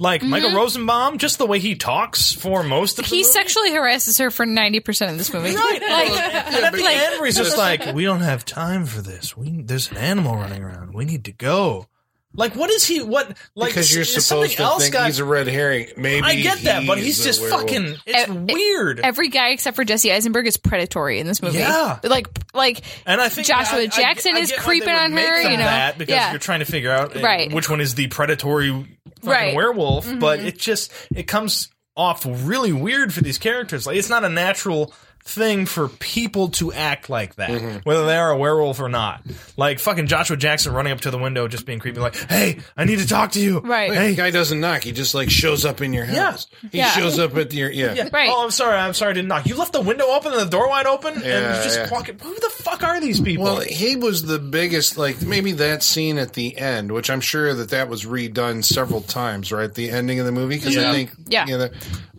[SPEAKER 2] Like
[SPEAKER 4] Mm-hmm.
[SPEAKER 2] Michael Rosenbaum, just the way he talks for most of the
[SPEAKER 4] He
[SPEAKER 2] movie.
[SPEAKER 4] sexually harasses her for ninety percent of this movie.
[SPEAKER 2] Right.
[SPEAKER 4] Like,
[SPEAKER 2] and at the end, where he's just like, "We don't have time for this. We there's an animal running around. We need to go." Like, what is he? What like
[SPEAKER 1] because you're
[SPEAKER 2] is something
[SPEAKER 1] supposed to
[SPEAKER 2] else
[SPEAKER 1] think
[SPEAKER 2] got-
[SPEAKER 1] he's a red herring. Maybe
[SPEAKER 2] I get that, but
[SPEAKER 1] he's
[SPEAKER 2] he's
[SPEAKER 1] a
[SPEAKER 2] just
[SPEAKER 1] werewolf.
[SPEAKER 2] fucking. It's
[SPEAKER 4] E- e-
[SPEAKER 2] weird.
[SPEAKER 4] every guy except for Jesse Eisenberg is predatory in this movie.
[SPEAKER 2] Yeah.
[SPEAKER 4] Like like
[SPEAKER 2] and I think
[SPEAKER 4] Joshua
[SPEAKER 2] I- I-
[SPEAKER 4] Jackson
[SPEAKER 2] I
[SPEAKER 4] is
[SPEAKER 2] get why
[SPEAKER 4] creeping
[SPEAKER 2] they would
[SPEAKER 4] on
[SPEAKER 2] make
[SPEAKER 4] her,
[SPEAKER 2] them
[SPEAKER 4] you know.
[SPEAKER 2] that because
[SPEAKER 4] Yeah.
[SPEAKER 2] you're trying to figure out uh,
[SPEAKER 4] Right.
[SPEAKER 2] which one is the predatory fucking
[SPEAKER 4] Right. Mm-hmm.
[SPEAKER 2] werewolf. But it just it comes off really weird for these characters. Like it's not a natural thing for people to act like that,
[SPEAKER 1] Mm-hmm.
[SPEAKER 2] whether they are a werewolf or not. Like fucking Joshua Jackson running up to the window, just being creepy, like, "Hey, I need to talk to you."
[SPEAKER 4] Right.
[SPEAKER 1] Hey, guy doesn't knock. He just like shows up in your house. He
[SPEAKER 4] Yeah.
[SPEAKER 1] shows up at your yeah.
[SPEAKER 2] Yeah.
[SPEAKER 4] Right.
[SPEAKER 2] Oh, I'm sorry. I'm sorry. I didn't knock. You left the window open and the door wide open, and
[SPEAKER 1] Yeah,
[SPEAKER 2] you just
[SPEAKER 1] yeah.
[SPEAKER 2] walking. Who the fuck are these people?
[SPEAKER 1] Well, he was the biggest. Like maybe that scene at the end, which I'm sure that that was redone several times, right? The ending of the movie, because I
[SPEAKER 4] Yeah.
[SPEAKER 1] think
[SPEAKER 4] Yeah.
[SPEAKER 1] you know,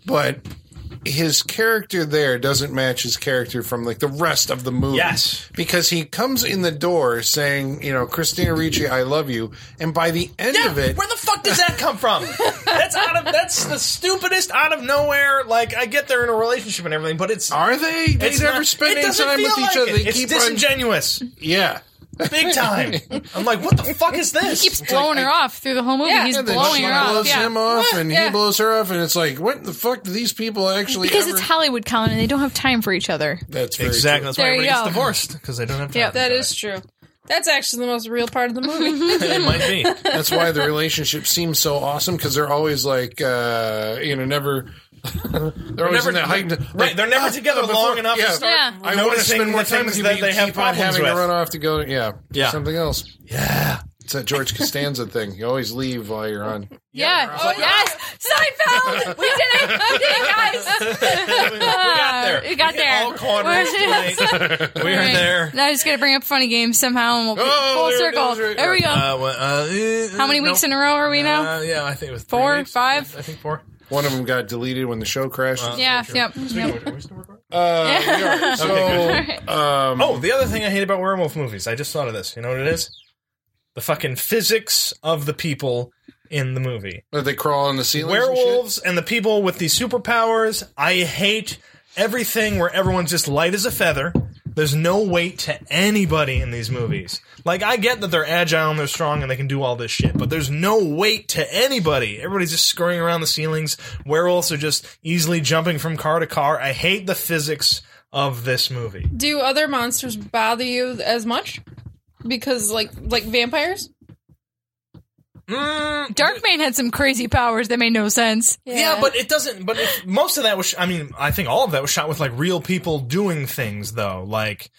[SPEAKER 1] but his character there doesn't match his character from like the rest of the movie.
[SPEAKER 2] Yes.
[SPEAKER 1] because he comes in the door saying, you know, Christina Ricci, I love you, and by the end
[SPEAKER 2] Yeah,
[SPEAKER 1] of it,
[SPEAKER 2] where the fuck does that come from? that's out of that's the stupidest out of nowhere. Like I get they're in a relationship and everything, but it's
[SPEAKER 1] are they? They
[SPEAKER 2] it's
[SPEAKER 1] never
[SPEAKER 2] not-
[SPEAKER 1] spend
[SPEAKER 2] it
[SPEAKER 1] any
[SPEAKER 2] doesn't
[SPEAKER 1] time
[SPEAKER 2] feel
[SPEAKER 1] with each
[SPEAKER 2] like
[SPEAKER 1] other.
[SPEAKER 2] it.
[SPEAKER 1] They
[SPEAKER 2] it's
[SPEAKER 1] keep on,
[SPEAKER 2] disingenuous,
[SPEAKER 1] yeah.
[SPEAKER 2] big time. I'm like, what the fuck is this?
[SPEAKER 4] Keeps blowing her off through the whole movie.
[SPEAKER 3] Yeah.
[SPEAKER 4] He's
[SPEAKER 3] Yeah,
[SPEAKER 1] And then
[SPEAKER 4] blowing
[SPEAKER 1] she
[SPEAKER 4] her off.
[SPEAKER 1] blows
[SPEAKER 4] Yeah.
[SPEAKER 1] him off, and he
[SPEAKER 3] Yeah.
[SPEAKER 1] blows her off, and it's like, what the fuck do these people actually?
[SPEAKER 4] Because
[SPEAKER 1] ever-
[SPEAKER 4] it's Hollywood, Colin, and they don't have time for each other.
[SPEAKER 1] That's very
[SPEAKER 2] exactly.
[SPEAKER 1] true.
[SPEAKER 2] That's why
[SPEAKER 4] There you
[SPEAKER 2] everybody gets
[SPEAKER 4] go.
[SPEAKER 2] divorced because they don't have time.
[SPEAKER 4] Yeah,
[SPEAKER 2] for
[SPEAKER 3] Mm-hmm. That
[SPEAKER 2] each
[SPEAKER 3] is true. That's actually the most real part of the movie.
[SPEAKER 2] other. it might be.
[SPEAKER 1] That's why the relationship seems so awesome because they're always like, uh, you know, never. they're always
[SPEAKER 2] never-
[SPEAKER 1] in that heightened.
[SPEAKER 2] Right, they're never together
[SPEAKER 1] before-
[SPEAKER 2] long enough
[SPEAKER 1] yeah.
[SPEAKER 2] to start
[SPEAKER 4] Yeah.
[SPEAKER 1] I want to
[SPEAKER 2] noticing
[SPEAKER 1] spend more
[SPEAKER 2] the
[SPEAKER 1] time
[SPEAKER 2] things
[SPEAKER 1] with you.
[SPEAKER 2] that
[SPEAKER 1] but
[SPEAKER 2] they
[SPEAKER 1] you
[SPEAKER 2] have
[SPEAKER 1] keep on
[SPEAKER 2] problems
[SPEAKER 1] having to
[SPEAKER 2] with.
[SPEAKER 1] run off to go. Yeah,
[SPEAKER 2] Yeah.
[SPEAKER 1] Something else.
[SPEAKER 2] Yeah,
[SPEAKER 1] It's that George Costanza thing. You always leave while you're on.
[SPEAKER 4] Yeah. yes. Seinfeld. We did it. We did it, guys.
[SPEAKER 2] we got there.
[SPEAKER 4] We got there.
[SPEAKER 2] All corners.
[SPEAKER 4] We're-
[SPEAKER 2] We are there.
[SPEAKER 4] Now I just got to bring up funny games somehow, and we'll be
[SPEAKER 1] Oh,
[SPEAKER 4] full
[SPEAKER 1] there it
[SPEAKER 4] circle.
[SPEAKER 1] is right
[SPEAKER 4] there we go.
[SPEAKER 2] Uh, well, uh,
[SPEAKER 4] How many weeks in a row are we now?
[SPEAKER 2] Uh, yeah, I think it was three
[SPEAKER 4] Four,
[SPEAKER 2] weeks.
[SPEAKER 4] five?
[SPEAKER 2] I think four.
[SPEAKER 1] One of them got deleted when the show crashed.
[SPEAKER 4] yeah. Yep. yep.
[SPEAKER 1] Uh, we are.
[SPEAKER 2] Okay,
[SPEAKER 1] so, um,
[SPEAKER 2] Oh, the other thing I hate about werewolf movies, I just thought of this. You know what it is? The fucking physics of the people in the movie.
[SPEAKER 1] that they crawl on the ceilings. and shit?
[SPEAKER 2] Werewolves and the people with the superpowers. I hate everything where everyone's just light as a feather. There's no weight to anybody in these movies. Like I get that they're agile and they're strong and they can do all this shit, but there's no weight to anybody. Everybody's just scurrying around the ceilings. Werewolves are just easily jumping from car to car. I hate the physics of this movie.
[SPEAKER 3] Do other monsters bother you as much? Because like like vampires?
[SPEAKER 2] Mm,
[SPEAKER 4] Darkman had some crazy powers that made no sense.
[SPEAKER 2] Yeah, but it doesn't. But if most of that was, sh- I mean, I think all of that was shot with like real people doing things, though. Like,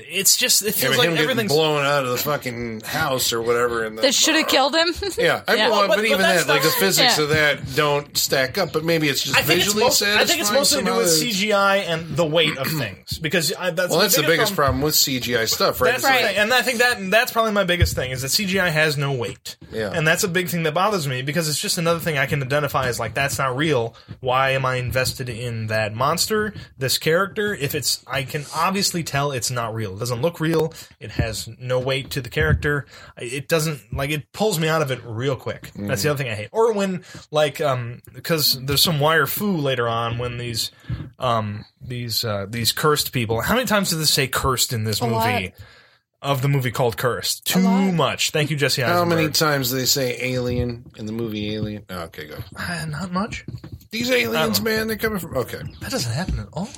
[SPEAKER 2] it's just it
[SPEAKER 1] Yeah,
[SPEAKER 2] feels
[SPEAKER 1] but
[SPEAKER 2] like
[SPEAKER 1] him getting
[SPEAKER 2] everything's.
[SPEAKER 1] blown out of the fucking house or whatever. And the,
[SPEAKER 4] That should have killed him.
[SPEAKER 1] yeah, I
[SPEAKER 4] Yeah.
[SPEAKER 1] Well,
[SPEAKER 2] Well,
[SPEAKER 1] but,
[SPEAKER 2] but-
[SPEAKER 1] even
[SPEAKER 2] but that's
[SPEAKER 1] that, like the
[SPEAKER 2] not-
[SPEAKER 1] physics
[SPEAKER 4] yeah.
[SPEAKER 1] of that don't stack up. But maybe it's just
[SPEAKER 2] I think it's,
[SPEAKER 1] visually
[SPEAKER 2] most, I
[SPEAKER 1] satisfying.
[SPEAKER 2] think it's mostly to do
[SPEAKER 1] somehow.
[SPEAKER 2] with CGI and the weight of things because I, that's
[SPEAKER 1] Well, that's the biggest problem
[SPEAKER 2] problem.
[SPEAKER 1] with CGI stuff, right? It's
[SPEAKER 2] That's the
[SPEAKER 1] like-
[SPEAKER 2] thing, and I think that that's probably my biggest thing is that CGI has no weight,
[SPEAKER 1] Yeah.
[SPEAKER 2] and that's a big thing that bothers me because it's just another thing I can identify as like that's not real. Why am I invested in that monster, this character? If it's I can obviously tell it's not real. It doesn't look real. It has no weight to the character. I- It doesn't like it pulls me out of it real quick. That's the other thing I hate. Or when like um because there's some wire foo later on when these um these uh these cursed people. How many times does this say cursed in this movie?
[SPEAKER 3] lot.
[SPEAKER 2] of the movie called Cursed. Too much. Thank you, Jesse
[SPEAKER 1] How
[SPEAKER 2] Eisenberg.
[SPEAKER 1] many times do they say alien in the movie Alien? Oh, okay, go.
[SPEAKER 2] Uh, not much.
[SPEAKER 1] These
[SPEAKER 2] Oh.
[SPEAKER 1] aliens, man, they're coming from. Okay,
[SPEAKER 2] That doesn't happen at all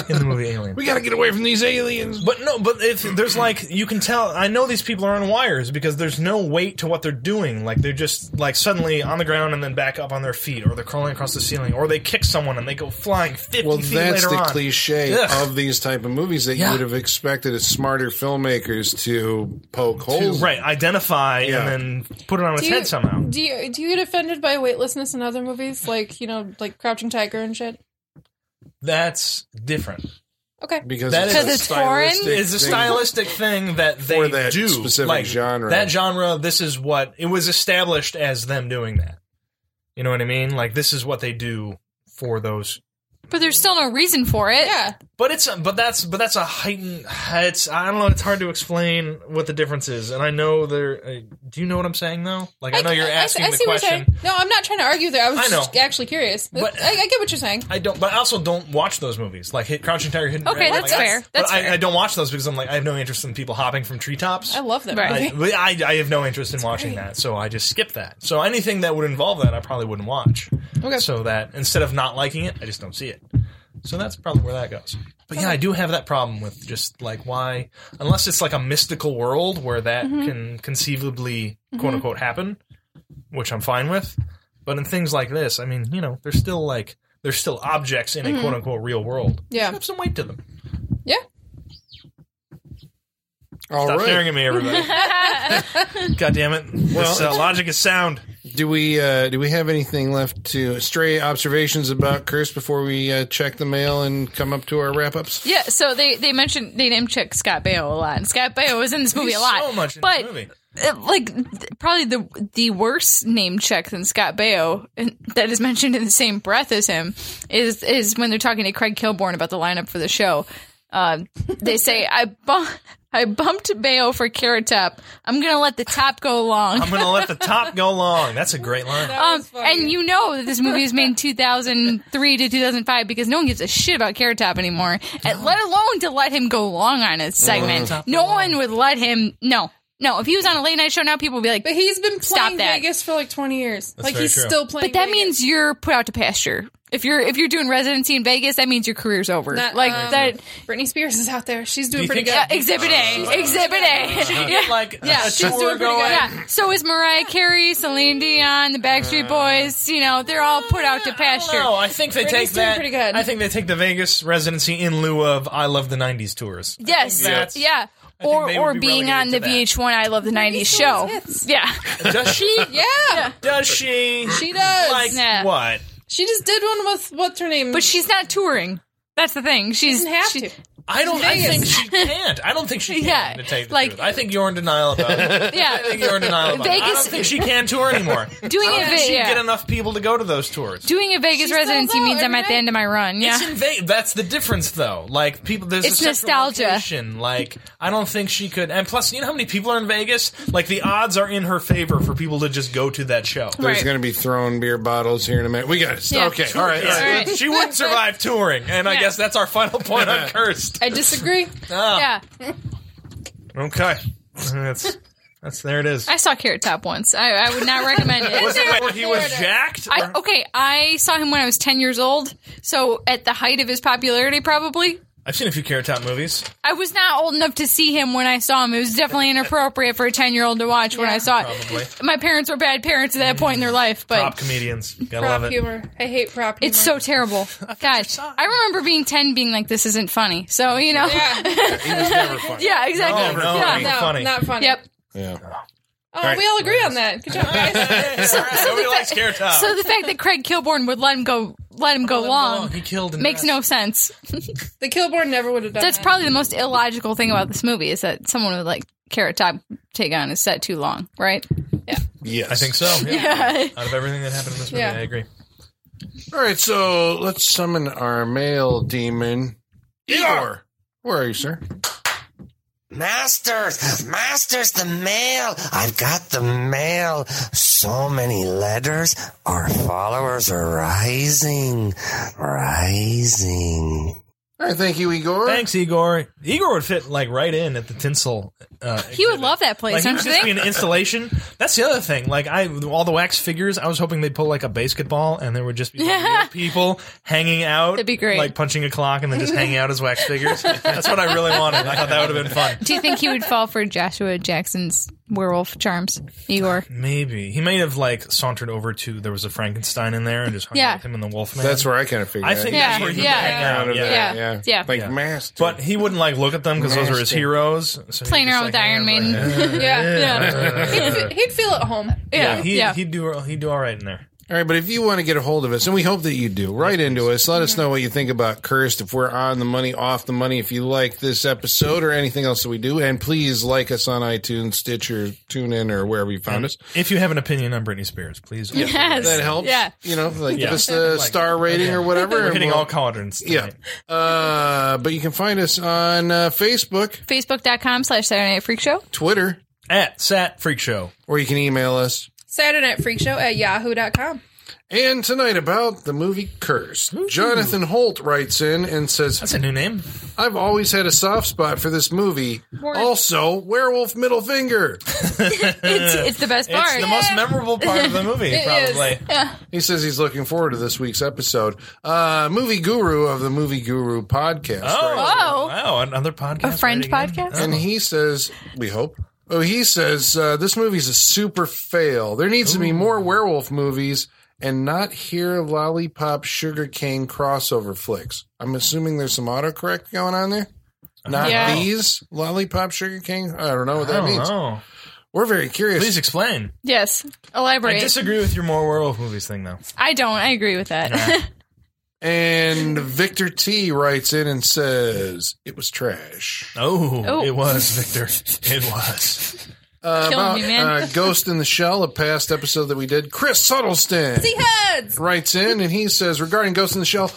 [SPEAKER 2] in the movie Alien.
[SPEAKER 1] we got to get away from these aliens.
[SPEAKER 2] But no, but if there's like you can tell, I know these people are on wires because there's no weight to what they're doing. Like they're just like suddenly on the ground and then back up on their feet, or they're crawling across the ceiling, or they kick someone and they go flying fifty
[SPEAKER 1] Well,
[SPEAKER 2] feet
[SPEAKER 1] that's
[SPEAKER 2] later
[SPEAKER 1] the
[SPEAKER 2] on.
[SPEAKER 1] cliche
[SPEAKER 2] Ugh.
[SPEAKER 1] of these type of movies that you
[SPEAKER 2] Yeah.
[SPEAKER 1] would have expected as smarter filmmakers to poke
[SPEAKER 2] To,
[SPEAKER 1] holes. in.
[SPEAKER 2] Oh, right, identify
[SPEAKER 1] Yeah.
[SPEAKER 2] and then put it on its
[SPEAKER 3] Do you,
[SPEAKER 2] head somehow.
[SPEAKER 3] Do you do you get offended by weightlessness in other movies? Like, you know, like Crouching Tiger and shit?
[SPEAKER 2] That's different.
[SPEAKER 3] Okay.
[SPEAKER 1] because
[SPEAKER 2] That
[SPEAKER 1] it's,
[SPEAKER 2] is-
[SPEAKER 1] a
[SPEAKER 4] Because it's foreign?
[SPEAKER 1] stylistic
[SPEAKER 2] It's a
[SPEAKER 1] thing.
[SPEAKER 2] stylistic thing that they
[SPEAKER 1] For that
[SPEAKER 2] do
[SPEAKER 1] specific
[SPEAKER 2] like,
[SPEAKER 1] genre.
[SPEAKER 2] That genre, this is what it was established as them doing that. You know what I mean? Like this is what they do for those.
[SPEAKER 4] But there's still no reason for it.
[SPEAKER 3] Yeah.
[SPEAKER 2] But it's but that's but that's a heightened. It's I don't know. It's hard to explain what the difference is. And I know there. Uh, do you know what I'm saying though? Like I, know you're asking
[SPEAKER 3] I
[SPEAKER 2] the
[SPEAKER 3] see what
[SPEAKER 2] question.
[SPEAKER 3] you're saying. No, I'm not trying to argue there. I was
[SPEAKER 2] I know.
[SPEAKER 3] just actually curious.
[SPEAKER 2] But-
[SPEAKER 3] I, I get what you're saying.
[SPEAKER 2] I don't, but I also don't watch those movies. Like Hit Crouching Tiger, Hidden
[SPEAKER 4] Okay,
[SPEAKER 2] Dragon,
[SPEAKER 4] that's
[SPEAKER 2] like,
[SPEAKER 4] fair. That's
[SPEAKER 2] but
[SPEAKER 4] fair.
[SPEAKER 2] I, I don't watch those because I'm like I have no interest in people hopping from treetops.
[SPEAKER 3] I love them.
[SPEAKER 4] Right.
[SPEAKER 2] I, but I, I have no interest in watching that, so I just skip that. So anything that would involve that, I probably wouldn't watch. Okay. So that instead of not liking it, I just don't see it. So that's probably where that goes. But yeah, I do have that problem with just like why, unless it's like a mystical world where that can conceivably quote unquote happen, which I'm fine with. But in things like this, I mean, you know, there's still like they're still objects in a quote unquote real world.
[SPEAKER 3] Yeah.
[SPEAKER 2] Have some weight to them.
[SPEAKER 1] All
[SPEAKER 2] Stop
[SPEAKER 1] right.
[SPEAKER 2] staring at me, everybody. God damn it. this uh, logic is sound.
[SPEAKER 1] Do we uh, do we have anything left to stray observations about Curse before we uh, check the mail and come up to our wrap ups?
[SPEAKER 4] Yeah, so they they mentioned they name checked Scott Baio a lot, and Scott Baio was in this movie
[SPEAKER 2] He's
[SPEAKER 4] a lot.
[SPEAKER 2] So much in
[SPEAKER 4] but
[SPEAKER 2] this movie.
[SPEAKER 4] uh, like th- probably the the worst name check than Scott Baio and that is mentioned in the same breath as him is is when they're talking to Craig Kilborn about the lineup for the show. Uh, they say I bu- I bumped Baio for Carrot Top. I'm gonna let the top go along.
[SPEAKER 2] I'm going to let the top go long. That's a great line.
[SPEAKER 4] Um, and you know that this movie was made in 2003 to 2005 because no one gives a shit about Carrot Top anymore, and let alone to let him go long on a segment. No one would let him. No, no. If he was on a late night show now, people would be like,
[SPEAKER 3] But he's been
[SPEAKER 4] Stop
[SPEAKER 3] playing
[SPEAKER 4] that.
[SPEAKER 3] Vegas for like 20 years. like
[SPEAKER 2] very
[SPEAKER 3] he's
[SPEAKER 2] true.
[SPEAKER 3] still playing
[SPEAKER 4] But that
[SPEAKER 3] Vegas.
[SPEAKER 4] means you're put out to pasture. If you're if you're doing residency in Vegas, that means your career's over.
[SPEAKER 3] Not,
[SPEAKER 4] like
[SPEAKER 3] um,
[SPEAKER 4] that.
[SPEAKER 3] Britney Spears is out there. She's doing
[SPEAKER 2] you
[SPEAKER 3] pretty
[SPEAKER 2] think
[SPEAKER 3] good.
[SPEAKER 4] Yeah, exhibit A. Exhibit A.
[SPEAKER 2] Get, Uh, like
[SPEAKER 4] Yeah,
[SPEAKER 2] a
[SPEAKER 4] she's
[SPEAKER 2] tour
[SPEAKER 3] doing pretty
[SPEAKER 2] going.
[SPEAKER 3] good.
[SPEAKER 4] Yeah. So is Mariah Carey, Celine Dion, the Backstreet Boys. You know, they're all put out to pasture.
[SPEAKER 2] No, Uh, I think they take
[SPEAKER 3] doing
[SPEAKER 2] that.
[SPEAKER 3] pretty good.
[SPEAKER 2] I think they take the Vegas residency in lieu of "I Love the '90s" tours.
[SPEAKER 4] Yes.
[SPEAKER 2] that's-
[SPEAKER 4] Yeah.
[SPEAKER 2] think
[SPEAKER 4] Or
[SPEAKER 2] they would
[SPEAKER 4] or
[SPEAKER 2] be
[SPEAKER 4] being on the
[SPEAKER 2] relegated to
[SPEAKER 4] VH1 I Love the '90s show. Yeah.
[SPEAKER 2] Does she?
[SPEAKER 3] Yeah,
[SPEAKER 2] Does she?
[SPEAKER 3] she does.
[SPEAKER 2] like
[SPEAKER 4] Yeah.
[SPEAKER 2] what?
[SPEAKER 3] she just did one with what's her name?
[SPEAKER 4] But she's not touring. That's the thing. She's
[SPEAKER 3] didn't have
[SPEAKER 4] she-
[SPEAKER 3] to.
[SPEAKER 2] I don't. I
[SPEAKER 3] Vegas.
[SPEAKER 2] think she can't. I don't think she can. to
[SPEAKER 4] Yeah,
[SPEAKER 2] take the
[SPEAKER 4] like-
[SPEAKER 2] truth. I think you're in denial about it. I think
[SPEAKER 4] Yeah.
[SPEAKER 2] you're in denial about it. I
[SPEAKER 4] Vegas-
[SPEAKER 2] don't think she can tour anymore.
[SPEAKER 4] Doing a
[SPEAKER 2] She
[SPEAKER 4] Ve-
[SPEAKER 2] get
[SPEAKER 4] yeah.
[SPEAKER 2] enough people to go to those tours.
[SPEAKER 4] doing a Vegas
[SPEAKER 3] sells
[SPEAKER 4] residency
[SPEAKER 3] out
[SPEAKER 4] means I'm
[SPEAKER 3] every
[SPEAKER 4] at the
[SPEAKER 3] night.
[SPEAKER 4] end of my run. Yeah.
[SPEAKER 2] It's in Vegas. That's the difference, though. Like people, there's
[SPEAKER 4] It's
[SPEAKER 2] a central
[SPEAKER 4] nostalgia.
[SPEAKER 2] location. Like I don't think she could. And plus, you know how many people are in Vegas? Like the odds are in her favor for people to just go to that show.
[SPEAKER 1] There's
[SPEAKER 4] Right.
[SPEAKER 1] going to be thrown beer bottles here in a minute. We got it.
[SPEAKER 4] Yeah.
[SPEAKER 1] Okay. All right. All right.
[SPEAKER 4] All right.
[SPEAKER 2] She wouldn't survive touring, and I
[SPEAKER 4] Yeah.
[SPEAKER 2] guess that's our final point on cursed.
[SPEAKER 3] I disagree.
[SPEAKER 4] yeah.
[SPEAKER 2] Okay, that's that's there it is.
[SPEAKER 4] I saw Carrot Top once. I, I would not recommend it.
[SPEAKER 2] Was it where he was jacked?
[SPEAKER 4] I,
[SPEAKER 2] or-
[SPEAKER 4] okay, I saw him when I was 10 years old. So at the height of his popularity, probably.
[SPEAKER 2] I've seen a few Carrot Top movies.
[SPEAKER 4] I was not old enough to see him when I saw him. It was definitely inappropriate for a 10 year old to watch when I saw it.
[SPEAKER 2] Probably.
[SPEAKER 4] My parents were bad parents at that point in their life, but.
[SPEAKER 2] Prop comedians, gotta
[SPEAKER 3] Prop
[SPEAKER 2] love it.
[SPEAKER 3] humor. I hate prop humor.
[SPEAKER 4] It's so terrible. God, I remember being 10 being like, this isn't funny. So, you know. Yeah,
[SPEAKER 1] He was never funny.
[SPEAKER 4] exactly.
[SPEAKER 2] No, no,
[SPEAKER 4] Yeah.
[SPEAKER 2] ain't
[SPEAKER 3] no,
[SPEAKER 2] funny.
[SPEAKER 3] not funny.
[SPEAKER 4] Yep.
[SPEAKER 1] Yeah.
[SPEAKER 3] Oh,
[SPEAKER 1] right.
[SPEAKER 3] we all agree on that. Good job, guys.
[SPEAKER 2] Nobody likes Carrot Top.
[SPEAKER 4] So the fact that Craig Kilborn would let him go, let him go long,
[SPEAKER 2] Oh, He killed. and
[SPEAKER 4] makes
[SPEAKER 2] died.
[SPEAKER 4] no sense.
[SPEAKER 3] the Kilborn never would have done
[SPEAKER 4] That's
[SPEAKER 3] that.
[SPEAKER 4] probably the most illogical thing about this movie is that someone would like Carrot Top take on his set too long, right?
[SPEAKER 1] Yes.
[SPEAKER 2] I think so. Yeah.
[SPEAKER 4] Yeah.
[SPEAKER 2] Out of everything that happened in this movie,
[SPEAKER 3] Yeah.
[SPEAKER 2] I agree.
[SPEAKER 1] All right. So let's summon our male demon, Igor. Where are you, sir?
[SPEAKER 6] Masters, Masters, the mail. I've got the mail. So many letters. Our followers are rising, rising.
[SPEAKER 1] All right. Thank you, Igor.
[SPEAKER 2] Thanks, Igor. Igor would fit like right in at the tinsel. Uh,
[SPEAKER 4] He would love that place,
[SPEAKER 2] Like,
[SPEAKER 4] don't
[SPEAKER 2] it
[SPEAKER 4] you
[SPEAKER 2] would just be
[SPEAKER 4] think?
[SPEAKER 2] an installation. That's the other thing. Like I, all the wax figures, I was hoping they'd pull like a basketball, and there would just be like, weird people hanging out.
[SPEAKER 4] That'd be great.
[SPEAKER 2] Like punching a clock and then just hanging out as wax figures. That's what I really wanted. I thought that would have been fun.
[SPEAKER 4] Do you think he would fall for Joshua Jackson's werewolf charms, Igor?
[SPEAKER 2] Maybe he may have like sauntered over to there was a Frankenstein in there and just hung
[SPEAKER 4] Yeah.
[SPEAKER 2] out with him and the Wolfman.
[SPEAKER 1] That's where I kind of figured.
[SPEAKER 2] I think
[SPEAKER 1] out.
[SPEAKER 2] that's where he
[SPEAKER 4] Yeah.
[SPEAKER 2] would hang
[SPEAKER 1] Out
[SPEAKER 2] out.
[SPEAKER 1] of
[SPEAKER 2] Yeah.
[SPEAKER 1] that,
[SPEAKER 4] Yeah.
[SPEAKER 1] yeah.
[SPEAKER 4] Yeah.
[SPEAKER 1] Like
[SPEAKER 2] Yeah.
[SPEAKER 1] master.
[SPEAKER 2] But he wouldn't like look at them because those are his
[SPEAKER 1] Nasty.
[SPEAKER 2] heroes. so he'd
[SPEAKER 4] Playing
[SPEAKER 2] just,
[SPEAKER 4] around
[SPEAKER 2] like,
[SPEAKER 4] with
[SPEAKER 2] hang
[SPEAKER 4] Iron
[SPEAKER 2] out
[SPEAKER 4] Maiden.
[SPEAKER 2] like, eh.
[SPEAKER 3] Yeah.
[SPEAKER 4] Yeah.
[SPEAKER 3] He'd, he'd feel at home.
[SPEAKER 4] Yeah.
[SPEAKER 2] he,
[SPEAKER 4] Yeah.
[SPEAKER 2] he'd do he'd do all right in there.
[SPEAKER 1] All right, but if you want to get a hold of us, and we hope that you do, write into us. Let us know what you think about Cursed, if we're on the money, off the money, if you like this episode or anything else that we do. And please like us on iTunes, Stitcher, TuneIn, or wherever you found us.
[SPEAKER 2] If you have an opinion on Britney Spears, please.
[SPEAKER 4] Yes.
[SPEAKER 1] That helps.
[SPEAKER 4] Yeah.
[SPEAKER 1] You know, like
[SPEAKER 2] Yeah.
[SPEAKER 1] give us a
[SPEAKER 2] Like,
[SPEAKER 1] star rating or whatever.
[SPEAKER 2] We're
[SPEAKER 1] and
[SPEAKER 2] hitting
[SPEAKER 1] we'll-
[SPEAKER 2] all quadrants.
[SPEAKER 1] Yeah.
[SPEAKER 2] tonight.
[SPEAKER 1] Uh, but you can find us on uh, Facebook,
[SPEAKER 4] Facebook.com slash Saturday Night Freak Show.
[SPEAKER 2] Uh,
[SPEAKER 1] Twitter,
[SPEAKER 2] At Sat Freak Show.
[SPEAKER 1] or you can email us.
[SPEAKER 3] Saturday Night Freak Show at yahoo.com.
[SPEAKER 1] And tonight about the movie Cursed. Jonathan Holt writes in and says,
[SPEAKER 2] That's a new name.
[SPEAKER 1] I've always had a soft spot for this movie. Also, Werewolf Middle Finger.
[SPEAKER 4] It's, it's the best part.
[SPEAKER 2] It's the most memorable part of the movie, probably.
[SPEAKER 1] He says he's looking forward to this week's episode. Uh, movie guru of the Movie Guru podcast.
[SPEAKER 2] Oh,
[SPEAKER 1] right?
[SPEAKER 4] Whoa.
[SPEAKER 2] wow! Another podcast,
[SPEAKER 4] A French
[SPEAKER 2] right again?
[SPEAKER 4] podcast?
[SPEAKER 2] Oh.
[SPEAKER 1] And he says, we hope. Oh, he says uh, this movie's a super fail. There needs to be more werewolf movies and not hear lollipop sugarcane crossover flicks? I'm assuming there's some autocorrect going on there. Not
[SPEAKER 4] Yeah.
[SPEAKER 1] these lollipop sugarcane. I don't know what that
[SPEAKER 2] I don't
[SPEAKER 1] means.
[SPEAKER 2] know.
[SPEAKER 1] We're very curious.
[SPEAKER 2] oh, Please explain.
[SPEAKER 4] Yes. Elaborate.
[SPEAKER 2] I
[SPEAKER 4] I,
[SPEAKER 2] disagree with your more werewolf movies thing, though.
[SPEAKER 4] don't. I agree with that.
[SPEAKER 1] And Victor T writes in and says it was trash.
[SPEAKER 2] Oh,
[SPEAKER 4] Oh.
[SPEAKER 2] it was Victor. It was.
[SPEAKER 1] Uh,
[SPEAKER 4] Killing
[SPEAKER 1] about
[SPEAKER 4] me, man.
[SPEAKER 1] Uh, Ghost in the Shell, a past episode that we did. Chris Huddleston
[SPEAKER 5] heads.
[SPEAKER 1] writes in and he says regarding Ghost in the Shell,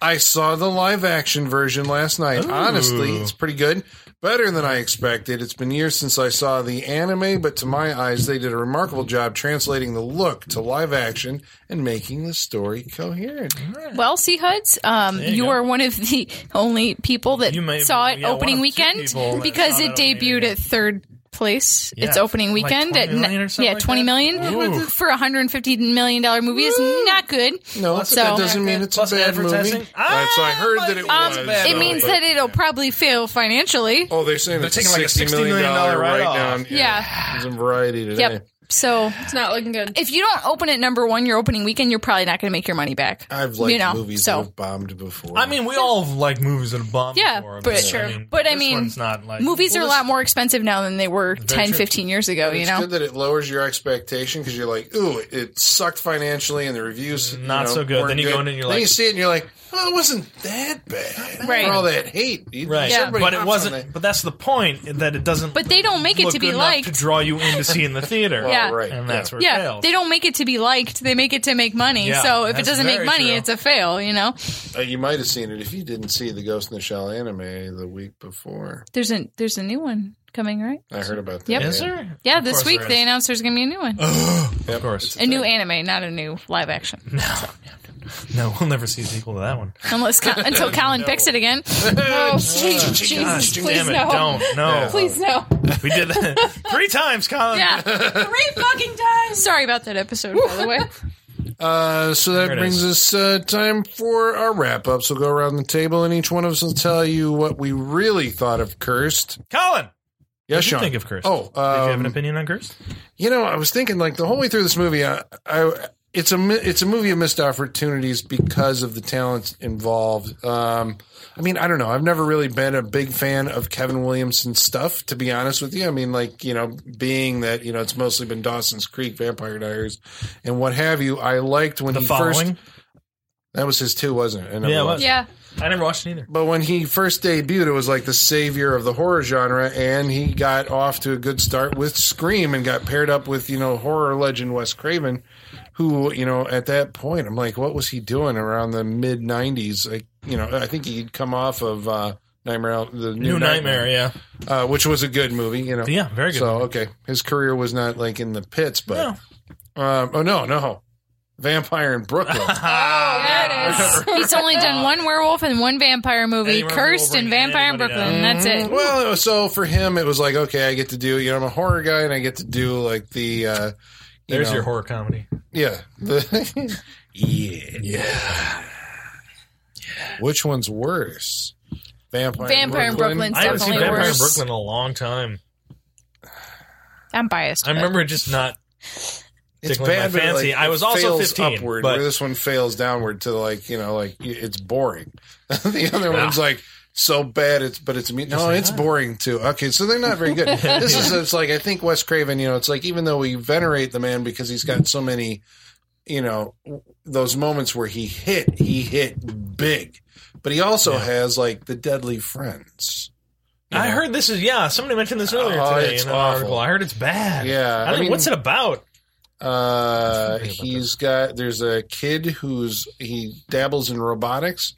[SPEAKER 1] I saw the live action version last night.
[SPEAKER 2] Ooh.
[SPEAKER 1] Honestly, it's pretty good. Better than I expected. It's been years since I saw the anime, but to my eyes, they did a remarkable job translating the look to live action and making the story coherent.
[SPEAKER 4] well, Sea Huds, um,
[SPEAKER 2] you
[SPEAKER 4] you
[SPEAKER 2] go.
[SPEAKER 4] are one of the only people that
[SPEAKER 2] You may-
[SPEAKER 4] saw it
[SPEAKER 2] yeah, one of
[SPEAKER 4] opening
[SPEAKER 2] two
[SPEAKER 4] weekend
[SPEAKER 2] people that
[SPEAKER 4] because
[SPEAKER 2] saw it
[SPEAKER 4] it
[SPEAKER 2] opening
[SPEAKER 4] debuted
[SPEAKER 2] weekend.
[SPEAKER 4] at third place.
[SPEAKER 2] Yeah,
[SPEAKER 4] Its opening
[SPEAKER 2] like
[SPEAKER 4] weekend
[SPEAKER 2] 20
[SPEAKER 4] at
[SPEAKER 2] million or something
[SPEAKER 4] yeah,
[SPEAKER 2] like
[SPEAKER 4] twenty
[SPEAKER 2] that?
[SPEAKER 4] million
[SPEAKER 2] Ooh.
[SPEAKER 4] for a hundred and fifty million dollar movie is not good.
[SPEAKER 1] No,
[SPEAKER 2] Plus-
[SPEAKER 1] that
[SPEAKER 4] So-
[SPEAKER 1] doesn't mean it's
[SPEAKER 2] Plus
[SPEAKER 1] a bad movie.
[SPEAKER 2] advertising?
[SPEAKER 1] Right, so I heard that it
[SPEAKER 2] Ah,
[SPEAKER 4] Um,
[SPEAKER 1] was.
[SPEAKER 2] it's bad
[SPEAKER 4] it
[SPEAKER 2] though,
[SPEAKER 4] means
[SPEAKER 2] but-
[SPEAKER 4] that it'll probably fail financially.
[SPEAKER 1] Oh, they're saying
[SPEAKER 2] They're
[SPEAKER 1] it's
[SPEAKER 2] taking like a
[SPEAKER 1] sixty
[SPEAKER 2] $60 million
[SPEAKER 1] million dollar write
[SPEAKER 2] write-off.
[SPEAKER 1] down.
[SPEAKER 4] Yeah.
[SPEAKER 1] it was in Variety today.
[SPEAKER 4] Yep. So
[SPEAKER 3] It's not looking good.
[SPEAKER 4] if you don't open at number one, your opening weekend, you're probably not going to make your money back.
[SPEAKER 1] I've liked
[SPEAKER 4] You know,
[SPEAKER 1] movies
[SPEAKER 4] so-
[SPEAKER 1] that have bombed before.
[SPEAKER 2] I mean, we all like movies that have bombed.
[SPEAKER 4] Yeah,
[SPEAKER 2] before,
[SPEAKER 4] but-
[SPEAKER 2] I
[SPEAKER 4] Sure.
[SPEAKER 2] mean,
[SPEAKER 4] but I
[SPEAKER 2] this
[SPEAKER 4] mean,
[SPEAKER 2] one's not like
[SPEAKER 4] Movies
[SPEAKER 1] Well,
[SPEAKER 4] are a
[SPEAKER 1] this-
[SPEAKER 4] lot more expensive now than they were 10,
[SPEAKER 2] true.
[SPEAKER 4] 15 years ago, you
[SPEAKER 1] it's
[SPEAKER 4] know?
[SPEAKER 1] good that it lowers your expectation because you're like, ooh, it, it sucked financially and the reviews you
[SPEAKER 2] Not
[SPEAKER 1] know,
[SPEAKER 2] so good.
[SPEAKER 1] weren't
[SPEAKER 2] Then you go in and you're
[SPEAKER 1] then
[SPEAKER 2] like-
[SPEAKER 1] you see it and you're like, oh, it wasn't that bad.
[SPEAKER 4] Right.
[SPEAKER 1] For all that hate, You-
[SPEAKER 2] right.
[SPEAKER 4] Yeah.
[SPEAKER 1] everybody
[SPEAKER 2] But it
[SPEAKER 1] hops
[SPEAKER 2] wasn't.
[SPEAKER 1] on that.
[SPEAKER 2] But that's the point that it doesn't.
[SPEAKER 4] But they don't make it
[SPEAKER 2] look
[SPEAKER 4] to be
[SPEAKER 2] good enough
[SPEAKER 4] liked.
[SPEAKER 2] to draw you in to see in the theater.
[SPEAKER 4] Yeah.
[SPEAKER 1] Well, right.
[SPEAKER 2] and that's where
[SPEAKER 4] yeah,
[SPEAKER 2] it fails.
[SPEAKER 4] they don't make it to be liked. They make it to make money.
[SPEAKER 2] Yeah,
[SPEAKER 4] so if it
[SPEAKER 2] that's
[SPEAKER 4] doesn't make
[SPEAKER 2] very
[SPEAKER 4] money,
[SPEAKER 2] true.
[SPEAKER 4] it's a fail, you know?
[SPEAKER 1] Uh, you might have seen it if you didn't see the Ghost in the Shell anime the week before.
[SPEAKER 4] There's a there's a new one coming, right?
[SPEAKER 1] I heard about that.
[SPEAKER 4] Yep.
[SPEAKER 2] Is there?
[SPEAKER 4] Yeah,
[SPEAKER 2] Of
[SPEAKER 4] this
[SPEAKER 2] course
[SPEAKER 4] week
[SPEAKER 2] there
[SPEAKER 4] they
[SPEAKER 2] is. Oh,
[SPEAKER 4] announced there's going to be a new one.
[SPEAKER 1] Yep.
[SPEAKER 2] Of course.
[SPEAKER 4] a new anime, not a new live action.
[SPEAKER 2] No, we'll never see a sequel to that one.
[SPEAKER 4] Unless Co- until Colin picks it again.
[SPEAKER 3] Oh, Jesus,
[SPEAKER 2] Gosh,
[SPEAKER 3] Jesus, please
[SPEAKER 2] damn it!
[SPEAKER 3] no.
[SPEAKER 2] Don't. No.
[SPEAKER 3] Please no.
[SPEAKER 2] We did that three times, Colin.
[SPEAKER 4] Yeah.
[SPEAKER 3] Three fucking times.
[SPEAKER 4] Sorry about that episode, by the way.
[SPEAKER 1] Uh, so that
[SPEAKER 2] There it
[SPEAKER 1] brings us uh, time for our wrap up. So go around the table, and each one of us will tell you what we really thought of cursed.
[SPEAKER 2] Colin.
[SPEAKER 1] Yes,
[SPEAKER 2] What did you
[SPEAKER 1] Sean.
[SPEAKER 2] think of cursed?
[SPEAKER 1] Oh,
[SPEAKER 2] Did you have
[SPEAKER 1] um,
[SPEAKER 2] an opinion on cursed?
[SPEAKER 1] you know, I was thinking like the whole way through this movie, I, I it's a mi- it's a movie of missed opportunities because of the talents involved. Um, I mean, I don't know. I've never really been a big fan of Kevin Williamson's stuff, to be honest with you. I mean, like you know, being that you know it's mostly been Dawson's Creek, Vampire Diaries, and what have you. I liked when
[SPEAKER 2] The
[SPEAKER 1] he
[SPEAKER 2] following.
[SPEAKER 1] first. That was his too, wasn't it? I never
[SPEAKER 2] Yeah, it
[SPEAKER 1] watched
[SPEAKER 2] was.
[SPEAKER 4] Yeah.
[SPEAKER 2] I never watched it either.
[SPEAKER 1] but when he first debuted, it was like the savior of the horror genre, and he got off to a good start with Scream and got paired up with you know horror legend Wes Craven, who you know at that point I'm like, what was he doing around the mid '90s? Like you know, I think he'd come off of uh, Nightmare, on- the
[SPEAKER 2] New, Nightmare. Yeah.
[SPEAKER 1] uh, which was a good movie. You know,
[SPEAKER 2] Yeah. Very good.
[SPEAKER 1] So okay, his career was not like in the pits, but
[SPEAKER 2] No.
[SPEAKER 1] um, oh no, no, Vampire in Brooklyn.
[SPEAKER 4] He's only done one werewolf and one vampire movie,
[SPEAKER 2] Anywhere
[SPEAKER 4] Cursed and
[SPEAKER 2] Wolverine,
[SPEAKER 4] Vampire in
[SPEAKER 2] anybody
[SPEAKER 4] Brooklyn. That's it.
[SPEAKER 1] Mm-hmm. Well, it was- so for him, it was like, okay, I get to do, you know, I'm a horror guy and I get to do like the, uh, you
[SPEAKER 2] There's
[SPEAKER 1] know,
[SPEAKER 2] your horror comedy.
[SPEAKER 1] Yeah. The yeah. Yeah. Which one's worse? Vampire,
[SPEAKER 4] Vampire in Brooklyn.
[SPEAKER 2] I haven't seen
[SPEAKER 4] definitely
[SPEAKER 2] Vampire in
[SPEAKER 4] worse.
[SPEAKER 2] Brooklyn in a long time.
[SPEAKER 4] I'm biased.
[SPEAKER 2] I
[SPEAKER 4] but-
[SPEAKER 2] remember it just not.
[SPEAKER 1] It's
[SPEAKER 2] Tickling
[SPEAKER 1] bad,
[SPEAKER 2] my
[SPEAKER 1] but, like,
[SPEAKER 2] fancy. I
[SPEAKER 1] it
[SPEAKER 2] was also
[SPEAKER 1] fails
[SPEAKER 2] 15,
[SPEAKER 1] upward,
[SPEAKER 2] but-
[SPEAKER 1] where this one fails downward to like, you know, like y- it's boring. the other one's like so bad it's but it's me no it's boring too okay so they're not very good this is it's like i think wes craven you know it's like even though we venerate the man because he's got so many you know those moments where he hit he hit big but he also has like the deadly friends
[SPEAKER 2] I heard this is yeah. Somebody mentioned this earlier
[SPEAKER 1] Oh,
[SPEAKER 2] today
[SPEAKER 1] it's
[SPEAKER 2] in an
[SPEAKER 1] awful.
[SPEAKER 2] article. I heard Uh, it's bad.
[SPEAKER 1] Yeah,
[SPEAKER 2] I
[SPEAKER 1] I
[SPEAKER 2] don't,
[SPEAKER 1] mean-
[SPEAKER 2] what's it about?
[SPEAKER 1] Uh, he's got there's a kid who's he dabbles in robotics,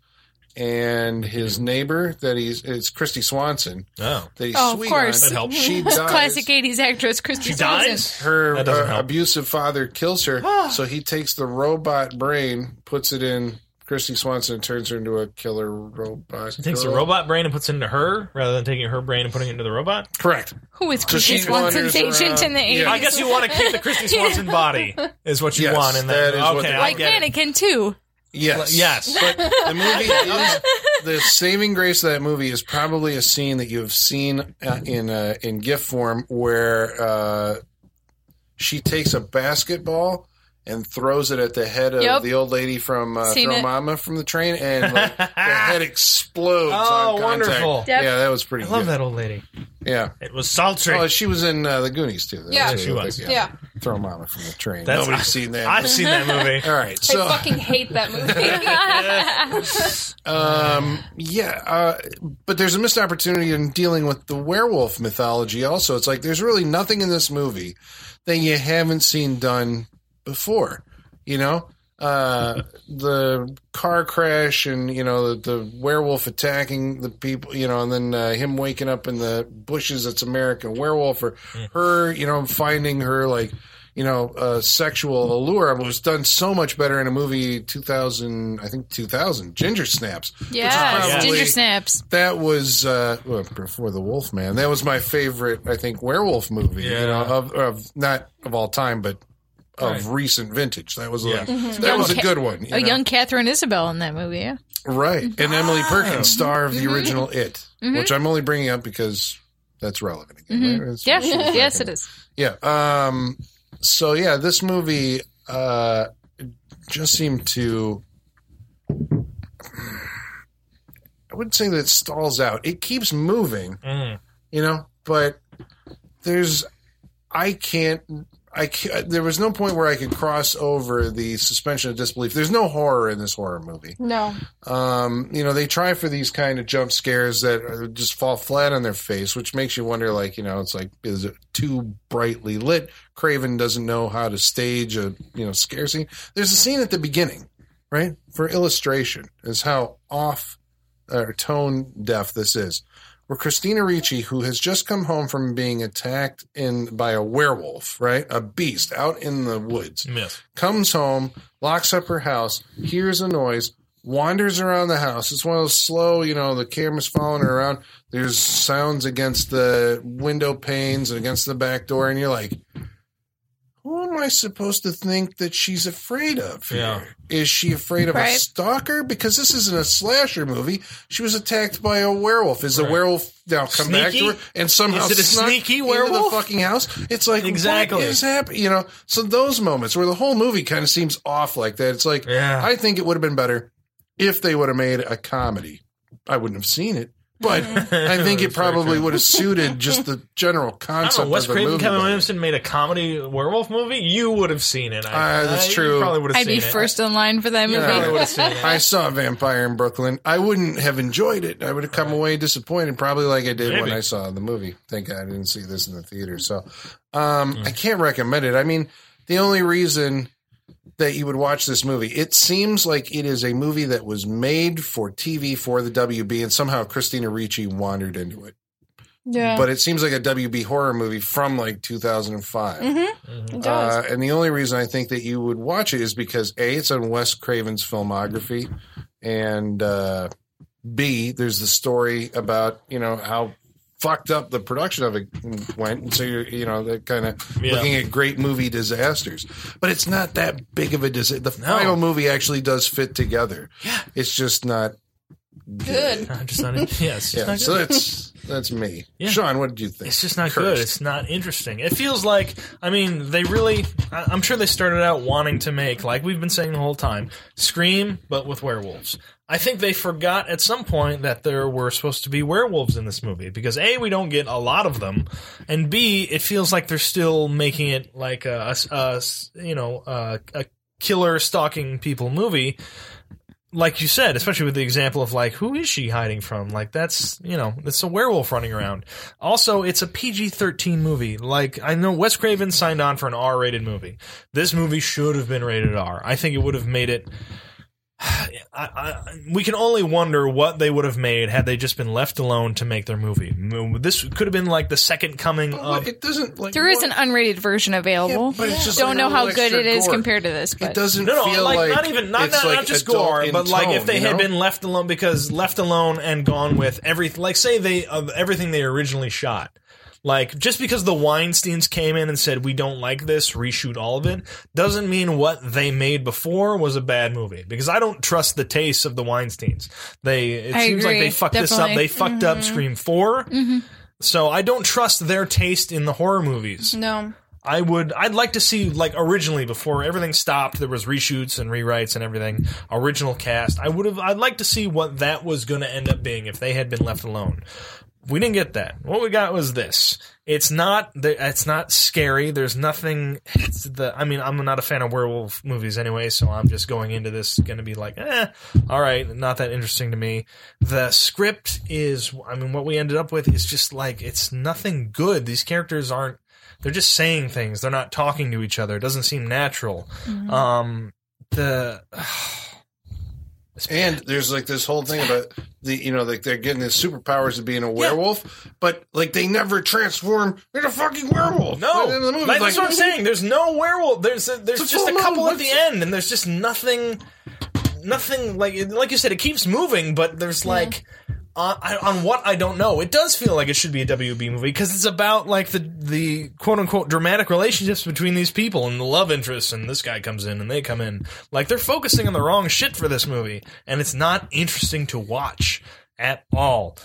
[SPEAKER 1] and his
[SPEAKER 2] Mm-hmm.
[SPEAKER 1] neighbor that he's it's Christy Swanson
[SPEAKER 2] Oh,
[SPEAKER 1] that he's
[SPEAKER 4] Oh, of
[SPEAKER 1] sweet
[SPEAKER 4] course.
[SPEAKER 1] on.
[SPEAKER 2] That helps.
[SPEAKER 1] She dies.
[SPEAKER 4] Classic 80s actress Christy
[SPEAKER 2] she
[SPEAKER 4] Swanson.
[SPEAKER 2] dies.
[SPEAKER 1] Her
[SPEAKER 2] That doesn't
[SPEAKER 1] uh,
[SPEAKER 2] help.
[SPEAKER 1] abusive father kills her, so he takes the robot brain, puts it in Christy Swanson, and turns her into a killer robot.
[SPEAKER 2] She takes the
[SPEAKER 1] girl.
[SPEAKER 2] robot brain and puts it into her rather than taking her brain and putting it into the robot.
[SPEAKER 1] Correct.
[SPEAKER 4] Who is Christy
[SPEAKER 1] she
[SPEAKER 4] Swanson's
[SPEAKER 1] wanders
[SPEAKER 4] agent
[SPEAKER 1] around-
[SPEAKER 4] in the
[SPEAKER 1] Yeah.
[SPEAKER 4] 80s?
[SPEAKER 2] I guess you want to keep the Christy Swanson body is what you
[SPEAKER 1] Yes,
[SPEAKER 2] want in that.
[SPEAKER 1] that is what
[SPEAKER 2] okay,
[SPEAKER 1] they-
[SPEAKER 2] I
[SPEAKER 4] like
[SPEAKER 2] get it.
[SPEAKER 4] Mannequin too.
[SPEAKER 1] Yes.
[SPEAKER 2] Yes. Oh,
[SPEAKER 1] But the movie is the saving grace of that movie is probably a scene that you have seen uh, in uh, in GIF form where uh, she takes a basketball and throws it at the head of
[SPEAKER 4] Yep.
[SPEAKER 1] the old lady from uh,
[SPEAKER 4] Seen
[SPEAKER 1] Throw
[SPEAKER 4] it.
[SPEAKER 1] Mama from the train, and like, the head explodes.
[SPEAKER 2] Oh,
[SPEAKER 1] on contact.
[SPEAKER 2] wonderful.
[SPEAKER 4] Yep.
[SPEAKER 1] Yeah, that was
[SPEAKER 2] I
[SPEAKER 1] pretty.
[SPEAKER 2] love
[SPEAKER 1] good.
[SPEAKER 2] that old lady.
[SPEAKER 1] Yeah.
[SPEAKER 2] It was sultry.
[SPEAKER 1] Oh, she was in uh, the Goonies too. That
[SPEAKER 3] Yeah.
[SPEAKER 1] too,
[SPEAKER 2] She
[SPEAKER 1] I
[SPEAKER 2] was.
[SPEAKER 1] think,
[SPEAKER 3] Yeah.
[SPEAKER 1] Throw Mama from the train.
[SPEAKER 2] That's-
[SPEAKER 1] Nobody's seen that.
[SPEAKER 2] I've seen that movie.
[SPEAKER 1] All right,
[SPEAKER 3] I
[SPEAKER 1] so
[SPEAKER 3] fucking hate that movie.
[SPEAKER 1] um, yeah, uh, but there's a missed opportunity in dealing with the werewolf mythology. Also, it's like there's really nothing in this movie that you haven't seen done before. You know, uh, the car crash and you know the, the werewolf attacking the people. You know, and then uh, him waking up in the bushes. It's American Werewolf or her. You know, finding her like. You know, uh, sexual allure was done so much better in a movie 2000, I think 2000, Ginger Snaps
[SPEAKER 4] Yes,
[SPEAKER 1] probably-
[SPEAKER 4] ginger snaps.
[SPEAKER 1] that was uh, well, before the Wolfman. That was my favorite, I think, werewolf movie. You know,
[SPEAKER 2] Yeah.
[SPEAKER 1] of, of not of all time, but of
[SPEAKER 2] Right.
[SPEAKER 1] recent vintage. That was
[SPEAKER 2] Yeah.
[SPEAKER 1] like, that was a
[SPEAKER 4] Mm-hmm. Young
[SPEAKER 1] good one. you
[SPEAKER 4] Oh,
[SPEAKER 1] know?
[SPEAKER 4] young Mm-hmm. Catherine Isabel in that movie. Yeah.
[SPEAKER 1] right? And Emily Perkins, star of the
[SPEAKER 4] Mm-hmm.
[SPEAKER 1] original It, which I'm only bringing up because that's relevant. Again, right? That's
[SPEAKER 4] Mm-hmm. Yeah.
[SPEAKER 1] what she was
[SPEAKER 4] yes,
[SPEAKER 1] back
[SPEAKER 4] it
[SPEAKER 1] in
[SPEAKER 4] is.
[SPEAKER 1] yeah. Um. So yeah, this movie uh just seemed to. I wouldn't say that it stalls out. It keeps moving,
[SPEAKER 2] Mm.
[SPEAKER 1] you know. But there's, I can't. I can't, there was no point where I could cross over the suspension of disbelief. There's no horror in this horror movie.
[SPEAKER 3] no.
[SPEAKER 1] Um, you know, they try for these kind of jump scares that are, just fall flat on their face, which makes you wonder, like, you know, it's like, is it too brightly lit? Craven doesn't know how to stage a, you know, scare scene. There's a scene at the beginning, right? For illustration is how off or tone deaf this is. Where Christina Ricci, who has just come home from being attacked in by a werewolf, right? A beast out in the woods
[SPEAKER 2] Miss.
[SPEAKER 1] comes home, locks up her house, hears a noise, wanders around the house. It's one of those slow, you know, the camera's following her around. There's sounds against the window panes and against the back door, and you're like, who am I supposed to think that she's afraid of? here?
[SPEAKER 2] Yeah.
[SPEAKER 1] Is she afraid of a
[SPEAKER 4] Right.
[SPEAKER 1] stalker? Because this isn't a slasher movie. She was attacked by a werewolf. Is the
[SPEAKER 2] Right.
[SPEAKER 1] werewolf now come back
[SPEAKER 2] Sneaky?
[SPEAKER 1] to her and somehow
[SPEAKER 2] Is it a
[SPEAKER 1] snuck
[SPEAKER 2] sneaky
[SPEAKER 1] into
[SPEAKER 2] werewolf?
[SPEAKER 1] the fucking house? It's like exactly
[SPEAKER 2] Exactly.
[SPEAKER 1] what is happening? You know, so those moments where the whole movie kind of seems off like that. It's like
[SPEAKER 2] Yeah.
[SPEAKER 1] I think it would have been better if they would have made a comedy. I wouldn't have seen it, but I think it
[SPEAKER 2] That's very
[SPEAKER 1] probably
[SPEAKER 2] true.
[SPEAKER 1] would have suited just the general
[SPEAKER 2] I
[SPEAKER 1] concept
[SPEAKER 2] don't know. Wes
[SPEAKER 1] of the
[SPEAKER 2] Craven,
[SPEAKER 1] movie.
[SPEAKER 2] Kevin
[SPEAKER 1] better.
[SPEAKER 2] Williamson made a comedy werewolf movie. You would have seen it. I,
[SPEAKER 1] Ah, that's
[SPEAKER 2] I-
[SPEAKER 1] true.
[SPEAKER 2] You probably would have
[SPEAKER 4] I'd
[SPEAKER 2] seen
[SPEAKER 4] be
[SPEAKER 2] it.
[SPEAKER 4] first in line for that
[SPEAKER 2] You
[SPEAKER 4] movie.
[SPEAKER 2] probably would have seen it.
[SPEAKER 1] I saw Vampire in Brooklyn. I wouldn't have enjoyed it. I would have come away disappointed, probably like I did when
[SPEAKER 2] Maybe.
[SPEAKER 1] I saw the movie. Thank God I didn't see this in the theater. So um,
[SPEAKER 2] Hmm.
[SPEAKER 1] I can't recommend it. I mean, the only reason that you would watch this movie, it seems like it is a movie that was made for TV for the WB, and somehow Christina Ricci wandered into it.
[SPEAKER 3] Yeah.
[SPEAKER 1] But it seems like a WB horror movie from like 2005.
[SPEAKER 3] Mm-hmm.
[SPEAKER 2] Mm-hmm.
[SPEAKER 3] It does.
[SPEAKER 1] Uh, and the only reason I think that you would watch it is because A, it's on Wes Craven's filmography, and uh, B, there's the story about you know how fucked up the production of it went, and so you're you know that kind of
[SPEAKER 2] Yeah.
[SPEAKER 1] looking at great movie disasters. But it's not that big of a disaster. The final movie actually does fit together. Yeah, it's just not.
[SPEAKER 3] Good.
[SPEAKER 2] I'm just not. Yes. Yeah.
[SPEAKER 1] Yeah,
[SPEAKER 2] Not
[SPEAKER 1] so
[SPEAKER 2] good.
[SPEAKER 1] that's that's me.
[SPEAKER 2] Yeah.
[SPEAKER 1] Sean, what did you think?
[SPEAKER 2] It's just not
[SPEAKER 1] Cursed.
[SPEAKER 2] good. It's not interesting. It feels like, I mean, they really, I- I'm sure they started out wanting to make, like we've been saying the whole time, Scream, but with werewolves. I think they forgot at some point that there were supposed to be werewolves in this movie because A, we don't get a lot of them, and B, it feels like they're still making it like a, a s- a s- you know, a, a killer stalking people movie. Like you said, especially with the example of like, who is she hiding from? Like, that's, you know, it's a werewolf running around. Also, it's a PG 13 movie. Like, I know Wes Craven signed on for an R rated movie. This movie should have been rated R. I think it would have made it. I, I, we can only wonder what they would have made had they just been left alone to make their movie. M- This could have been like the second coming of.
[SPEAKER 1] It doesn't like
[SPEAKER 4] There is
[SPEAKER 1] what-
[SPEAKER 4] an unrated version available.
[SPEAKER 1] Yeah, but it's just
[SPEAKER 4] Don't
[SPEAKER 1] like a
[SPEAKER 4] know how
[SPEAKER 1] little
[SPEAKER 4] good
[SPEAKER 1] extra
[SPEAKER 4] it is
[SPEAKER 1] gore.
[SPEAKER 4] compared to this, but
[SPEAKER 1] It doesn't
[SPEAKER 2] No, no,
[SPEAKER 1] feel
[SPEAKER 2] like,
[SPEAKER 1] like,
[SPEAKER 2] not even not
[SPEAKER 1] it's
[SPEAKER 2] not,
[SPEAKER 1] like
[SPEAKER 2] not just
[SPEAKER 1] adult
[SPEAKER 2] gore,
[SPEAKER 1] in
[SPEAKER 2] but like if
[SPEAKER 1] tone,
[SPEAKER 2] they
[SPEAKER 1] you
[SPEAKER 2] had
[SPEAKER 1] know?
[SPEAKER 2] been left alone because left alone and gone with everything, like say they of everything they originally shot. Like just because the Weinstein's came in and said we don't like this, reshoot all of it, doesn't mean what they made before was a bad movie. Because I don't trust the taste of the Weinstein's. They it
[SPEAKER 4] I
[SPEAKER 2] seems like
[SPEAKER 4] agree,
[SPEAKER 2] they fucked this up.
[SPEAKER 4] definitely. Mm-hmm.
[SPEAKER 2] They fucked up Scream 4 So I don't trust their taste in the horror movies.
[SPEAKER 3] no.
[SPEAKER 2] I would I'd like to see like originally before everything stopped there was reshoots and rewrites and everything original cast I would have I'd like to see what that was going to end up being if they had been left alone we didn't get that what we got was this it's not it's not scary there's nothing it's the I mean I'm not a fan of werewolf movies anyway so I'm just going into this going to be like eh all right not that interesting to me the script is I mean what we ended up with is just like it's nothing good these characters aren't they're just saying things. They're not talking to each other. It doesn't seem natural. Um, the
[SPEAKER 1] And there's like this whole thing about the you know like they're getting his superpowers of being a werewolf, but like they never transform into a fucking werewolf.
[SPEAKER 2] no,
[SPEAKER 1] Like, in the movie,
[SPEAKER 2] like,
[SPEAKER 1] like,
[SPEAKER 2] that's what I'm saying. There's no werewolf. There's a, there's
[SPEAKER 1] It's a
[SPEAKER 2] just a
[SPEAKER 1] full moon.
[SPEAKER 2] couple at the
[SPEAKER 1] What's-
[SPEAKER 2] end, and there's just nothing. Nothing like it- like you said. It keeps moving, but there's like. On, I- on what I don't know, it does feel like it should be a WB movie because it's about like the the quote unquote dramatic relationships between these people and the love interests, and this guy comes in and they come in. Like they're focusing on the wrong shit for this movie, and it's not interesting to watch at all.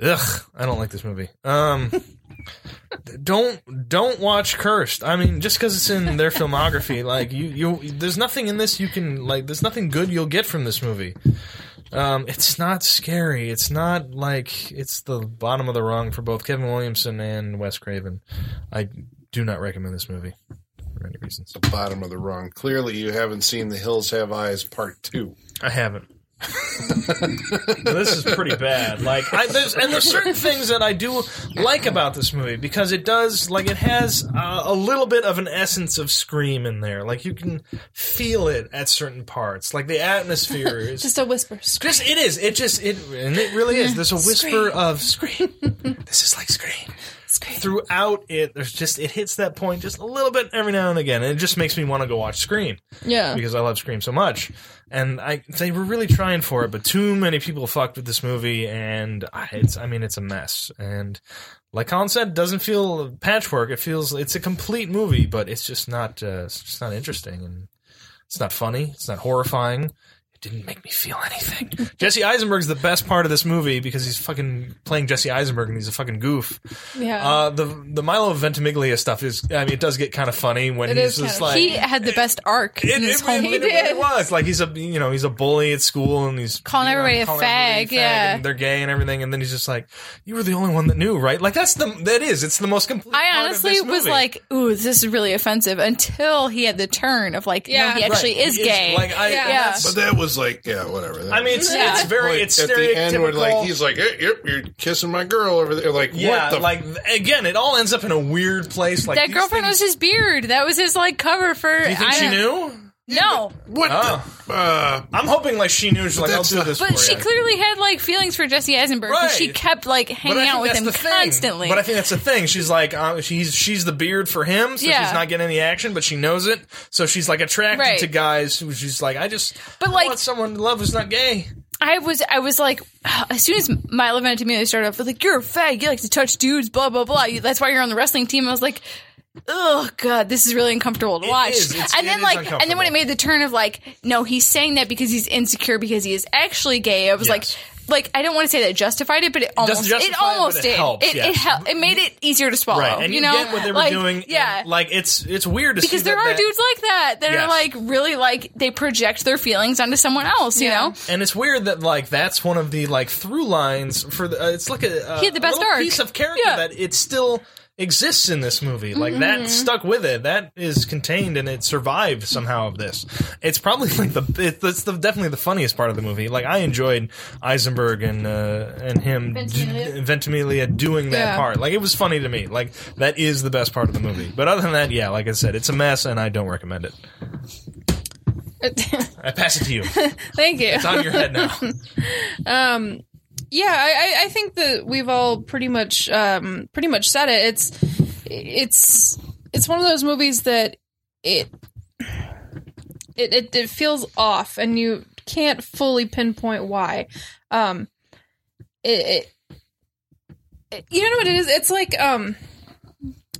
[SPEAKER 2] Ugh, I don't like this movie. Um, don't don't watch Cursed. I mean, just because it's in their filmography, like you you, there's nothing in this you can like. There's nothing good you'll get from this movie. Um, it's not scary. It's not like it's the bottom of the rung for both Kevin Williamson and Wes Craven. I do not recommend this movie for any reasons.
[SPEAKER 1] bottom of the rung. Clearly, you haven't seen The Hills Have Eyes Part Two.
[SPEAKER 2] I haven't. this is pretty bad. Like, I, there's and there's certain things that I do like about this movie because it does like it has uh, a little bit of an essence of Scream in there. Like you can feel it at certain parts. Like the atmosphere is
[SPEAKER 3] Just a whisper. Scream.
[SPEAKER 2] just it is. It just it and it really is. There's a whisper of Scream. this is like Scream
[SPEAKER 3] Scream.
[SPEAKER 2] throughout it. There's just it hits that point just a little bit every now and again, and it just makes me want to go watch Scream
[SPEAKER 3] Yeah.
[SPEAKER 2] because I love Scream so much. And I they were really trying for it, but too many people fucked with this movie, and I- it's I mean it's a mess. And like Colin said, it doesn't feel patchwork. It feels it's a complete movie, but it's just not uh, it's just not interesting and it's not funny. It's not horrifying. It didn't make me feel anything. Jesse Eisenberg's the best part of this movie because he's fucking playing Jesse Eisenberg and he's a fucking goof.
[SPEAKER 3] Yeah.
[SPEAKER 2] Uh, the the Milo Ventimiglia stuff is I mean it does get kind of funny when
[SPEAKER 3] It
[SPEAKER 2] he's
[SPEAKER 3] is
[SPEAKER 2] just
[SPEAKER 3] kinda
[SPEAKER 2] like
[SPEAKER 4] he had the best arc in
[SPEAKER 2] it,
[SPEAKER 4] this
[SPEAKER 2] it,
[SPEAKER 4] whole
[SPEAKER 2] it,
[SPEAKER 4] movie.
[SPEAKER 2] it really was like he's a you know he's a bully at school and he's
[SPEAKER 4] Calling
[SPEAKER 2] you know,
[SPEAKER 4] everybody a fag, yeah.
[SPEAKER 2] and they're gay and everything and then he's just like you were the only one that knew right like that's the that is it's the most complete part
[SPEAKER 4] I
[SPEAKER 2] of
[SPEAKER 4] honestly
[SPEAKER 2] this
[SPEAKER 4] was
[SPEAKER 2] movie.
[SPEAKER 4] like, "Ooh, this is really offensive." Until he had the turn of like,
[SPEAKER 3] Yeah.
[SPEAKER 4] "No, he actually
[SPEAKER 2] Right.
[SPEAKER 4] is
[SPEAKER 2] He
[SPEAKER 4] gay."
[SPEAKER 2] like I
[SPEAKER 3] Yeah.
[SPEAKER 2] that's-
[SPEAKER 1] But that was like yeah, whatever. That
[SPEAKER 2] I mean it's,
[SPEAKER 4] Yeah.
[SPEAKER 2] it's very
[SPEAKER 1] Like,
[SPEAKER 2] it's
[SPEAKER 1] at the end where
[SPEAKER 2] stereotypical
[SPEAKER 1] like he's like, "Hey, yep, you're kissing my girl over there. Like,
[SPEAKER 2] yeah
[SPEAKER 1] what the
[SPEAKER 2] like again it all ends up in a weird place like
[SPEAKER 4] that
[SPEAKER 2] these
[SPEAKER 4] girlfriend
[SPEAKER 2] things,
[SPEAKER 4] was his beard. That was his like cover for.
[SPEAKER 2] do you think
[SPEAKER 4] I
[SPEAKER 2] she
[SPEAKER 4] don't-
[SPEAKER 2] knew
[SPEAKER 4] No,
[SPEAKER 1] what?
[SPEAKER 2] Oh.
[SPEAKER 1] The, uh,
[SPEAKER 2] I'm hoping like she knew she's like I'll
[SPEAKER 1] that's
[SPEAKER 2] do
[SPEAKER 1] the-
[SPEAKER 2] this
[SPEAKER 4] but
[SPEAKER 2] for
[SPEAKER 4] she
[SPEAKER 2] you.
[SPEAKER 4] clearly had like feelings for Jesse Eisenberg. 'cause She
[SPEAKER 2] Oh, Right.
[SPEAKER 4] kept like hanging
[SPEAKER 2] I think
[SPEAKER 4] out with
[SPEAKER 2] that's
[SPEAKER 4] him
[SPEAKER 2] the thing.
[SPEAKER 4] constantly.
[SPEAKER 2] But I think that's the thing. She's like, uh, she's she's the beard for him, so
[SPEAKER 4] Yeah.
[SPEAKER 2] she's not getting any action, but she knows it. So she's like attracted
[SPEAKER 4] Right.
[SPEAKER 2] to guys who she's like, I just,
[SPEAKER 4] But,
[SPEAKER 2] I
[SPEAKER 4] like-
[SPEAKER 2] want someone to love who's not gay.
[SPEAKER 4] I was I was like as soon as Milo Ventimiglia started off with like you're a fag you like to touch dudes blah blah blah you, that's why you're on the wrestling team I was like oh god this is really uncomfortable to watch
[SPEAKER 2] is. It's-
[SPEAKER 4] and
[SPEAKER 2] it
[SPEAKER 4] then
[SPEAKER 2] is
[SPEAKER 4] like and then when
[SPEAKER 2] uncomfortable.
[SPEAKER 4] it made the turn of like no he's saying that because he's insecure because he is actually gay I was
[SPEAKER 2] Yes.
[SPEAKER 4] like like I don't want to say that justified it but it almost
[SPEAKER 2] justify it,
[SPEAKER 4] it
[SPEAKER 2] but
[SPEAKER 4] almost
[SPEAKER 2] it
[SPEAKER 4] did
[SPEAKER 2] helps,
[SPEAKER 4] it
[SPEAKER 2] yes.
[SPEAKER 4] it, hel- it made it easier to swallow
[SPEAKER 2] and
[SPEAKER 4] Oh, you, know
[SPEAKER 2] get what they were
[SPEAKER 4] like,
[SPEAKER 2] doing.
[SPEAKER 4] yeah
[SPEAKER 2] and, like it's it's weird to see
[SPEAKER 4] because there
[SPEAKER 2] that-
[SPEAKER 4] are
[SPEAKER 2] that-
[SPEAKER 4] dudes like that that
[SPEAKER 2] Yes.
[SPEAKER 4] are like really like they project their feelings onto someone else you know
[SPEAKER 2] and it's weird that like that's one of the like through lines for the. Uh, it's like a, a
[SPEAKER 4] He had the best
[SPEAKER 2] little
[SPEAKER 4] arc.
[SPEAKER 2] piece of character
[SPEAKER 4] Yeah. Mm-hmm.
[SPEAKER 2] that it still exists in this movie. Like that stuck with it. That is contained and it survived somehow of this. It's probably like the it, that's the definitely the funniest part of the movie. Like I enjoyed Eisenberg and uh, and him d-
[SPEAKER 4] Ventimiglia.
[SPEAKER 2] Ventimiglia doing that
[SPEAKER 3] Yeah.
[SPEAKER 2] part. Like it was funny to me. Like that is the best part of the movie. But other than that, yeah, like I said, it's a mess and I don't recommend it. I pass it to you. It's
[SPEAKER 3] Thank you.
[SPEAKER 2] on your head now.
[SPEAKER 3] um yeah I, I i think that we've all pretty much um pretty much said it it's it's it's one of those movies that it it it, it feels off and you can't fully pinpoint why um it, it you know what it is it's like um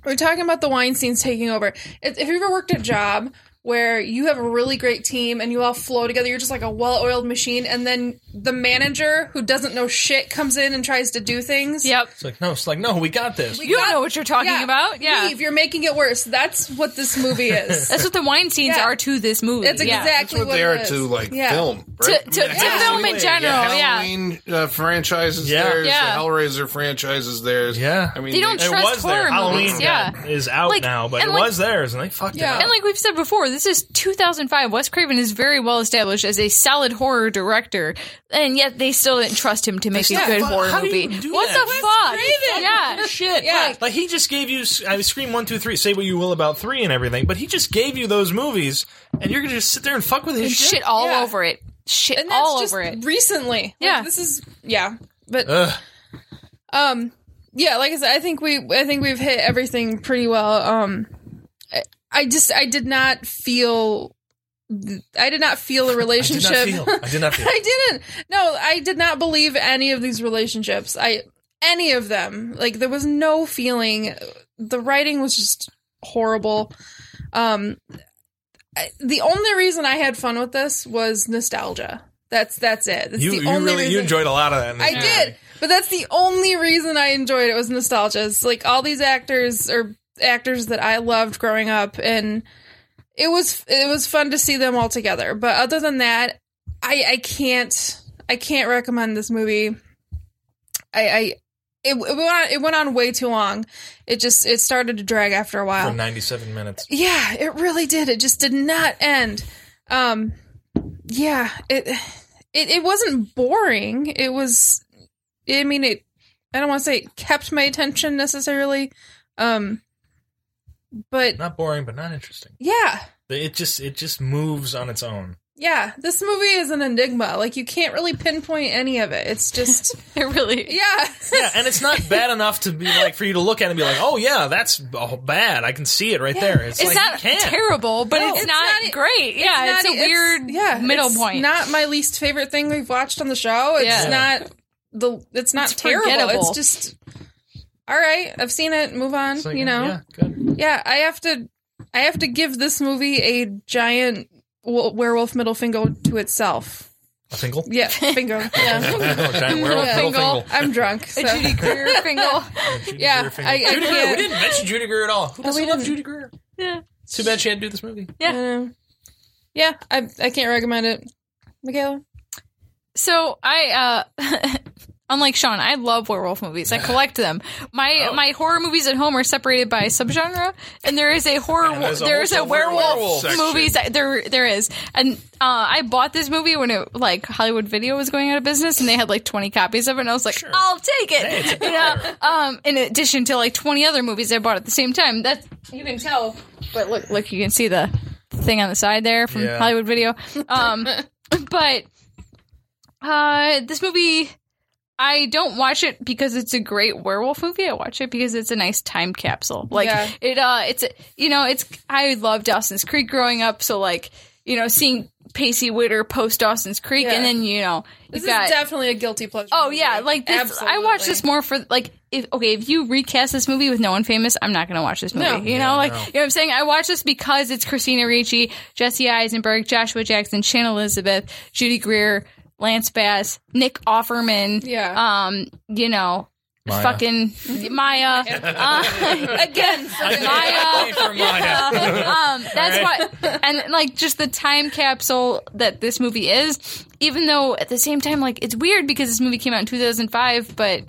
[SPEAKER 3] we're talking about the wine scenes taking over. If if you ever worked a job where you have a really great team and you all flow together. You're just like a well-oiled machine, and then the manager who doesn't know shit comes in and tries to do things.
[SPEAKER 4] Yep.
[SPEAKER 2] It's like no, it's like no, we got this.
[SPEAKER 4] You don't know what you're talking
[SPEAKER 3] Yeah,
[SPEAKER 4] about. Yeah.
[SPEAKER 3] leave. You're making it worse. That's what this movie is.
[SPEAKER 4] That's what the wine scenes
[SPEAKER 3] Yeah.
[SPEAKER 4] are to this movie.
[SPEAKER 3] That's
[SPEAKER 4] Yeah.
[SPEAKER 1] That's
[SPEAKER 3] exactly
[SPEAKER 1] what, they are
[SPEAKER 3] it is.
[SPEAKER 1] to like
[SPEAKER 3] Yeah.
[SPEAKER 1] film,
[SPEAKER 4] To,
[SPEAKER 1] right?
[SPEAKER 4] to, to
[SPEAKER 1] Yeah.
[SPEAKER 4] film in general, yeah.
[SPEAKER 1] Halloween uh, franchises
[SPEAKER 2] Yeah.
[SPEAKER 1] theirs,
[SPEAKER 4] Yeah.
[SPEAKER 1] the Hellraiser franchises theirs.
[SPEAKER 2] Yeah.
[SPEAKER 1] I mean,
[SPEAKER 4] They don't
[SPEAKER 1] they-
[SPEAKER 2] it
[SPEAKER 4] trust
[SPEAKER 2] was there.
[SPEAKER 4] horror
[SPEAKER 2] Halloween
[SPEAKER 4] movies, yeah.
[SPEAKER 2] is out
[SPEAKER 4] Like,
[SPEAKER 2] now, but it
[SPEAKER 4] and like-
[SPEAKER 2] was theirs, and they fucked
[SPEAKER 3] Yeah.
[SPEAKER 2] it
[SPEAKER 4] And
[SPEAKER 2] up.
[SPEAKER 4] like we've said before, this is 2005. Wes Craven is very well established as a solid horror director, and yet they still didn't trust him to make a good
[SPEAKER 2] fuck-
[SPEAKER 4] horror
[SPEAKER 2] how do
[SPEAKER 4] movie.
[SPEAKER 2] you do
[SPEAKER 4] what
[SPEAKER 2] that?
[SPEAKER 4] the
[SPEAKER 2] Wes
[SPEAKER 4] fuck? Yeah.
[SPEAKER 2] Shit,
[SPEAKER 3] Yeah.
[SPEAKER 2] Like he just gave you I Scream one, two, three. Say what you will about three and everything, but he just gave you those movies, and you're gonna just sit there and fuck with his
[SPEAKER 4] And
[SPEAKER 2] shit.
[SPEAKER 4] shit all
[SPEAKER 3] Yeah.
[SPEAKER 4] over it. Shit
[SPEAKER 3] and that's
[SPEAKER 4] all
[SPEAKER 3] just
[SPEAKER 4] over it.
[SPEAKER 3] recently. Like,
[SPEAKER 4] Yeah.
[SPEAKER 3] this is yeah, but
[SPEAKER 2] Ugh.
[SPEAKER 3] um, yeah. Like I said, I think we I think we've hit everything pretty well. Um, I, I just I did not feel I did not feel a
[SPEAKER 2] I did
[SPEAKER 3] relationship.
[SPEAKER 2] not feel. I did not feel.
[SPEAKER 3] I didn't. No, I did not believe any of these relationships. I any of them. Like there was no feeling. The writing was just horrible. Um I, the only reason I had fun with this was nostalgia. That's that's it. That's
[SPEAKER 2] you
[SPEAKER 3] the
[SPEAKER 2] you
[SPEAKER 3] only
[SPEAKER 2] really
[SPEAKER 3] reason.
[SPEAKER 2] you enjoyed a lot of that. in this
[SPEAKER 3] I
[SPEAKER 2] movie.
[SPEAKER 3] did, but that's the only reason I enjoyed it was nostalgia. It's like all these actors or actors that I loved growing up, and it was it was fun to see them all together. But other than that, I I can't I can't recommend this movie. I I it, it went on, it went on way too long. It just it started to drag after a while.
[SPEAKER 2] for 97 minutes.
[SPEAKER 3] Yeah, it really did. It just did not end. Um yeah, it it, it wasn't boring. It was I mean it I don't want to say it kept my attention necessarily. Um but
[SPEAKER 2] Not boring, but not interesting.
[SPEAKER 3] yeah.
[SPEAKER 2] It just it just moves on its own.
[SPEAKER 3] Yeah, this movie is an enigma. Like you can't really pinpoint any of it. It's just
[SPEAKER 4] It really.
[SPEAKER 3] yeah.
[SPEAKER 2] Yeah, and it's not bad enough to be like for you to look at it and be like, oh yeah, that's oh, bad. I can see it right there. It's, like,
[SPEAKER 4] It's not
[SPEAKER 2] you can't.
[SPEAKER 4] terrible, but
[SPEAKER 3] No,
[SPEAKER 4] it's,
[SPEAKER 3] it's
[SPEAKER 4] not,
[SPEAKER 3] not-
[SPEAKER 4] great. yeah, it's,
[SPEAKER 3] not- e-
[SPEAKER 4] a weird
[SPEAKER 3] yeah,
[SPEAKER 4] middle
[SPEAKER 3] it's
[SPEAKER 4] point.
[SPEAKER 3] Not my least favorite thing we've watched on the show. It's
[SPEAKER 4] Yeah.
[SPEAKER 3] not the. It's not
[SPEAKER 4] It's
[SPEAKER 3] terrible.
[SPEAKER 4] forgettable.
[SPEAKER 3] It's just all right. I've seen it. Move on.
[SPEAKER 2] It's like,
[SPEAKER 3] you know.
[SPEAKER 2] yeah,
[SPEAKER 3] Yeah.
[SPEAKER 2] good.
[SPEAKER 3] I have to. I have to give this movie a giant w- werewolf middle finger to itself.
[SPEAKER 2] A single.
[SPEAKER 3] Yeah, finger. Yeah.
[SPEAKER 2] Oh, giant werewolf,
[SPEAKER 3] Yeah.
[SPEAKER 2] middle
[SPEAKER 4] Fingal.
[SPEAKER 2] fingal.
[SPEAKER 3] I'm drunk. So.
[SPEAKER 4] A Judy Greer Fingal.
[SPEAKER 2] Judy
[SPEAKER 3] Yeah,
[SPEAKER 2] Greer fingal.
[SPEAKER 3] I- I
[SPEAKER 2] Judy Greer. We
[SPEAKER 3] can't-
[SPEAKER 2] didn't mention Judy Greer at all. Who doesn't
[SPEAKER 3] we
[SPEAKER 2] love
[SPEAKER 3] didn't.
[SPEAKER 2] Judy Greer?
[SPEAKER 4] Yeah.
[SPEAKER 2] It's too bad she had to do this movie.
[SPEAKER 3] Um, yeah, I I can't recommend it. Michaela.
[SPEAKER 4] So I, uh, unlike Sean, I love werewolf movies. I collect them.
[SPEAKER 2] Oh.
[SPEAKER 4] My my horror movies at home are separated by subgenre, and there is a horror.
[SPEAKER 2] And there's a
[SPEAKER 4] there is a
[SPEAKER 2] whole
[SPEAKER 4] werewolf,
[SPEAKER 2] werewolf
[SPEAKER 1] section.
[SPEAKER 4] movies. That, there there is, and uh, I bought this movie when it like Hollywood Video was going out of business, and they had like twenty copies of it, and I was like, I'll take it.
[SPEAKER 2] Hey, it's a
[SPEAKER 4] you know, um, in addition to like twenty other movies I bought at the same time. That's you can tell, but look look you can see the thing on the side there from
[SPEAKER 2] Yeah.
[SPEAKER 4] Hollywood Video. Um, but uh, this movie, I don't watch it because it's a great werewolf movie. I watch it because it's a nice time capsule. Like
[SPEAKER 3] Yeah.
[SPEAKER 4] it, uh, it's a- you know, it's I loved Dawson's Creek growing up, so like you know, seeing Pacey Witter post Dawson's Creek,
[SPEAKER 3] Yeah.
[SPEAKER 4] and then you know,
[SPEAKER 3] This
[SPEAKER 4] you've got-
[SPEAKER 3] is definitely a guilty pleasure.
[SPEAKER 4] Oh
[SPEAKER 3] movie.
[SPEAKER 4] yeah, like this. I watch
[SPEAKER 3] Absolutely.
[SPEAKER 4] this more for like if okay, if you recast this movie with no one famous, I'm not gonna watch this movie.
[SPEAKER 3] No.
[SPEAKER 4] You know, like you know what I'm saying. I watch this because it's Christina Ricci, Jesse Eisenberg, Joshua Jackson, Shannon Elizabeth, Judy Greer, Lance Bass, Nick Offerman.
[SPEAKER 3] Yeah.
[SPEAKER 4] Um, you know,
[SPEAKER 2] Maya.
[SPEAKER 4] fucking Maya. Uh,
[SPEAKER 3] again. For
[SPEAKER 2] I
[SPEAKER 3] the-
[SPEAKER 4] Maya.
[SPEAKER 2] Maya. for Maya.
[SPEAKER 4] um, that's why, and like just the time capsule that this movie is. Even though at the same time, like it's weird because this movie came out in 2005, but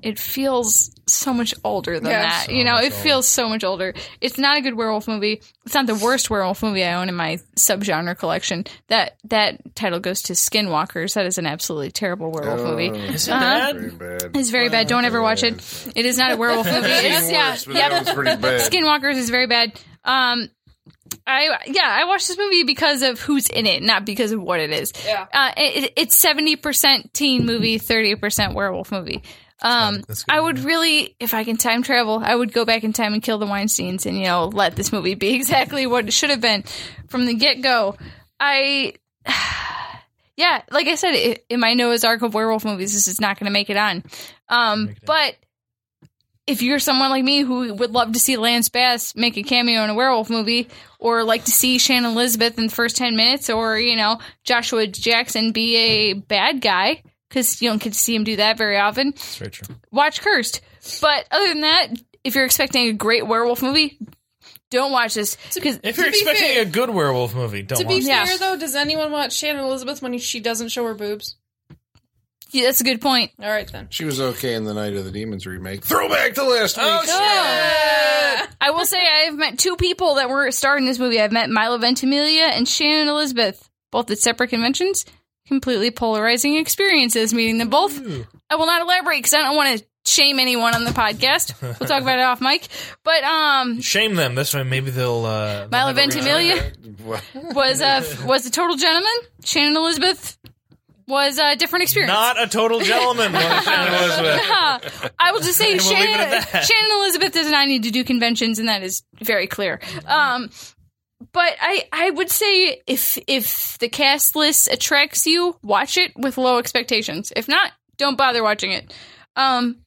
[SPEAKER 4] it feels so much older than
[SPEAKER 3] Yeah.
[SPEAKER 4] that.
[SPEAKER 2] So
[SPEAKER 4] you know,
[SPEAKER 2] much
[SPEAKER 4] it feels so much older. It's not a good werewolf movie. It's not the worst werewolf movie I own in my subgenre collection. That that title goes to Skinwalkers. That is an absolutely terrible werewolf movie.
[SPEAKER 2] Is it bad?
[SPEAKER 1] Pretty bad.
[SPEAKER 4] It's very bad. Don't ever watch it. It is not a werewolf movie.
[SPEAKER 1] I've seen
[SPEAKER 4] It's, yeah,
[SPEAKER 1] worse, but
[SPEAKER 4] yeah.
[SPEAKER 1] that was pretty bad.
[SPEAKER 4] Skinwalkers is very bad. Um, I yeah, I watched this movie because of who's in it, not because of what it is.
[SPEAKER 3] Yeah.
[SPEAKER 4] uh, it, it's seventy percent teen movie, thirty percent werewolf movie. Um,
[SPEAKER 2] that's good.
[SPEAKER 4] I would really, if I can time travel, I would go back in time and kill the Weinstein's and you know let this movie be exactly what it should have been from the get go. I. Yeah, like I said, i in my Noah's Ark of werewolf movies, this is not going to make it on. Um, but if you're someone like me who would love to see Lance Bass make a cameo in a werewolf movie, or like to see Shannon Elizabeth in the first 10 minutes, or, you know, Joshua Jackson be a bad guy, because you don't get to see him do that very often,
[SPEAKER 2] That's very true.
[SPEAKER 4] watch Cursed. But other than that, if you're expecting a great werewolf movie, don't watch this. Because
[SPEAKER 2] If you're
[SPEAKER 3] To be
[SPEAKER 2] expecting
[SPEAKER 3] fair-
[SPEAKER 2] a good werewolf movie, don't
[SPEAKER 3] To be
[SPEAKER 2] watch.
[SPEAKER 4] Yeah.
[SPEAKER 3] fair, though, does anyone watch Shannon Elizabeth when she doesn't show her boobs?
[SPEAKER 4] yeah, that's a good point.
[SPEAKER 3] All right then.
[SPEAKER 1] She was okay in the Night of the Demons remake. Throwback to last week.
[SPEAKER 4] Oh, I will say I've met two people that were starred in this movie. I've met Milo Ventimiglia and Shannon Elizabeth, both at separate conventions. Completely polarizing experiences meeting them both. I will not elaborate because I don't want to shame anyone on the podcast. We'll talk about it off mic. But um,
[SPEAKER 2] Shame them. This way, maybe they'll. Uh, they'll
[SPEAKER 4] Milo
[SPEAKER 2] have a reason.
[SPEAKER 4] Ventimiglia
[SPEAKER 1] What?
[SPEAKER 4] was a was a total gentleman. Shannon Elizabeth was a different experience.
[SPEAKER 2] Not a total gentleman. was Shannon Elizabeth.
[SPEAKER 4] I will just say
[SPEAKER 2] We'll leave it
[SPEAKER 4] Shannon,
[SPEAKER 2] at that.
[SPEAKER 4] Shannon Elizabeth does not need to do conventions, and that is very clear. Um, but I, I would say if if the cast list attracts you, watch it with low expectations. If not, don't bother watching it. Um,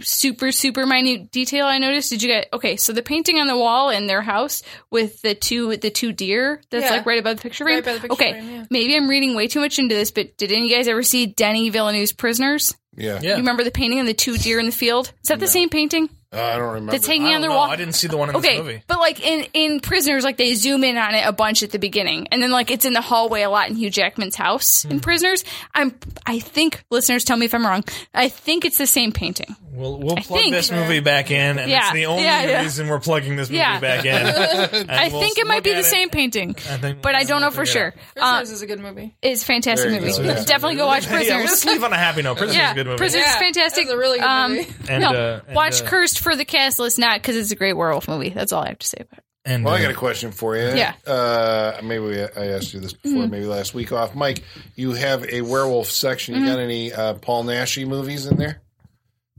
[SPEAKER 4] super super minute detail I noticed. Did you get okay? So the painting on the wall in their house with the two the two deer that's
[SPEAKER 3] Yeah.
[SPEAKER 4] like right above the picture frame.
[SPEAKER 3] Right by the picture
[SPEAKER 4] okay,
[SPEAKER 3] frame, yeah.
[SPEAKER 4] maybe I'm reading way too much into this, but did any of you guys ever see Denny Villeneuve's Prisoners?
[SPEAKER 1] Yeah.
[SPEAKER 2] Yeah.
[SPEAKER 4] You remember the painting of the two deer in the field? Is that the same painting
[SPEAKER 1] Uh, I don't remember.
[SPEAKER 4] that's
[SPEAKER 2] I
[SPEAKER 4] hanging
[SPEAKER 2] don't
[SPEAKER 4] on their
[SPEAKER 2] know.
[SPEAKER 4] wall?
[SPEAKER 2] I didn't see the one in
[SPEAKER 4] okay,
[SPEAKER 2] this movie.
[SPEAKER 4] but like in in Prisoners, like they zoom in on it a bunch at the beginning, and then like it's in the hallway a lot in Hugh Jackman's house
[SPEAKER 2] Hmm.
[SPEAKER 4] in Prisoners. I'm I think listeners tell me if I'm wrong. I think it's the same painting.
[SPEAKER 2] We'll we'll plug
[SPEAKER 4] think-
[SPEAKER 2] this movie back in, and
[SPEAKER 4] Yeah.
[SPEAKER 2] it's the only
[SPEAKER 4] Yeah, yeah.
[SPEAKER 2] reason we're plugging this movie
[SPEAKER 4] Yeah.
[SPEAKER 2] back in. And
[SPEAKER 4] I
[SPEAKER 2] we'll
[SPEAKER 4] think it might
[SPEAKER 2] look
[SPEAKER 4] be
[SPEAKER 2] at
[SPEAKER 4] the
[SPEAKER 2] it.
[SPEAKER 4] same painting,
[SPEAKER 2] I think-
[SPEAKER 4] but I don't know
[SPEAKER 2] we'll
[SPEAKER 4] for
[SPEAKER 2] figure
[SPEAKER 4] sure.
[SPEAKER 2] it
[SPEAKER 4] Uh,
[SPEAKER 3] Prisoners is a good movie.
[SPEAKER 4] it's a fantastic
[SPEAKER 1] There you
[SPEAKER 4] movie.
[SPEAKER 1] go. Yeah.
[SPEAKER 4] Definitely go watch
[SPEAKER 2] out. Yeah, let's
[SPEAKER 4] Prisoners.
[SPEAKER 2] leave on a happy note. Prisoners is
[SPEAKER 4] Yeah,
[SPEAKER 2] a good movie.
[SPEAKER 4] Prisoners is
[SPEAKER 3] Yeah,
[SPEAKER 4] fantastic.
[SPEAKER 3] that's a really good
[SPEAKER 4] um,
[SPEAKER 3] movie.
[SPEAKER 2] And,
[SPEAKER 4] no,
[SPEAKER 2] uh, and,
[SPEAKER 4] watch
[SPEAKER 2] uh,
[SPEAKER 4] Cursed for the cast list, not because it's a great werewolf movie. That's all I have to say about it.
[SPEAKER 2] And,
[SPEAKER 1] Well, I
[SPEAKER 2] uh,
[SPEAKER 1] got a question for you.
[SPEAKER 4] Yeah. Mm-hmm.
[SPEAKER 1] Uh, maybe we, I asked you this before, maybe last week off. Mike, you have a werewolf section. You got
[SPEAKER 4] Mm-hmm.
[SPEAKER 1] any uh, Paul Nashy movies in there?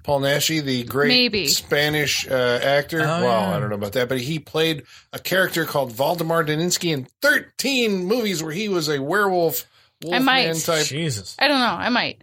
[SPEAKER 1] Paul Nashy, the great
[SPEAKER 4] Maybe.
[SPEAKER 1] Spanish uh, actor.
[SPEAKER 2] Oh,
[SPEAKER 1] well,
[SPEAKER 2] yeah.
[SPEAKER 1] I don't know about that, but he played a character called Valdemar Daninsky in 13 movies where he was a werewolf.
[SPEAKER 4] I might.
[SPEAKER 1] Wolfman type.
[SPEAKER 2] Jesus.
[SPEAKER 4] I don't know. I might.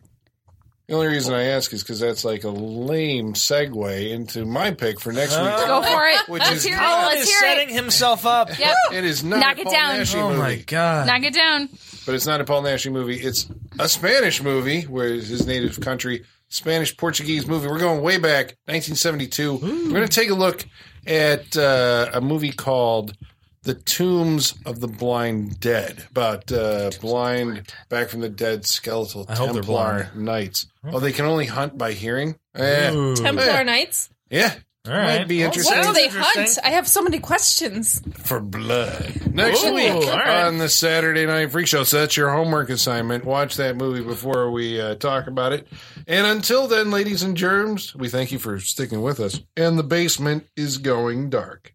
[SPEAKER 1] The only reason I ask is because that's like a lame segue into my pick for next
[SPEAKER 2] Oh.
[SPEAKER 1] week.
[SPEAKER 4] Go for it.
[SPEAKER 1] Which
[SPEAKER 4] let's
[SPEAKER 1] is
[SPEAKER 4] hear
[SPEAKER 1] not-
[SPEAKER 4] it.
[SPEAKER 2] Colin
[SPEAKER 4] Oh, Let's
[SPEAKER 2] is
[SPEAKER 4] hear
[SPEAKER 2] Oh, setting
[SPEAKER 4] it.
[SPEAKER 2] himself up.
[SPEAKER 4] Yep.
[SPEAKER 1] It is not
[SPEAKER 4] Knock
[SPEAKER 1] a
[SPEAKER 4] it
[SPEAKER 1] Paul
[SPEAKER 4] down.
[SPEAKER 1] Nashy
[SPEAKER 2] Oh
[SPEAKER 1] movie.
[SPEAKER 2] my god.
[SPEAKER 4] Knock it down.
[SPEAKER 1] but it's not a Paul Nashy movie. It's a Spanish movie, where it's his native country, Spanish Portuguese movie. We're going way back, 1972. We're going to take a look at uh, a movie called "The Tombs of the Blind Dead," about uh, blind, back from the dead, skeletal
[SPEAKER 2] I hope they're
[SPEAKER 1] Templar knights. Oh, they can only hunt by hearing. Yeah,
[SPEAKER 2] Ooh.
[SPEAKER 3] Templar Knights.
[SPEAKER 1] yeah.
[SPEAKER 2] All right.
[SPEAKER 1] Might be
[SPEAKER 2] Well,
[SPEAKER 1] interesting.
[SPEAKER 3] What do
[SPEAKER 2] sounds
[SPEAKER 3] they
[SPEAKER 2] interesting.
[SPEAKER 3] hunt? I have so many questions.
[SPEAKER 1] for blood. Next
[SPEAKER 2] Ooh,
[SPEAKER 1] week
[SPEAKER 2] all right.
[SPEAKER 1] on the Saturday Night Freak Show. So that's your homework assignment. Watch that movie before we uh, talk about it. And until then, ladies and germs, we thank you for sticking with us. And the basement is going dark.